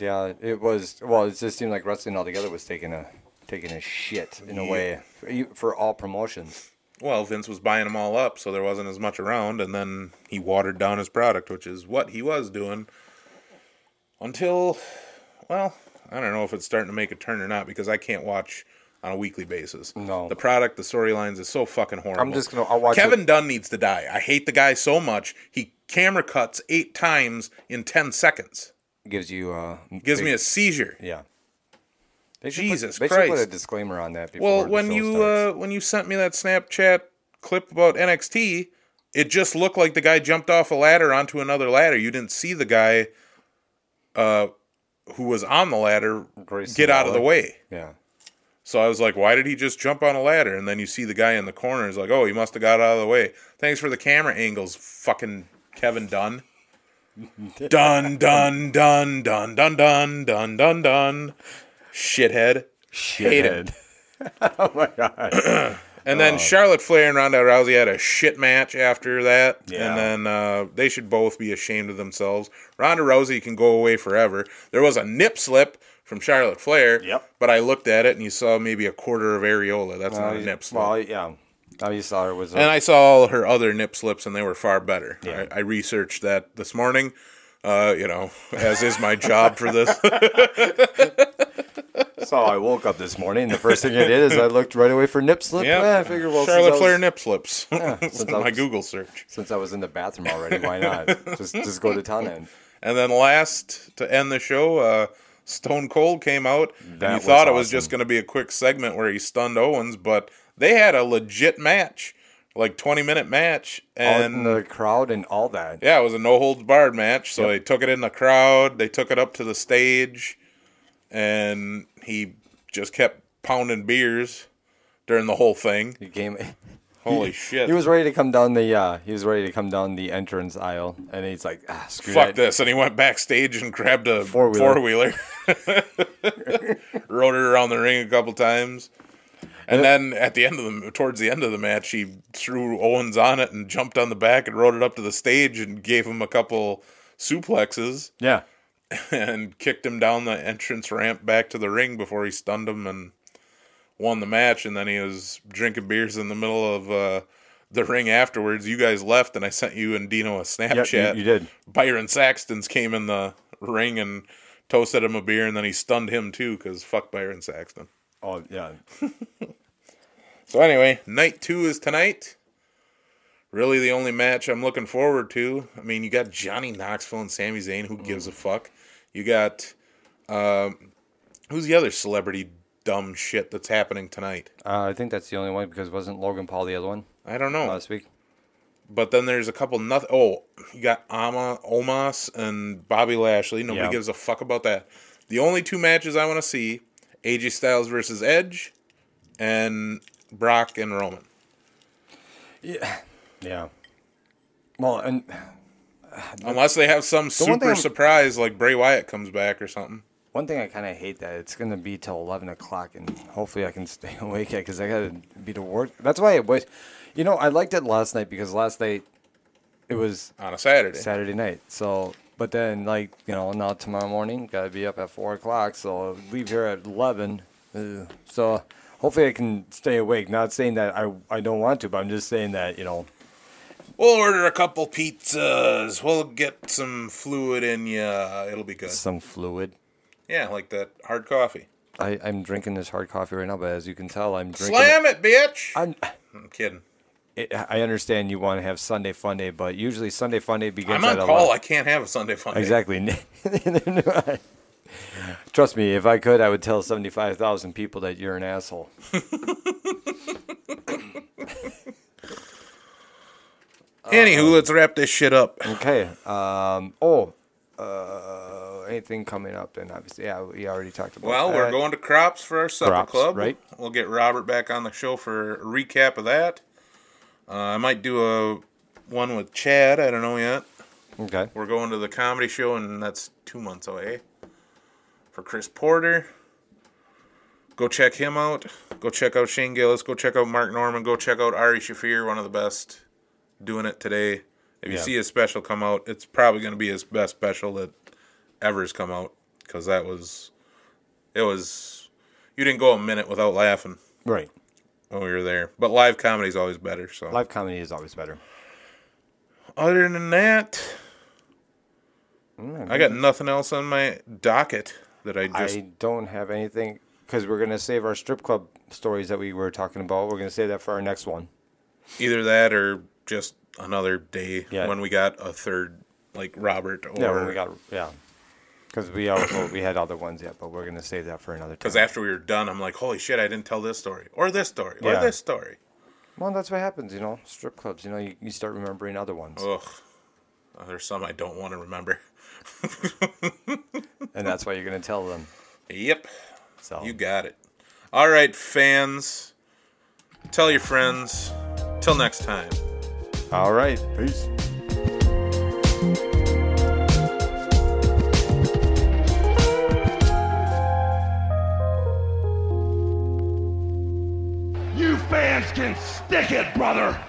Speaker 3: Yeah, it was. Well, it just seemed like wrestling altogether was taking a taking a shit in a way for, you- for all promotions.
Speaker 2: Well, Vince was buying them all up, so there wasn't as much around, and then he watered down his product, which is what he was doing until, well, I don't know if it's starting to make a turn or not because I can't watch on a weekly basis.
Speaker 3: No.
Speaker 2: the product, the storylines is so fucking horrible.
Speaker 3: I'm just gonna. I'll watch.
Speaker 2: Kevin
Speaker 3: It.
Speaker 2: Dunn needs to die. I hate the guy so much. He camera cuts eight times in ten seconds.
Speaker 3: gives you. Uh,
Speaker 2: Gives me a seizure.
Speaker 3: Yeah. They should
Speaker 2: Jesus
Speaker 3: put, they Should
Speaker 2: Christ.
Speaker 3: put a disclaimer on that. Before
Speaker 2: Well,
Speaker 3: the
Speaker 2: when
Speaker 3: show
Speaker 2: you
Speaker 3: starts.
Speaker 2: uh, when you sent me that Snapchat clip about NXT, it just looked like the guy jumped off a ladder onto another ladder. You didn't see the guy uh, who was on the ladder
Speaker 3: Grayson
Speaker 2: get out of the
Speaker 3: Waller.
Speaker 2: way.
Speaker 3: yeah,
Speaker 2: So I was like, why did he just jump on a ladder? And then you see the guy in the corner is like, oh, he must have got out of the way. Thanks for the camera angles, fucking Kevin Dunn. dun dun dun dun dun dun dun dun dun. Shithead. Hate it.
Speaker 3: oh my god.
Speaker 2: And
Speaker 3: Uh,
Speaker 2: then Charlotte Flair and Ronda Rousey had a shit match after that.
Speaker 3: Yeah.
Speaker 2: And then uh, they should both be ashamed of themselves. Ronda Rousey can go away forever. There was a nip slip from Charlotte Flair.
Speaker 3: Yep.
Speaker 2: But I looked at it and you saw maybe a quarter of areola. That's not a nip slip.
Speaker 3: Uh, well, yeah. Oh, you saw her was.
Speaker 2: and I saw all her other nip slips and they were far better.
Speaker 3: Yeah.
Speaker 2: I, I researched that this morning. Uh, you know, as is my job for this.
Speaker 3: so I woke up this morning. and The first thing I did is I looked right away for nip slip.
Speaker 2: Yeah.
Speaker 3: [laughs] Yeah, I figured. Well, since I
Speaker 2: Charlotte
Speaker 3: was-
Speaker 2: Flair nip slips.
Speaker 3: since
Speaker 2: [laughs]
Speaker 3: I
Speaker 2: my
Speaker 3: was-
Speaker 2: Google search.
Speaker 3: Since I was in the bathroom already, why not? just just go to town and
Speaker 2: And then last to end the show, uh, Stone Cold came out.
Speaker 3: That
Speaker 2: and you
Speaker 3: was
Speaker 2: thought it was
Speaker 3: awesome.
Speaker 2: just going to be a quick segment where he stunned Owens, but they had a legit match. like 20 minute match
Speaker 1: All
Speaker 2: and
Speaker 1: in the crowd and all that.
Speaker 2: yeah, it was a no holds barred match. So they took it in the crowd, they took it up to the stage, and he just kept pounding beers during the whole thing.
Speaker 1: He came.
Speaker 2: Holy shit!
Speaker 1: He was ready to come down the. Uh, he was ready to come down the entrance aisle, and he's like, ah, "Screw
Speaker 2: Fuck
Speaker 1: that."
Speaker 2: this! And he went backstage and grabbed a
Speaker 1: Four-wheeler.
Speaker 2: four wheeler, rode it around the ring a couple times, and then at the end of the towards the end of the match, he threw Owens on it and jumped on the back and rode it up to the stage and gave him a couple suplexes.
Speaker 1: Yeah.
Speaker 2: and kicked him down the entrance ramp back to the ring before he stunned him and won the match. And then he was drinking beers in the middle of uh, the ring afterwards. You guys left, and I sent you and Dino a
Speaker 1: you-
Speaker 2: Snapchat.
Speaker 1: you did.
Speaker 2: Byron Saxton's came in the ring and toasted him a beer, and then he stunned him too because fuck Byron Saxton.
Speaker 1: Oh yeah.
Speaker 2: So anyway, night two is tonight. Really, the only match I'm looking forward to. I mean, you got Johnny Knoxville and Sami Zayn. Who gives a fuck? You got um, who's the other celebrity dumb shit that's happening tonight?
Speaker 1: Uh, I think that's the only one because wasn't Logan Paul the other one
Speaker 2: I don't know.
Speaker 1: last week?
Speaker 2: But then there's a couple nothing. Oh, you got Ama Omos and Bobby Lashley. Nobody
Speaker 1: Yeah.
Speaker 2: gives a fuck about that. The only two matches I want to see: AJ Styles versus Edge, and Brock and Roman.
Speaker 1: Yeah. Well, and
Speaker 2: Unless they have some
Speaker 1: one thing
Speaker 2: super
Speaker 1: I'm-
Speaker 2: surprise like Bray Wyatt comes back or something.
Speaker 1: one thing I kind of hate that it's gonna be till eleven o'clock, and hopefully I can stay [laughs] awake because I gotta be to work. That's why I wish. You know, I liked it last night because last night it was
Speaker 2: On a Saturday.
Speaker 1: Saturday night. So, but then like you know, now tomorrow morning, gotta be up at four o'clock. So leave here at eleven. Ugh. So hopefully I can stay awake. Not saying that I I don't want to, but I'm just saying that you know.
Speaker 2: We'll order a couple pizzas. We'll get some fluid in ya. It'll be good.
Speaker 1: some fluid.
Speaker 2: Yeah, like that hard coffee.
Speaker 1: I, I'm drinking this hard coffee right now, but as you can tell, I'm drinking.
Speaker 2: Slam it, bitch!
Speaker 1: I'm,
Speaker 2: I'm kidding.
Speaker 1: it, I understand you want to have Sunday fun day, but usually Sunday fun day begins
Speaker 2: I'm
Speaker 1: at
Speaker 2: on call.
Speaker 1: 11.
Speaker 2: I can't have a Sunday fun. day.
Speaker 1: Exactly. [laughs] Trust me, if I could, I would tell 75,000 people that you're an asshole.
Speaker 2: Anywho, let's wrap this shit up.
Speaker 1: Okay. Um, oh, uh, anything coming up then, obviously. Yeah, we already talked about
Speaker 2: Well, we're
Speaker 1: that.
Speaker 2: going to crops for our supper
Speaker 1: Uh, Crops,
Speaker 2: club.
Speaker 1: right.
Speaker 2: We'll get Robert back on the show for a recap of that. Uh, I might do a one with Chad. I don't know yet.
Speaker 1: Okay.
Speaker 2: We're going to the comedy show, and that's two months away. For Chris Porter, go check him out. Go check out Shane Gillis. Go check out Mark Norman. Go check out Ari Shafir, one of the best doing it today. If you
Speaker 1: Yeah.
Speaker 2: see his special come out, it's probably going to be his best special that ever's come out because that was, it was, you didn't go a minute without laughing
Speaker 1: Right.
Speaker 2: when we were there. But live comedy's always better. So
Speaker 1: Live comedy is always better.
Speaker 2: other than that, I got nothing else on my docket that I just.
Speaker 1: Oh, I don't have anything because we're gonna save our strip club stories that we were talking about. We're gonna save that for our next one.
Speaker 2: Either that or just another day
Speaker 1: Yeah.
Speaker 2: when we got a third, like Robert or.
Speaker 1: yeah, when we got yeah, because we also we had other ones yet, but we're gonna save that for another time.
Speaker 2: Because after we were done, I'm like, holy shit, I didn't tell this story. Or this story. Or
Speaker 1: Yeah.
Speaker 2: this story.
Speaker 1: well, that's what happens, you know. Strip clubs, you know, you, you start remembering other ones,
Speaker 2: Ugh. There's some I don't want to remember. [laughs]
Speaker 1: and that's why you're gonna tell them.
Speaker 2: Yep.
Speaker 1: So
Speaker 2: You got it. All right, fans. Tell your friends. Till next time.
Speaker 1: all right, peace.
Speaker 7: You fans can stick it, brother!